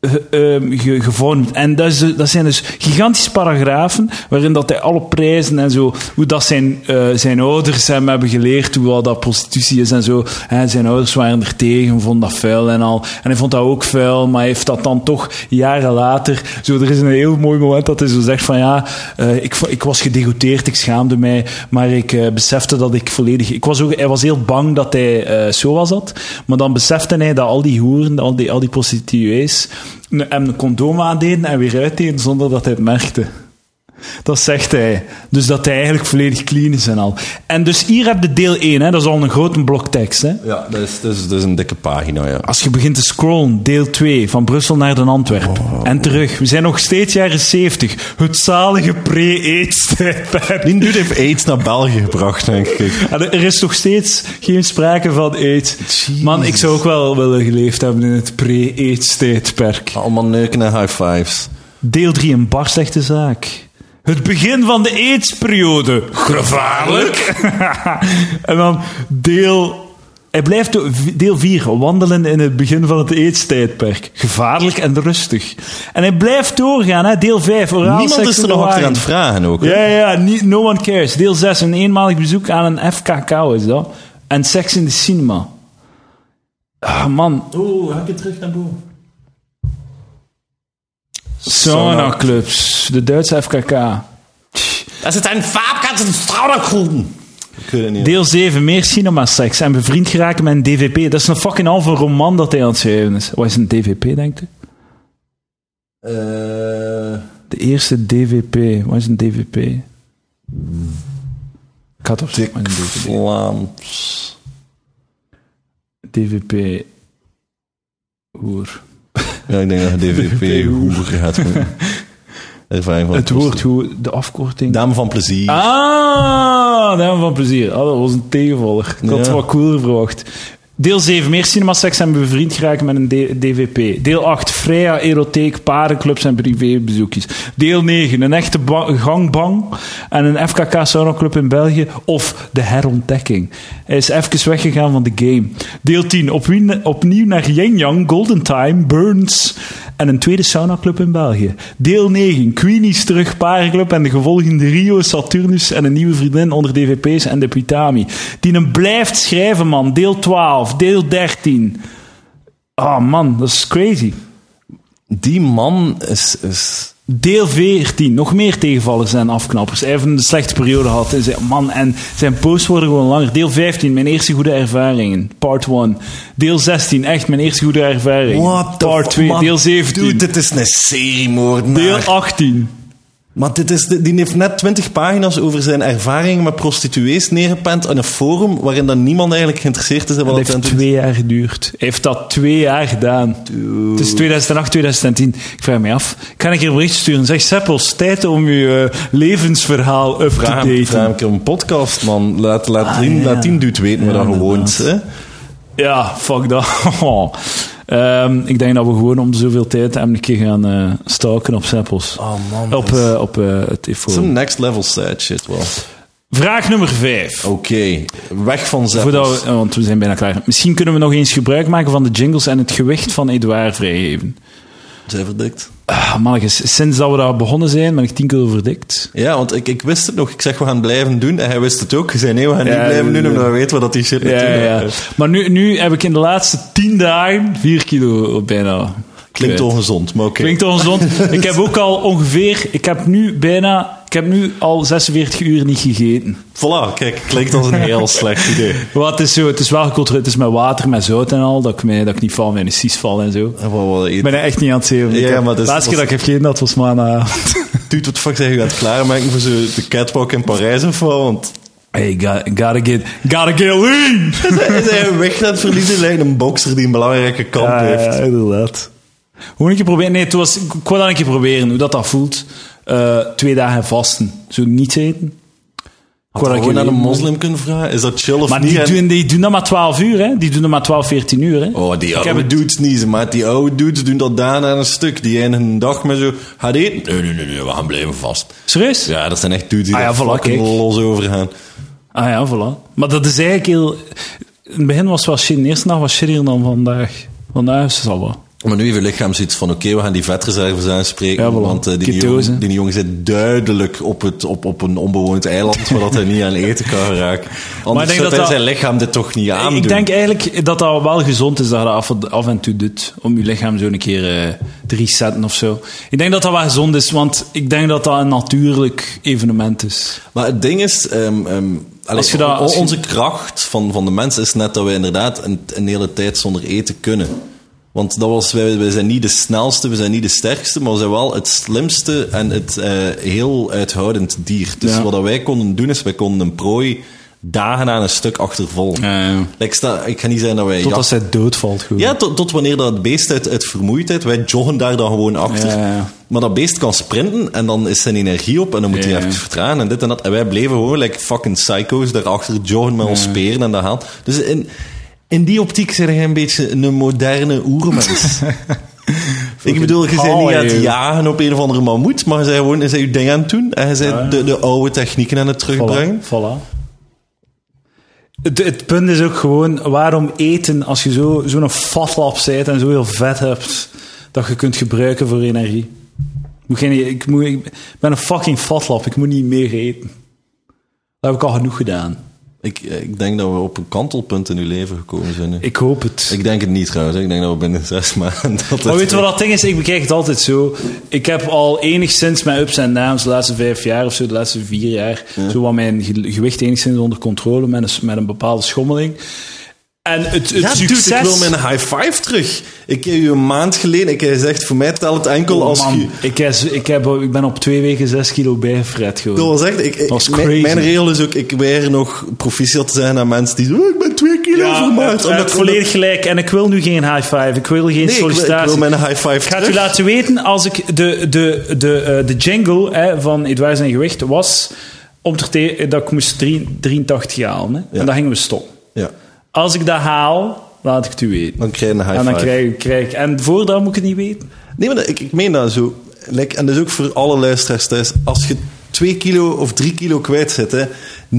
Speaker 1: ge- ehm, ge- gevormd. En dat, is, dat zijn dus gigantische paragrafen waarin dat hij alle prijzen en zo, hoe dat zijn, eh, zijn ouders hem hebben geleerd, hoe dat prostitutie is en zo. En zijn ouders waren er tegen, vonden dat vuil en al. En hij vond dat ook vuil, maar hij heeft dat dan toch jaren later. Zo, er is een heel mooi moment dat hij zo zegt van ja, eh, ik, vo- ik was gedegoteerd, ik schaamde mij, maar ik eh, besefte dat ik volledig... Ik was ook, hij was heel bang dat hij eh SOA zat, maar dan besefte hij dat al die hoeren, al die, al die prostituees, een- hem een condoom aandeden en weer uitdeden zonder dat hij het merkte. Dat zegt hij. Dus dat hij eigenlijk volledig clean is en al. En dus hier heb je deel 1, hè? dat is al een grote blok tekst. Hè?
Speaker 2: Ja, dat is, dat, is, dat is een dikke pagina, ja.
Speaker 1: Als je begint te scrollen, deel 2, van Brussel naar Den Antwerp. En terug. We zijn nog steeds jaren 70. Het zalige pre-AIDS-tijdperk.
Speaker 2: Die dude heeft aids naar België gebracht, denk ik.
Speaker 1: En Er is nog steeds geen sprake van AIDS. Man, ik zou ook wel willen geleefd hebben in het pre-AIDS-tijdperk.
Speaker 2: Allemaal neuken en high fives.
Speaker 1: Deel 3, een barstechte zaak. Het begin van de aidsperiode. Gevaarlijk. en dan deel... Hij blijft do- deel 4, wandelen in het begin van het aidstijdperk. Gevaarlijk en rustig. En hij blijft doorgaan, hè? deel 5, oraal
Speaker 2: Niemand
Speaker 1: seks
Speaker 2: is er
Speaker 1: in de
Speaker 2: nog achter
Speaker 1: wagen.
Speaker 2: aan het vragen ook. hè?
Speaker 1: Ja, ja, ja, niet- no one cares. Deel 6, een eenmalig bezoek aan een FKK is dat. En seks in de cinema. Ah, man.
Speaker 2: Oeh, heb je terug naar boven?
Speaker 1: Sauna clubs. De Duitse FKK.
Speaker 2: Dat is een vaapkant en strauwengroen. Ik weet het niet.
Speaker 1: Deel 7, meer cinemaseks en bevriend geraken met een DVP. Dat is een fucking halve roman dat hij aan het schrijven is. Wat is een DVP, denkt u?
Speaker 2: Eh,
Speaker 1: De eerste DVP. Wat is een DVP? Ik had op
Speaker 2: Dik
Speaker 1: een DVP.
Speaker 2: Vlaams.
Speaker 1: DVP. Hoer.
Speaker 2: Ja, ik denk dat je DVP hoer gaat doen. Ervaring van
Speaker 1: Het
Speaker 2: Post.
Speaker 1: woord hoe, de afkorting.
Speaker 2: Dame van plezier.
Speaker 1: Ah, daar van plezier. Ah, dat was een tegenvaller. Ik had het
Speaker 2: Ja.
Speaker 1: wat cooler verwacht. Deel 7, meer cinemaseks en bevriend geraken met een D- DVP. Deel 8, Freya, erotheek, parenclubs en privébezoekjes. Deel 9, een echte ba- gangbang en een FKK saunaclub in België of de herontdekking. Hij is even weggegaan van de game. Deel 10, opwie- opnieuw naar Yin Yang, Golden Time, Burns en een tweede saunaclub in België. Deel 9, Queenies terug, parenclub en de gevolgende Rio, Saturnus en een nieuwe vriendin onder DVP's en Deputami. Die hem blijft schrijven, man. Deel 12, deel 13. Ah, man, dat is crazy.
Speaker 2: Die man is... is
Speaker 1: Deel 14, nog meer tegenvallers en afknappers. Hij heeft een slechte periode gehad. En zijn, man, en zijn posts worden gewoon langer. Deel 15, mijn eerste goede ervaringen. Part 1. Deel 16, echt mijn eerste goede ervaring.
Speaker 2: What the
Speaker 1: Part
Speaker 2: fu-
Speaker 1: 2,
Speaker 2: man,
Speaker 1: deel 17.
Speaker 2: Dude, dit is een seriemoordenaar.
Speaker 1: deel 18.
Speaker 2: Maar dit is, die heeft net twintig pagina's over zijn ervaring met prostituees neergepend in een forum waarin dan niemand eigenlijk geïnteresseerd is in wat
Speaker 1: Dat heeft
Speaker 2: het
Speaker 1: twee jaar geduurd. Hij heeft dat twee jaar gedaan. Het is 2008, 2010. Ik vraag me af. Kan ik hier een bericht sturen? Zeg, Seppels, tijd om je eh, levensverhaal up
Speaker 2: Vraag
Speaker 1: te
Speaker 2: hem,
Speaker 1: daten. Ah,
Speaker 2: vraag hem een keer een podcast, man. Laat, laat, die,
Speaker 1: ja.
Speaker 2: laat die dude weten waar
Speaker 1: Ja,
Speaker 2: hij woont. Hè?
Speaker 1: Ja, fuck dat. Ehm, ik denk dat we gewoon om de zoveel tijd hem een keer gaan eh stalken op Seppels.
Speaker 2: Oh, man,
Speaker 1: op
Speaker 2: dat is-
Speaker 1: eh, op eh, het info.
Speaker 2: Some next level sad shit wel.
Speaker 1: Vraag nummer 5.
Speaker 2: Oké, weg van
Speaker 1: Voordat
Speaker 2: zeppels.
Speaker 1: we, eh, want we zijn bijna klaar. Misschien kunnen we nog eens gebruik maken van de jingles en het gewicht van Edouard vrijgeven.
Speaker 2: Zijn verdikt.
Speaker 1: Ah, mannetjes, sinds dat we daar begonnen zijn, ben ik 10 kilo verdikt.
Speaker 2: Ja, want ik, ik wist het nog. Ik zeg, we gaan blijven doen. En hij wist het ook. Hij zei, nee, we gaan
Speaker 1: Ja,
Speaker 2: niet blijven
Speaker 1: ja,
Speaker 2: doen,
Speaker 1: ja.
Speaker 2: omdat we weten wat dat die shit
Speaker 1: Ja,
Speaker 2: natuurlijk
Speaker 1: ja, ja. Maar nu, nu heb ik in de laatste 10 dagen 4 kilo bijna.
Speaker 2: Klinkt
Speaker 1: kwijt.
Speaker 2: ongezond, maar oké.
Speaker 1: Klinkt ongezond. ik heb ook al ongeveer, ik heb nu bijna, ik heb nu al 46 uur niet gegeten.
Speaker 2: Voilà, kijk, klinkt als een heel slecht idee.
Speaker 1: Wat is zo, het is wel gecontroleerd, het is met water, met zout en al, dat ik, mij, dat ik niet val, mijn cis val en zo.
Speaker 2: En wat wil je
Speaker 1: Ik ben echt niet aan het zeven.
Speaker 2: Ja,
Speaker 1: Ik heb-
Speaker 2: maar dat is-
Speaker 1: laatste keer dat ik heb gegeten, dat was maandagavond.
Speaker 2: Dude, wat de fuck zijn je aan het klaarmaken voor zo de catwalk in Parijs of wat? Want
Speaker 1: Hey, gotta, gotta get, gotta get lean!
Speaker 2: hij is hij weg aan het verliezen lijkt een bokser die een belangrijke kamp
Speaker 1: Ja, ja,
Speaker 2: heeft.
Speaker 1: ja, inderdaad. Gewoon een keer proberen. Nee, het was, ik ik wou dat een keer proberen, hoe dat, dat voelt. Eh, twee dagen vasten. Zo niet eten. Ik wou dat een keer
Speaker 2: Gewoon aan een
Speaker 1: weten.
Speaker 2: moslim kunnen vragen, is dat chill of
Speaker 1: Maar
Speaker 2: niet?
Speaker 1: die
Speaker 2: En-
Speaker 1: doen, die doen dat maar 12 uur, hè? Die doen dat maar 12, 14 uur, hè?
Speaker 2: Oh, die
Speaker 1: ik heb
Speaker 2: oude
Speaker 1: het-
Speaker 2: dudes niet, maar die oude dudes doen dat daarna aan een stuk. Die in een dag met zo, gaat eten? Nee, nee, nee, nee, we gaan blijven vast.
Speaker 1: Serieus?
Speaker 2: Ja, dat zijn echt dudes die
Speaker 1: Ah ja,
Speaker 2: daar
Speaker 1: voilà,
Speaker 2: fucking
Speaker 1: kijk.
Speaker 2: los over gaan.
Speaker 1: Ah ja, voilà. Maar dat is eigenlijk heel... In het begin was het wel shit. De eerste dag was shittier dan vandaag. Vandaag is het al wat.
Speaker 2: Maar nu heeft je lichaam zoiets van, oké, we gaan die vetreserves aanspreken,
Speaker 1: Ja, voilà.
Speaker 2: want eh, die,
Speaker 1: Ketose.
Speaker 2: jongen, die jongen zit duidelijk op, het, op, op een onbewoond eiland, waar dat hij niet aan eten kan raken. Anders
Speaker 1: denk
Speaker 2: zou
Speaker 1: dat
Speaker 2: hij
Speaker 1: dat-
Speaker 2: zijn lichaam dit toch niet aandoen.
Speaker 1: Ik denk eigenlijk dat dat wel gezond is dat je dat af, af en toe doet. Om je lichaam zo een keer eh te resetten of zo. Ik denk dat dat wel gezond is, want ik denk dat dat een natuurlijk evenement is.
Speaker 2: Maar het ding is, ehm, ehm, allee,
Speaker 1: Als je dat-
Speaker 2: on-
Speaker 1: als je-
Speaker 2: onze kracht van, van de mens is net dat we inderdaad een, een hele tijd zonder eten kunnen. Want dat was, wij, wij zijn niet de snelste, we zijn niet de sterkste, maar we zijn wel het slimste en het eh, heel uithoudend dier. Dus
Speaker 1: Ja.
Speaker 2: wat dat wij konden doen, is wij konden een prooi dagen aan een stuk achtervolgen.
Speaker 1: Ja, ja.
Speaker 2: Like, sta, ik ga niet zeggen dat wij...
Speaker 1: Totdat
Speaker 2: jacht-
Speaker 1: zij doodvalt gewoon.
Speaker 2: Eh, ja, tot, tot wanneer dat het beest uit, uit vermoeidheid, wij joggen daar dan gewoon achter.
Speaker 1: Ja, ja, ja.
Speaker 2: Maar dat beest kan sprinten en dan is zijn energie op en dan moet
Speaker 1: Ja, ja.
Speaker 2: hij even vertragen en dit en dat. En wij bleven gewoon like fucking psycho's daarachter joggen met ons speren en dat haalt. Dus in, in die optiek zijn jij een beetje een moderne oermens. Ik bedoel, je bent niet aan het
Speaker 1: Allee.
Speaker 2: jagen op een of andere mammoet, maar je bent gewoon je bent je ding aan het doen en je bent de, de oude technieken aan het terugbrengen.
Speaker 1: Voilà. voilà. Het, het punt is ook gewoon, waarom eten als je zo- zo'n zo fatlap bent en zoveel vet hebt dat je kunt gebruiken voor energie? Ik, moet geen, ik, moet, ik ben een fucking fatlap, ik moet niet meer eten. Dat heb ik al genoeg gedaan.
Speaker 2: Ik, ik denk dat we op een kantelpunt in uw leven gekomen zijn. nu.
Speaker 1: Ik hoop het.
Speaker 2: Ik denk het niet trouwens. Ik denk dat we binnen zes maanden... Dat het-
Speaker 1: Maar weet je wat dat ding is? Ik bekijk het altijd zo. Ik heb al enigszins mijn ups en downs de laatste vijf jaar of zo, de laatste vier jaar, zo wat mijn ge- gewicht enigszins onder controle met een, s- met een bepaalde schommeling. En het, het
Speaker 2: Ja,
Speaker 1: succes...
Speaker 2: dude, ik wil mijn high five terug. Ik heb u een maand geleden... Ik heb gezegd, voor mij telt het enkel
Speaker 1: Oh,
Speaker 2: als...
Speaker 1: man.
Speaker 2: je-
Speaker 1: ik, heb, ik, heb, ik ben op twee weken zes kilo bijgefret
Speaker 2: Dat
Speaker 1: gewoon.
Speaker 2: was echt... Ik, ik-
Speaker 1: was
Speaker 2: mijn,
Speaker 1: crazy.
Speaker 2: mijn regel is ook... Ik weer nog proficiat te zijn aan mensen die zeggen... "Oh, ik ben twee kilo
Speaker 1: Ja,
Speaker 2: vermaakt.
Speaker 1: het- het volledig gelijk. En ik wil nu geen high five. Ik wil geen
Speaker 2: Nee, ik wil- ik wil
Speaker 1: sollicitatie.
Speaker 2: mijn high five
Speaker 1: Ik ga het u
Speaker 2: terug.
Speaker 1: laten weten als ik de, de, de, eh, de jingle hè, van Edouard zijn gewicht was... Om te te- dat ik moest drie- 83 halen. Hè?
Speaker 2: Ja.
Speaker 1: En dan gingen we stop.
Speaker 2: Ja,
Speaker 1: Als ik dat haal, laat ik het u weten.
Speaker 2: dan krijg je een high
Speaker 1: en dan
Speaker 2: five.
Speaker 1: krijg, ik- krijg ik... En voordat moet ik het niet weten.
Speaker 2: Nee, maar dat- ik, ik meen dat zo. Like, en dat is ook voor alle luisteraars thuis. Als je 2 kilo of 3 kilo kwijt zit, hè,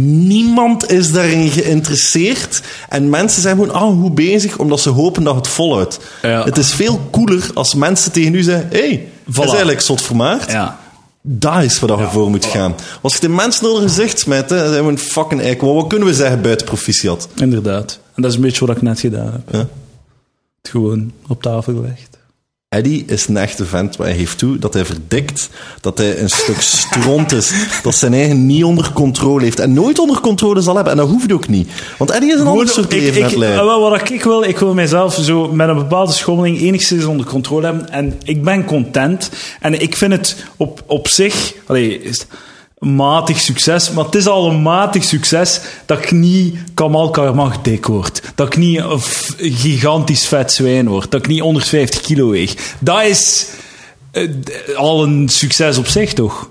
Speaker 2: niemand is daarin geïnteresseerd. En mensen zijn gewoon al hoe bezig, omdat ze hopen dat het volhoudt.
Speaker 1: Ja.
Speaker 2: Het is veel cooler als mensen tegen u zeggen: hé, hey, dat is eigenlijk zot vermaard.
Speaker 1: Ja.
Speaker 2: Daar is waar dat je voor moet gaan. Als je de mensen onder hun gezicht smijt, hè, dan zijn we een fucking eik. Wat, wat kunnen we zeggen buiten proficiat?
Speaker 1: Inderdaad. En dat is een beetje wat ik net gedaan heb.
Speaker 2: Ja.
Speaker 1: Het gewoon op tafel gelegd.
Speaker 2: Eddie is een echte vent, maar hij geeft toe dat hij verdikt, dat hij een stuk stront is, dat zijn eigen niet onder controle heeft en nooit onder controle zal hebben. En dat hoeft ook niet. Want Eddie is een ander soort
Speaker 1: ik,
Speaker 2: leven aan
Speaker 1: ik,
Speaker 2: het leiden.
Speaker 1: wel, wat ik wil, ik wil mezelf zo met een bepaalde schommeling enigszins onder controle hebben. En ik ben content. En ik vind het op, op zich allee, is het matig succes. Maar het is al een matig succes dat ik niet Kamal Karmach dik word. Dat ik niet een f- gigantisch vet zwijn word. Dat ik niet 150 kilo weeg. Dat is eh, d- al een succes op zich, toch?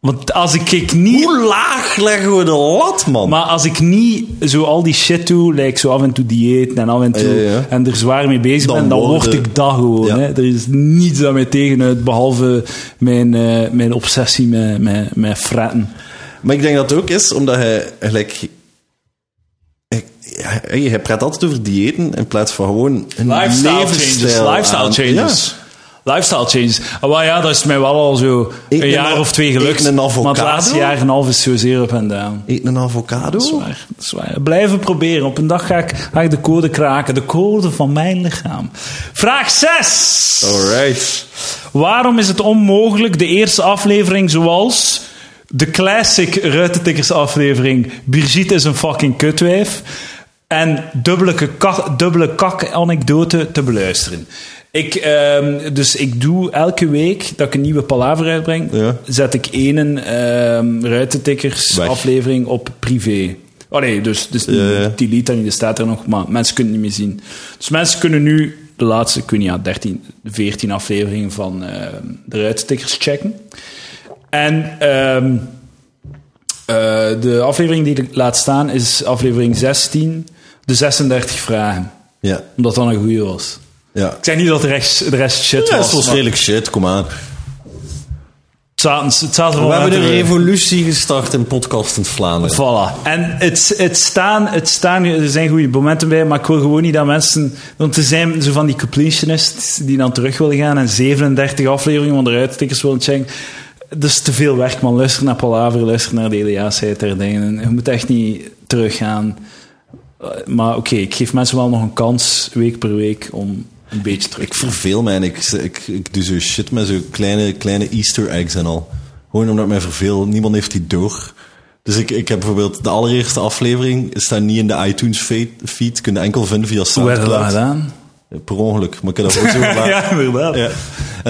Speaker 1: Want als ik, ik niet
Speaker 2: Hoe laag leggen we de lat, man?
Speaker 1: maar als ik niet zo al die shit doe, like zo af en toe dieet en af en toe,
Speaker 2: Ja, ja, ja.
Speaker 1: en er zwaar mee bezig
Speaker 2: Dan
Speaker 1: ben, dan word
Speaker 2: worden-
Speaker 1: ik dat gewoon.
Speaker 2: Ja.
Speaker 1: Hè? Er is niets dat mij tegenuit, behalve mijn, eh, mijn obsessie met, met, met fretten.
Speaker 2: Maar ik denk dat het ook is omdat hij eigenlijk. Ja, hey, hij praat altijd over diëten in plaats van gewoon een levensstijl aan- Ja.
Speaker 1: Lifestyle changes. Ah, wel ja, dat is mij wel al zo
Speaker 2: Eet
Speaker 1: een
Speaker 2: een
Speaker 1: jaar
Speaker 2: av-
Speaker 1: of twee gelukt.
Speaker 2: eet een
Speaker 1: Maar het
Speaker 2: avocado?
Speaker 1: laatste jaar en een half is zozeer up en down.
Speaker 2: Eten een avocado?
Speaker 1: Zwaar, zwaar. Blijven proberen. Op een dag ga ik, ga ik de code kraken. De code van mijn lichaam. Vraag 6.
Speaker 2: Alright.
Speaker 1: Waarom is het onmogelijk de eerste aflevering zoals de classic Ruitentikkers aflevering Brigitte is een fucking kutwijf en dubbele, kak, dubbele kak anekdote te beluisteren? Ik, ehm, dus ik doe elke week dat ik een nieuwe palaver uitbreng,
Speaker 2: Ja.
Speaker 1: zet ik één ehm Ruitentikkers
Speaker 2: Weg.
Speaker 1: aflevering op privé. Oh nee, dus, dus
Speaker 2: Ja, ja.
Speaker 1: die liet dan niet, die staat er nog, maar mensen kunnen het niet meer zien. Dus mensen kunnen nu de laatste, ik weet niet, ja, 13, 14 afleveringen van eh, de Ruitstickers checken. En ehm, eh, de aflevering die ik laat staan is aflevering 16, de 36 vragen.
Speaker 2: Ja.
Speaker 1: Omdat dat een goeie was.
Speaker 2: Ja.
Speaker 1: Ik zeg niet dat de rest, de rest shit
Speaker 2: Ja, dat
Speaker 1: was,
Speaker 2: is wel
Speaker 1: maar
Speaker 2: redelijk shit, kom aan.
Speaker 1: het zaten, het zaten wel
Speaker 2: We hebben
Speaker 1: mensen
Speaker 2: een
Speaker 1: erin.
Speaker 2: revolutie gestart in podcast in Vlaanderen.
Speaker 1: Voilà. En het, het staan, het staan, er zijn goede momenten bij, maar ik wil gewoon niet dat mensen... Want er zijn zo van die completionists die dan terug willen gaan en 37 afleveringen van de uitstikkers willen checken. Dat is te veel werk, man. Luister naar Palaver, luister naar de Eliasheid der dingen. Je moet echt niet teruggaan. Eh, Maar oké, ik geef mensen wel nog een kans, week per week, om een beetje terug
Speaker 2: Ik verveel mij en ik, ik, ik doe zo shit met zo kleine, kleine easter eggs en al. Gewoon omdat ik mij verveel. Niemand heeft die door. Dus ik, ik heb bijvoorbeeld de allereerste aflevering, staat niet in de iTunes feed, feed kun je enkel vinden via
Speaker 1: Hoe werd dat dan
Speaker 2: Soundcloud.
Speaker 1: gedaan?
Speaker 2: Per ongeluk, maar ik heb dat ook zo gedaan. ja.
Speaker 1: inderdaad.
Speaker 2: En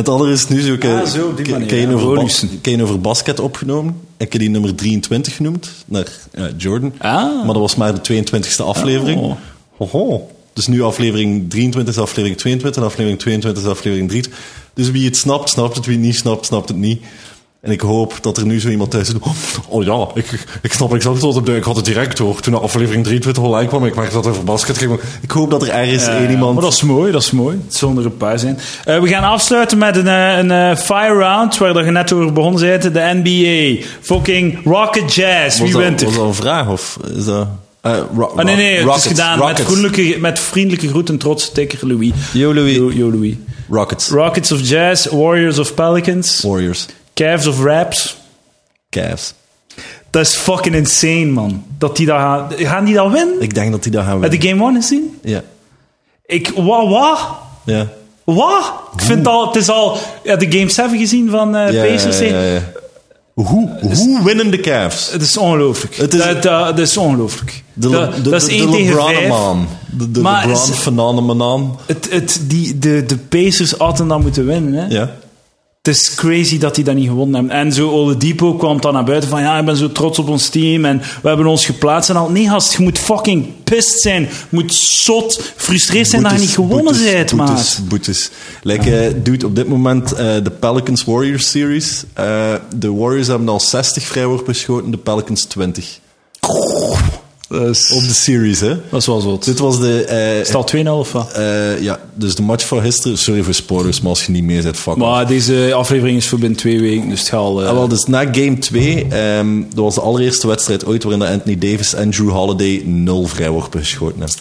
Speaker 2: het andere is nu zo, ik,
Speaker 1: Ah, zo, op die
Speaker 2: ik-
Speaker 1: manier,
Speaker 2: ik heb één
Speaker 1: ja.
Speaker 2: over, bas-
Speaker 1: Bonussen.
Speaker 2: ik heb één over basket opgenomen. Ik heb die nummer 23 genoemd, naar ja, Jordan.
Speaker 1: Ah.
Speaker 2: Maar dat was maar de 22e aflevering.
Speaker 1: Oh.
Speaker 2: Hoho. Dus nu aflevering 23, aflevering 22, aflevering 22, aflevering 3. Dus wie het snapt, snapt het. Wie het niet snapt, snapt het niet. En ik hoop dat er nu zo iemand thuis zit. Oh, oh ja, ik, ik snap ik zat tot op de... Ik had het direct hoor. Toen de aflevering 23 online kwam, ik merkte dat er voor basket ging. Ik hoop dat er ergens één iemand...
Speaker 1: Maar dat is mooi, dat is mooi. Het zal er een paar zijn. Eh, we gaan afsluiten met een, eh, een eh, fire round, waar dat je net over begonnen bent. De NBA. Fucking Rocket Jazz.
Speaker 2: Was
Speaker 1: Wie
Speaker 2: dat-
Speaker 1: wint er?
Speaker 2: Was dat een vraag of is dat... eh, ro-
Speaker 1: Ah, nee, nee, het
Speaker 2: Rockets,
Speaker 1: is gedaan
Speaker 2: Rockets.
Speaker 1: met vriendelijke, met vriendelijke groeten, trots tikker Louis.
Speaker 2: Yo, Louis.
Speaker 1: Yo, yo, Louis.
Speaker 2: Rockets.
Speaker 1: Rockets of Jazz, Warriors of Pelicans,
Speaker 2: Warriors.
Speaker 1: Cavs of Raps.
Speaker 2: Cavs.
Speaker 1: Dat is fucking insane, man. Dat die daar gaan... Gaan die dat winnen?
Speaker 2: Ik denk dat die dat gaan
Speaker 1: Heb
Speaker 2: winnen.
Speaker 1: je Game 1 gezien?
Speaker 2: Ja.
Speaker 1: Ik... Wat? Wat?
Speaker 2: Ja.
Speaker 1: Wat? Ik vind al... Het is al... Heb je Game 7 gezien van eh
Speaker 2: Ja,
Speaker 1: Pacers? Dus-
Speaker 2: ja, ja, ja, ja. Hoe, hoe winnen de Cavs?
Speaker 1: Het is ongelooflijk.
Speaker 2: Het is-
Speaker 1: dat, dat, dat is ongelooflijk.
Speaker 2: De, Le-
Speaker 1: dat,
Speaker 2: de,
Speaker 1: dat is
Speaker 2: de-
Speaker 1: één
Speaker 2: de
Speaker 1: tegen vijf.
Speaker 2: LeBron-man. De, de
Speaker 1: Maar
Speaker 2: LeBron
Speaker 1: is-
Speaker 2: phenomenon.
Speaker 1: Het, het, die, de, de Pacers hadden dan moeten winnen, hè?
Speaker 2: Ja.
Speaker 1: Het is crazy dat die dat niet gewonnen hebben. En zo Oladipo kwam dan naar buiten van... Ja, ik ben zo trots op ons team en we hebben ons geplaatst. En al, nee gast, je moet fucking pissed zijn. Je moet zot, frustreerd zijn dat je
Speaker 2: Boetes,
Speaker 1: niet gewonnen
Speaker 2: boetes,
Speaker 1: bent,
Speaker 2: boetes,
Speaker 1: maat.
Speaker 2: Boetes. Like, eh, dude, op dit moment eh, de Pelicans Warriors series. eh, de Warriors hebben al 60 vrijworpen geschoten, de Pelicans 20.
Speaker 1: Dat is,
Speaker 2: Op de series, hè?
Speaker 1: dat is wel zot.
Speaker 2: Dit was de. eh,
Speaker 1: Is het al 2-0 of wat?
Speaker 2: eh, ja, dus de match van gisteren. Sorry voor spoilers, maar als je niet mee zit, fuck off.
Speaker 1: Maar deze aflevering is voor binnen twee weken, dus het gaat al... eh,
Speaker 2: Ah, wel, dus na game 2, ehm, dat was de allereerste wedstrijd ooit waarin dat Anthony Davis en Drew Holiday nul vrijworpen geschoten hebben.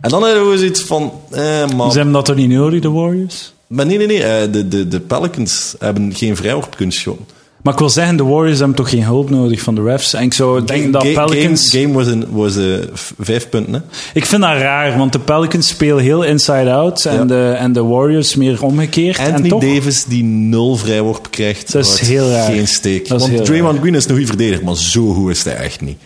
Speaker 2: En dan hebben we zoiets van, eh,
Speaker 1: Ze
Speaker 2: maar...
Speaker 1: hebben dat toch niet nodig, de Warriors?
Speaker 2: Maar nee, nee, nee, eh, de, de, de Pelicans hebben geen vrijworp kunnen schoten.
Speaker 1: Maar ik wil zeggen, de Warriors hebben toch geen hulp nodig van de refs? En ik zou denken dat
Speaker 2: Ga-
Speaker 1: Pelicans...
Speaker 2: Game, game was, een, was eh, v- vijf punten, hè.
Speaker 1: Ik vind dat raar, want de Pelicans spelen heel inside-out en,
Speaker 2: Ja.
Speaker 1: de, en de Warriors meer omgekeerd. en
Speaker 2: Anthony
Speaker 1: toch,
Speaker 2: Davis die nul vrijworp krijgt.
Speaker 1: Dat is
Speaker 2: houdt
Speaker 1: heel raar.
Speaker 2: Geen steek.
Speaker 1: Dat is heel
Speaker 2: Want Draymond Green is een goede verdediger, maar zo goed is hij echt niet.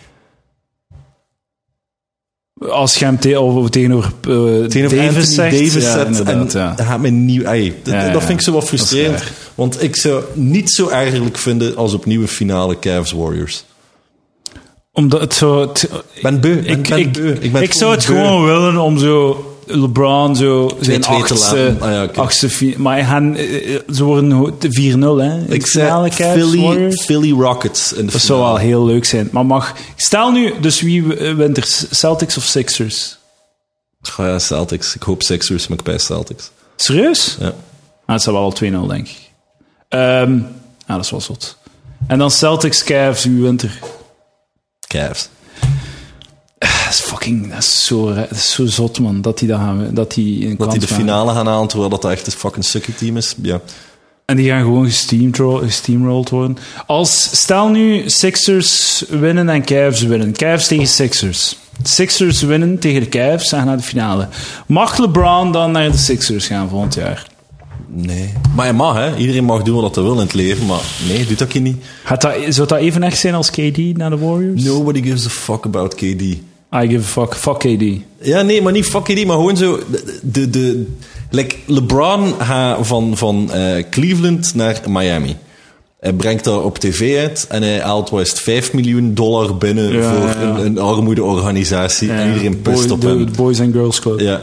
Speaker 1: als je hem te- of tegenover, eh,
Speaker 2: Tegenover
Speaker 1: Davis
Speaker 2: Anthony
Speaker 1: zegt...
Speaker 2: Davis
Speaker 1: ja,
Speaker 2: zet en
Speaker 1: inderdaad, ja.
Speaker 2: dat gaat mij nieuw. ei. Dat-
Speaker 1: Ja, ja,
Speaker 2: dat vind ik zo wat
Speaker 1: dat is
Speaker 2: frustrerend.
Speaker 1: raar.
Speaker 2: Want ik zou niet zo ergerlijk vinden als opnieuw een finale Cavs Warriors.
Speaker 1: Omdat het zo... t-
Speaker 2: Ik ben beu. Ik,
Speaker 1: ik,
Speaker 2: ben
Speaker 1: ik,
Speaker 2: beu.
Speaker 1: ik,
Speaker 2: ben
Speaker 1: zou het
Speaker 2: beu.
Speaker 1: gewoon willen om zo... LeBron zo zijn
Speaker 2: 2-2 te
Speaker 1: achtste,
Speaker 2: laten. Ah, ja, oké.
Speaker 1: achtste fi- Maar gaan, eh, eh, ze worden ho- 4-0 hè. In
Speaker 2: Ik
Speaker 1: de finale
Speaker 2: zei
Speaker 1: Cavs,
Speaker 2: Philly,
Speaker 1: Warriors.
Speaker 2: Philly Rockets in de
Speaker 1: Dat zou
Speaker 2: finale.
Speaker 1: wel heel leuk zijn. Maar mag... Stel nu, dus wie eh, wint er? Celtics of Sixers?
Speaker 2: Goh, ja, Celtics. Ik hoop Sixers, maar ik bij Celtics.
Speaker 1: Serieus?
Speaker 2: Ja.
Speaker 1: Ah, het zou wel al 2-0, denk ik. Ehm, ah, dat is wel zot. En dan Celtics, Cavs, wie wint er? Ah,
Speaker 2: Cavs.
Speaker 1: Dat is fucking... Dat is zo, ra- dat is zo zot, man. Dat die, dat gaan, dat die in
Speaker 2: Dat
Speaker 1: kans
Speaker 2: die de
Speaker 1: gaan.
Speaker 2: finale gaan halen, terwijl dat echt een fucking sucky team is. Ja.
Speaker 1: En die gaan gewoon gesteamtro- gesteamrolled worden. Als, stel nu Sixers winnen en Cavs winnen. Cavs tegen Sixers. Sixers winnen tegen de Cavs en gaan naar de finale. Mag LeBron dan naar de Sixers gaan volgend jaar?
Speaker 2: Nee. Maar je mag, hè. Iedereen mag doen wat hij wil in het leven, maar nee, doet dat je niet.
Speaker 1: Gaat dat, zou dat even echt zijn als KD naar de Warriors?
Speaker 2: Nobody gives a fuck about KD.
Speaker 1: I give a fuck. Fuck KD.
Speaker 2: Ja, nee, maar niet fuck die, maar gewoon zo. De, de, de- like LeBron gaat van, van eh, Cleveland naar Miami. Hij brengt dat op tv uit en hij haalt wel eens 5 miljoen dollar binnen
Speaker 1: Ja,
Speaker 2: voor
Speaker 1: ja, ja.
Speaker 2: Een, een armoedeorganisatie. en iedereen pust
Speaker 1: Boy-
Speaker 2: op
Speaker 1: de-
Speaker 2: hem.
Speaker 1: de Boys and Girls Club.
Speaker 2: Ja.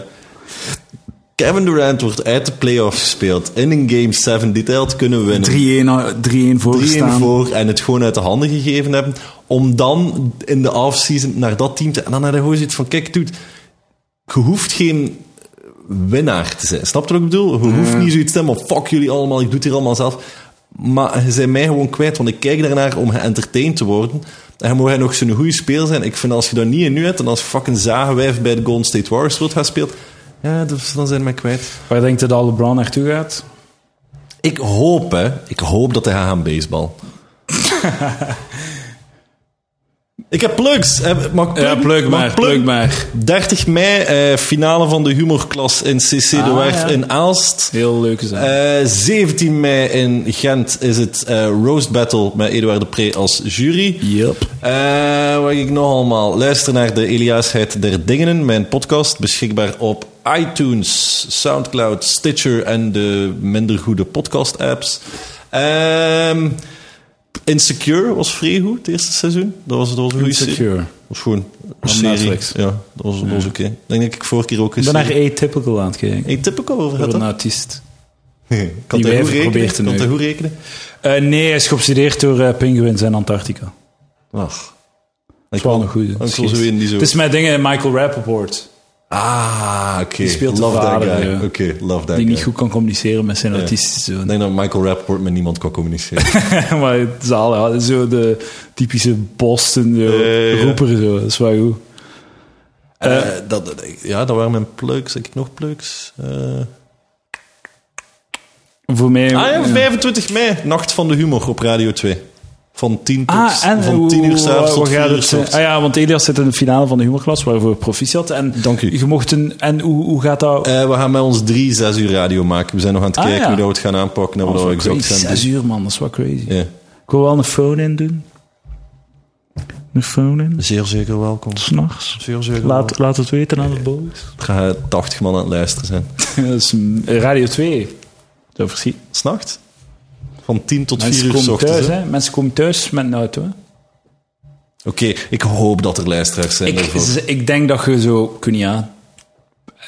Speaker 2: Kevin Durant wordt uit de playoffs gespeeld. In een game 7 die telt kunnen winnen.
Speaker 1: 3-1 3-1 eh, voor
Speaker 2: 3-1
Speaker 1: staan.
Speaker 2: voor en het gewoon uit de handen gegeven hebben. Om dan in de offseason naar dat team te... En dan heb je gewoon zoiets van, kijk, dude, je hoeft geen winnaar te zijn. Snap je wat ik bedoel? Je hoeft niet zoiets te hebben van, fuck jullie allemaal, ik doe het hier allemaal zelf. Maar je bent mij gewoon kwijt, want ik kijk daarnaar om geëntertained te worden. En je mag nog zo'n goede speler zijn. Ik vind, als je dat niet in nu hebt, en als fucking zagenwijf bij de Golden State Warriors wilt gaan spelen, ja, dus dan zijn we mij kwijt.
Speaker 1: Waar denkt je dat LeBron naartoe gaat?
Speaker 2: Ik hoop, hè. Ik hoop dat hij gaat gaan baseball. Ik heb plugs. Eh, Mag ik
Speaker 1: Ja,
Speaker 2: pluggen?
Speaker 1: pluk
Speaker 2: Mag
Speaker 1: maar,
Speaker 2: ik pluggen?
Speaker 1: pluk maar.
Speaker 2: 30 mei, eh, finale van de humorklas in CC de
Speaker 1: Ah,
Speaker 2: Werf
Speaker 1: ja.
Speaker 2: in Aalst.
Speaker 1: Heel leuke zaak.
Speaker 2: Eh, 17 mei in Gent is het eh, Roast Battle met Eduard de Pre als jury.
Speaker 1: Yup.
Speaker 2: Eh, wat ik nog allemaal? Luister naar de Eliaasheid der Dingen, mijn podcast, beschikbaar op iTunes, Soundcloud, Stitcher en de minder goede podcast-apps. Ehm, Insecure was vrij goed, het eerste seizoen. Dat was, dat was een goede serie.
Speaker 1: Insecure.
Speaker 2: Dat was gewoon een
Speaker 1: Op
Speaker 2: serie.
Speaker 1: Netflix.
Speaker 2: Ja, dat was, dat was oké. Ik denk dat ik vorige keer ook
Speaker 1: Ik
Speaker 2: eens...
Speaker 1: ben naar Atypical aan het kijken.
Speaker 2: Atypical over had,
Speaker 1: Voor
Speaker 2: hè?
Speaker 1: een autist.
Speaker 2: Ik had
Speaker 1: Die
Speaker 2: dat
Speaker 1: wij
Speaker 2: goed rekenen.
Speaker 1: proberen te
Speaker 2: Ik had dat
Speaker 1: neuken.
Speaker 2: goed rekenen.
Speaker 1: Eh, nee, hij is geobsedeerd door eh, penguins en Antarctica.
Speaker 2: Ach.
Speaker 1: Dat is wel een goede.
Speaker 2: Ik wil zo
Speaker 1: Schiet.
Speaker 2: in die zo...
Speaker 1: Het is met dingen Michael Rappaport.
Speaker 2: Ah, oké.
Speaker 1: Die speelt de
Speaker 2: Love that
Speaker 1: vader,
Speaker 2: guy.
Speaker 1: ja.
Speaker 2: Oké, love that
Speaker 1: Die
Speaker 2: guy.
Speaker 1: niet goed kan communiceren met zijn autistische
Speaker 2: Ik
Speaker 1: zoon.
Speaker 2: denk dat Michael Rapport met niemand kan communiceren.
Speaker 1: maar het is al, ja, zo de typische Boston zo,
Speaker 2: ja.
Speaker 1: roeper. Zo. Dat is wel goed.
Speaker 2: Eh, dat, dat- ja, dat waren mijn plugs. Heb ik nog plugs? Eh,
Speaker 1: Voor mij...
Speaker 2: ah ja,
Speaker 1: ja.
Speaker 2: 25 mei. Nacht van de humor op Radio 2. Van 10, tot,
Speaker 1: Ah, en
Speaker 2: van
Speaker 1: hoe-
Speaker 2: 10 uur s'avonds
Speaker 1: hoe
Speaker 2: tot
Speaker 1: gaat
Speaker 2: 4 uur
Speaker 1: het,
Speaker 2: s'avonds.
Speaker 1: eh, Ah ja, want Elias zit in de finale van de humorklas, waarvoor proficiat. En
Speaker 2: Dank u.
Speaker 1: Je mocht een, en hoe, hoe gaat dat?
Speaker 2: Eh, we gaan met ons drie 6 uur radio maken. We zijn nog aan het
Speaker 1: Ah,
Speaker 2: kijken
Speaker 1: ja.
Speaker 2: hoe dat we het gaan aanpakken. En
Speaker 1: Oh,
Speaker 2: hoe dat we
Speaker 1: dat is wel
Speaker 2: exact
Speaker 1: crazy.
Speaker 2: gaan
Speaker 1: Zes
Speaker 2: doen.
Speaker 1: uur, man. Dat is wel crazy.
Speaker 2: Ja.
Speaker 1: Ik wil wel een phone-in doen. Een phone-in,
Speaker 2: Zeer zeker welkom.
Speaker 1: s'nachts.
Speaker 2: Zeer zeker
Speaker 1: Laat, laat het weten aan de boys.
Speaker 2: Het gaan 80 man aan het luisteren zijn.
Speaker 1: dat is mm, Radio 2. Zo verschiet.
Speaker 2: S'nachts? Van 10 tot 4
Speaker 1: Mensen
Speaker 2: uur s
Speaker 1: komen
Speaker 2: ochtends.
Speaker 1: thuis,
Speaker 2: hè?
Speaker 1: hè. Mensen komen thuis met nou, een auto, hè.
Speaker 2: Oké, ik hoop dat er luisteraars zijn.
Speaker 1: Ik,
Speaker 2: daarvoor.
Speaker 1: z- ik denk dat je zo, kun je ja,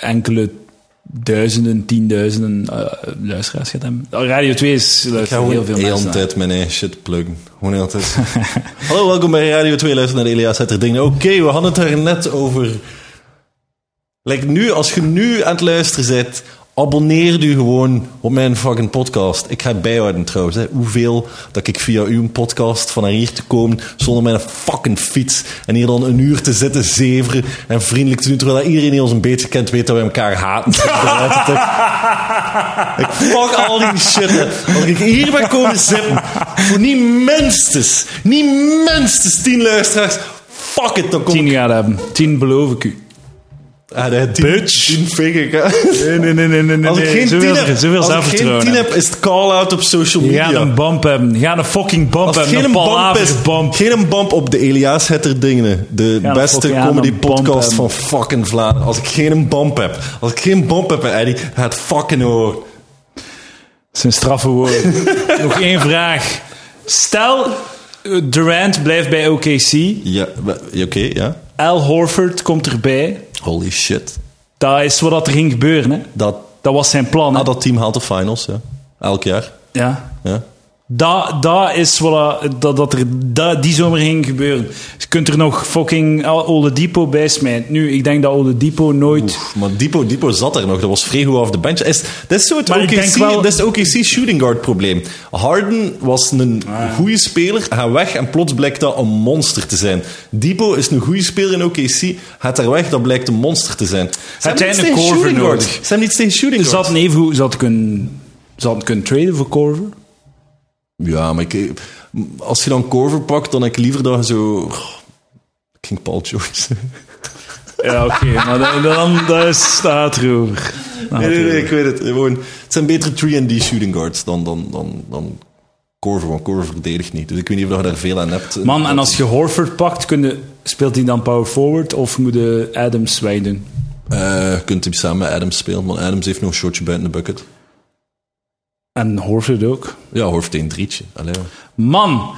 Speaker 1: enkele duizenden, tienduizenden eh, luisteraars gaat hebben. Oh, Radio 2 is
Speaker 2: Ik ga
Speaker 1: luisteren
Speaker 2: gewoon
Speaker 1: heel veel
Speaker 2: de hele
Speaker 1: mensen. naar.
Speaker 2: tijd mijn eigen shit pluggen. Gewoon de hele tijd. Hallo, welkom bij Radio 2, luister naar de Elias Hetter Dingen. Oké, we hadden het daar net over. Like nu, als je nu aan het luisteren bent, abonneer je gewoon op mijn fucking podcast. Ik ga bijhouden trouwens, hè, hoeveel dat ik via uw podcast van naar hier te komen zonder mijn fucking fiets en hier dan een uur te zitten zeveren en vriendelijk te doen, terwijl dat iedereen die ons een beetje kent weet dat we elkaar haten. Ik fuck al die shit. hè. Als ik hier ben komen zitten, voor niet minstens, niet minstens tien luisteraars, fuck it, dan kom ik...
Speaker 1: Tien gaat hebben. Tien beloof ik u.
Speaker 2: Ah, nee, tien,
Speaker 1: Bitch.
Speaker 2: Tien fik ik, hè.
Speaker 1: Nee, nee, nee, nee, nee.
Speaker 2: Als ik geen
Speaker 1: zoveel,
Speaker 2: tien heb,
Speaker 1: zoveel
Speaker 2: als ik geen
Speaker 1: zelfvertrouwen.
Speaker 2: tien heb, is het call-out op social
Speaker 1: Je
Speaker 2: media.
Speaker 1: gaat een bump hebben. Je gaat een fucking bump
Speaker 2: als het
Speaker 1: hebben.
Speaker 2: geen een bump
Speaker 1: palavers
Speaker 2: is, geen een bump op de Elias Hetter Dingen, de
Speaker 1: Ja,
Speaker 2: beste
Speaker 1: fucking aan
Speaker 2: comedy
Speaker 1: een bump
Speaker 2: podcast
Speaker 1: hebben.
Speaker 2: van fucking Vlaanderen. Als ik geen een bump heb, als ik geen bump heb, Eddie, gaat fucking hoor.
Speaker 1: Dat zijn straffe woorden. Nog één vraag. Stel, eh, Durant blijft bij OKC.
Speaker 2: Ja, we- oké, ja.
Speaker 1: Al Horford komt erbij.
Speaker 2: Holy shit.
Speaker 1: Dat is wat dat er ging gebeuren. Hè?
Speaker 2: Dat,
Speaker 1: Dat was zijn plan. hè.
Speaker 2: ah, dat team haalt de finals, ja. Elk jaar,
Speaker 1: Ja.
Speaker 2: ja.
Speaker 1: Dat, dat is wat dat- dat, dat er dat, die zomer ging gebeuren. Dus je kunt er nog fucking Oladipo bij smijten. Nu, ik denk dat Oladipo nooit...
Speaker 2: Oef, maar Diepo, Diepo zat er nog. Dat was vrij goed af de bench. Is, dat is zo het
Speaker 1: Maar ik denk
Speaker 2: OKC,
Speaker 1: wel-
Speaker 2: dat is het OKC shooting guard probleem. Harden was een
Speaker 1: Ah,
Speaker 2: goede speler. Hij weg en plots blijkt dat een monster te zijn. Diepo is een goede speler in OKC. Gaat daar weg, dat blijkt een monster te zijn. Ze hebben
Speaker 1: hij
Speaker 2: niets
Speaker 1: een
Speaker 2: tegen
Speaker 1: core
Speaker 2: shooting
Speaker 1: voor
Speaker 2: guard.
Speaker 1: nodig?
Speaker 2: Ze hebben niet tegen shooting
Speaker 1: Ze
Speaker 2: guard.
Speaker 1: hadden even goed ze hadden kunnen, ze hadden kunnen traden voor Corver.
Speaker 2: Ja, maar ik, eh, als je dan Corver pakt, dan heb ik liever dat je zo... ik ging Paul George.
Speaker 1: Ja, oké. maar dan, dan, daar staat er over. Dan
Speaker 2: Nee, nee,
Speaker 1: gaat
Speaker 2: nee,
Speaker 1: er
Speaker 2: ik weet het. Gewoon, het zijn betere 3D shooting guards dan, dan, dan, dan Corver, want Corver verdedigt niet. Dus ik weet niet of je daar veel aan hebt.
Speaker 1: Man, en als je Horford pakt, kun je- speelt hij dan power forward of moet je Adams wij doen?
Speaker 2: Eh, je kunt hem samen met Adams spelen, want Adams heeft nog een shotje buiten de bucket.
Speaker 1: En Horford ook.
Speaker 2: Ja, Horford heeft een drietje. Allee, ja.
Speaker 1: Man!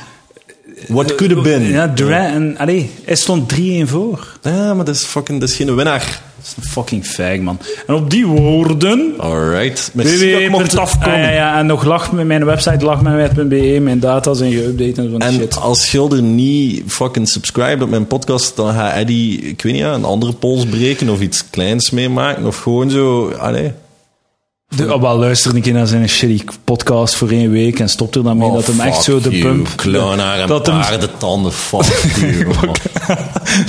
Speaker 2: What could have been?
Speaker 1: Ja, Durant en... Allee, hij stond 3-1 voor.
Speaker 2: Ja, maar dat is, fucking, dat is geen winnaar.
Speaker 1: Dat is een fucking fag, man. En op die woorden...
Speaker 2: Alright. Merci dat ik mocht
Speaker 1: www.
Speaker 2: afkomen.
Speaker 1: Ah, ja, ja, en nog lach met mijn website, lachmijnwet.be. E, Mijn data zijn geüpdate en van die
Speaker 2: En
Speaker 1: shit.
Speaker 2: als Schilder niet fucking subscribe op mijn podcast, dan gaat Eddie, ik weet niet, ja, een andere pols breken of iets kleins meemaken. Of gewoon zo, allee.
Speaker 1: De, oh, wel, luister een keer naar zijn shitty podcast voor één week en stop er dan mee
Speaker 2: Oh,
Speaker 1: dat hem echt zo
Speaker 2: fuck
Speaker 1: de
Speaker 2: you,
Speaker 1: bump...
Speaker 2: Klauwnaar en
Speaker 1: dat hem
Speaker 2: paardentanden, fuck you, man.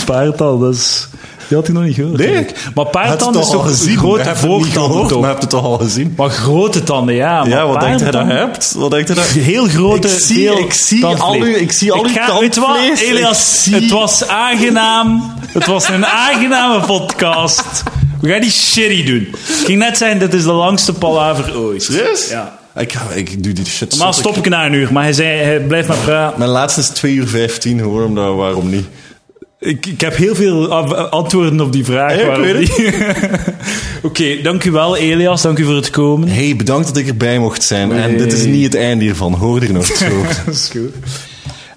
Speaker 1: paard al, dat is... Die had hij nog niet gehoord.
Speaker 2: Nee.
Speaker 1: denk ik. Maar
Speaker 2: Had het
Speaker 1: paardtanden is
Speaker 2: toch al
Speaker 1: toch
Speaker 2: gezien?
Speaker 1: grote
Speaker 2: Heb je het niet
Speaker 1: voortanden
Speaker 2: gehoord,
Speaker 1: toch?
Speaker 2: Maar heb je het toch al gezien?
Speaker 1: Maar grote tanden, ja. Maar
Speaker 2: Ja, wat denkt hij dat
Speaker 1: paardentanden-
Speaker 2: hebt? Wat denkt hij dat?
Speaker 1: Heel grote,
Speaker 2: Ik zie-
Speaker 1: veel
Speaker 2: ik zie al
Speaker 1: tandvlees.
Speaker 2: uw- ik zie al uw
Speaker 1: ga- weet je wat,
Speaker 2: tandvlees, ik
Speaker 1: Elias,
Speaker 2: zie-
Speaker 1: het was aangenaam. Het was een aangename podcast. We gaan die shitty doen. Ik ging net zeggen, dit is de langste palaver ooit.
Speaker 2: Serieus?
Speaker 1: Ja.
Speaker 2: Ik, ga- ik doe die shit.
Speaker 1: Normaal
Speaker 2: zot. Ik-
Speaker 1: stop ik na een uur, maar hij zei, hij blijft maar praten.
Speaker 2: Mijn laatste is 2 uur 15, hoor hem daar, waarom niet?
Speaker 1: Ik, ik heb heel veel af- antwoorden op die vraag.
Speaker 2: Ja, ik
Speaker 1: waarom
Speaker 2: weet
Speaker 1: die- Oké, dank u wel Elias, dank u voor het komen.
Speaker 2: hey, bedankt dat ik erbij mocht zijn. En
Speaker 1: Nee.
Speaker 2: dit is niet het einde hiervan. Hoor hier nog iets over.
Speaker 1: Dat is goed.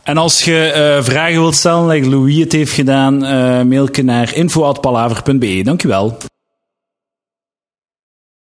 Speaker 1: En als je eh, vragen wilt stellen, like Louis het heeft gedaan, eh mail naar info.palaver.be. Dank u wel.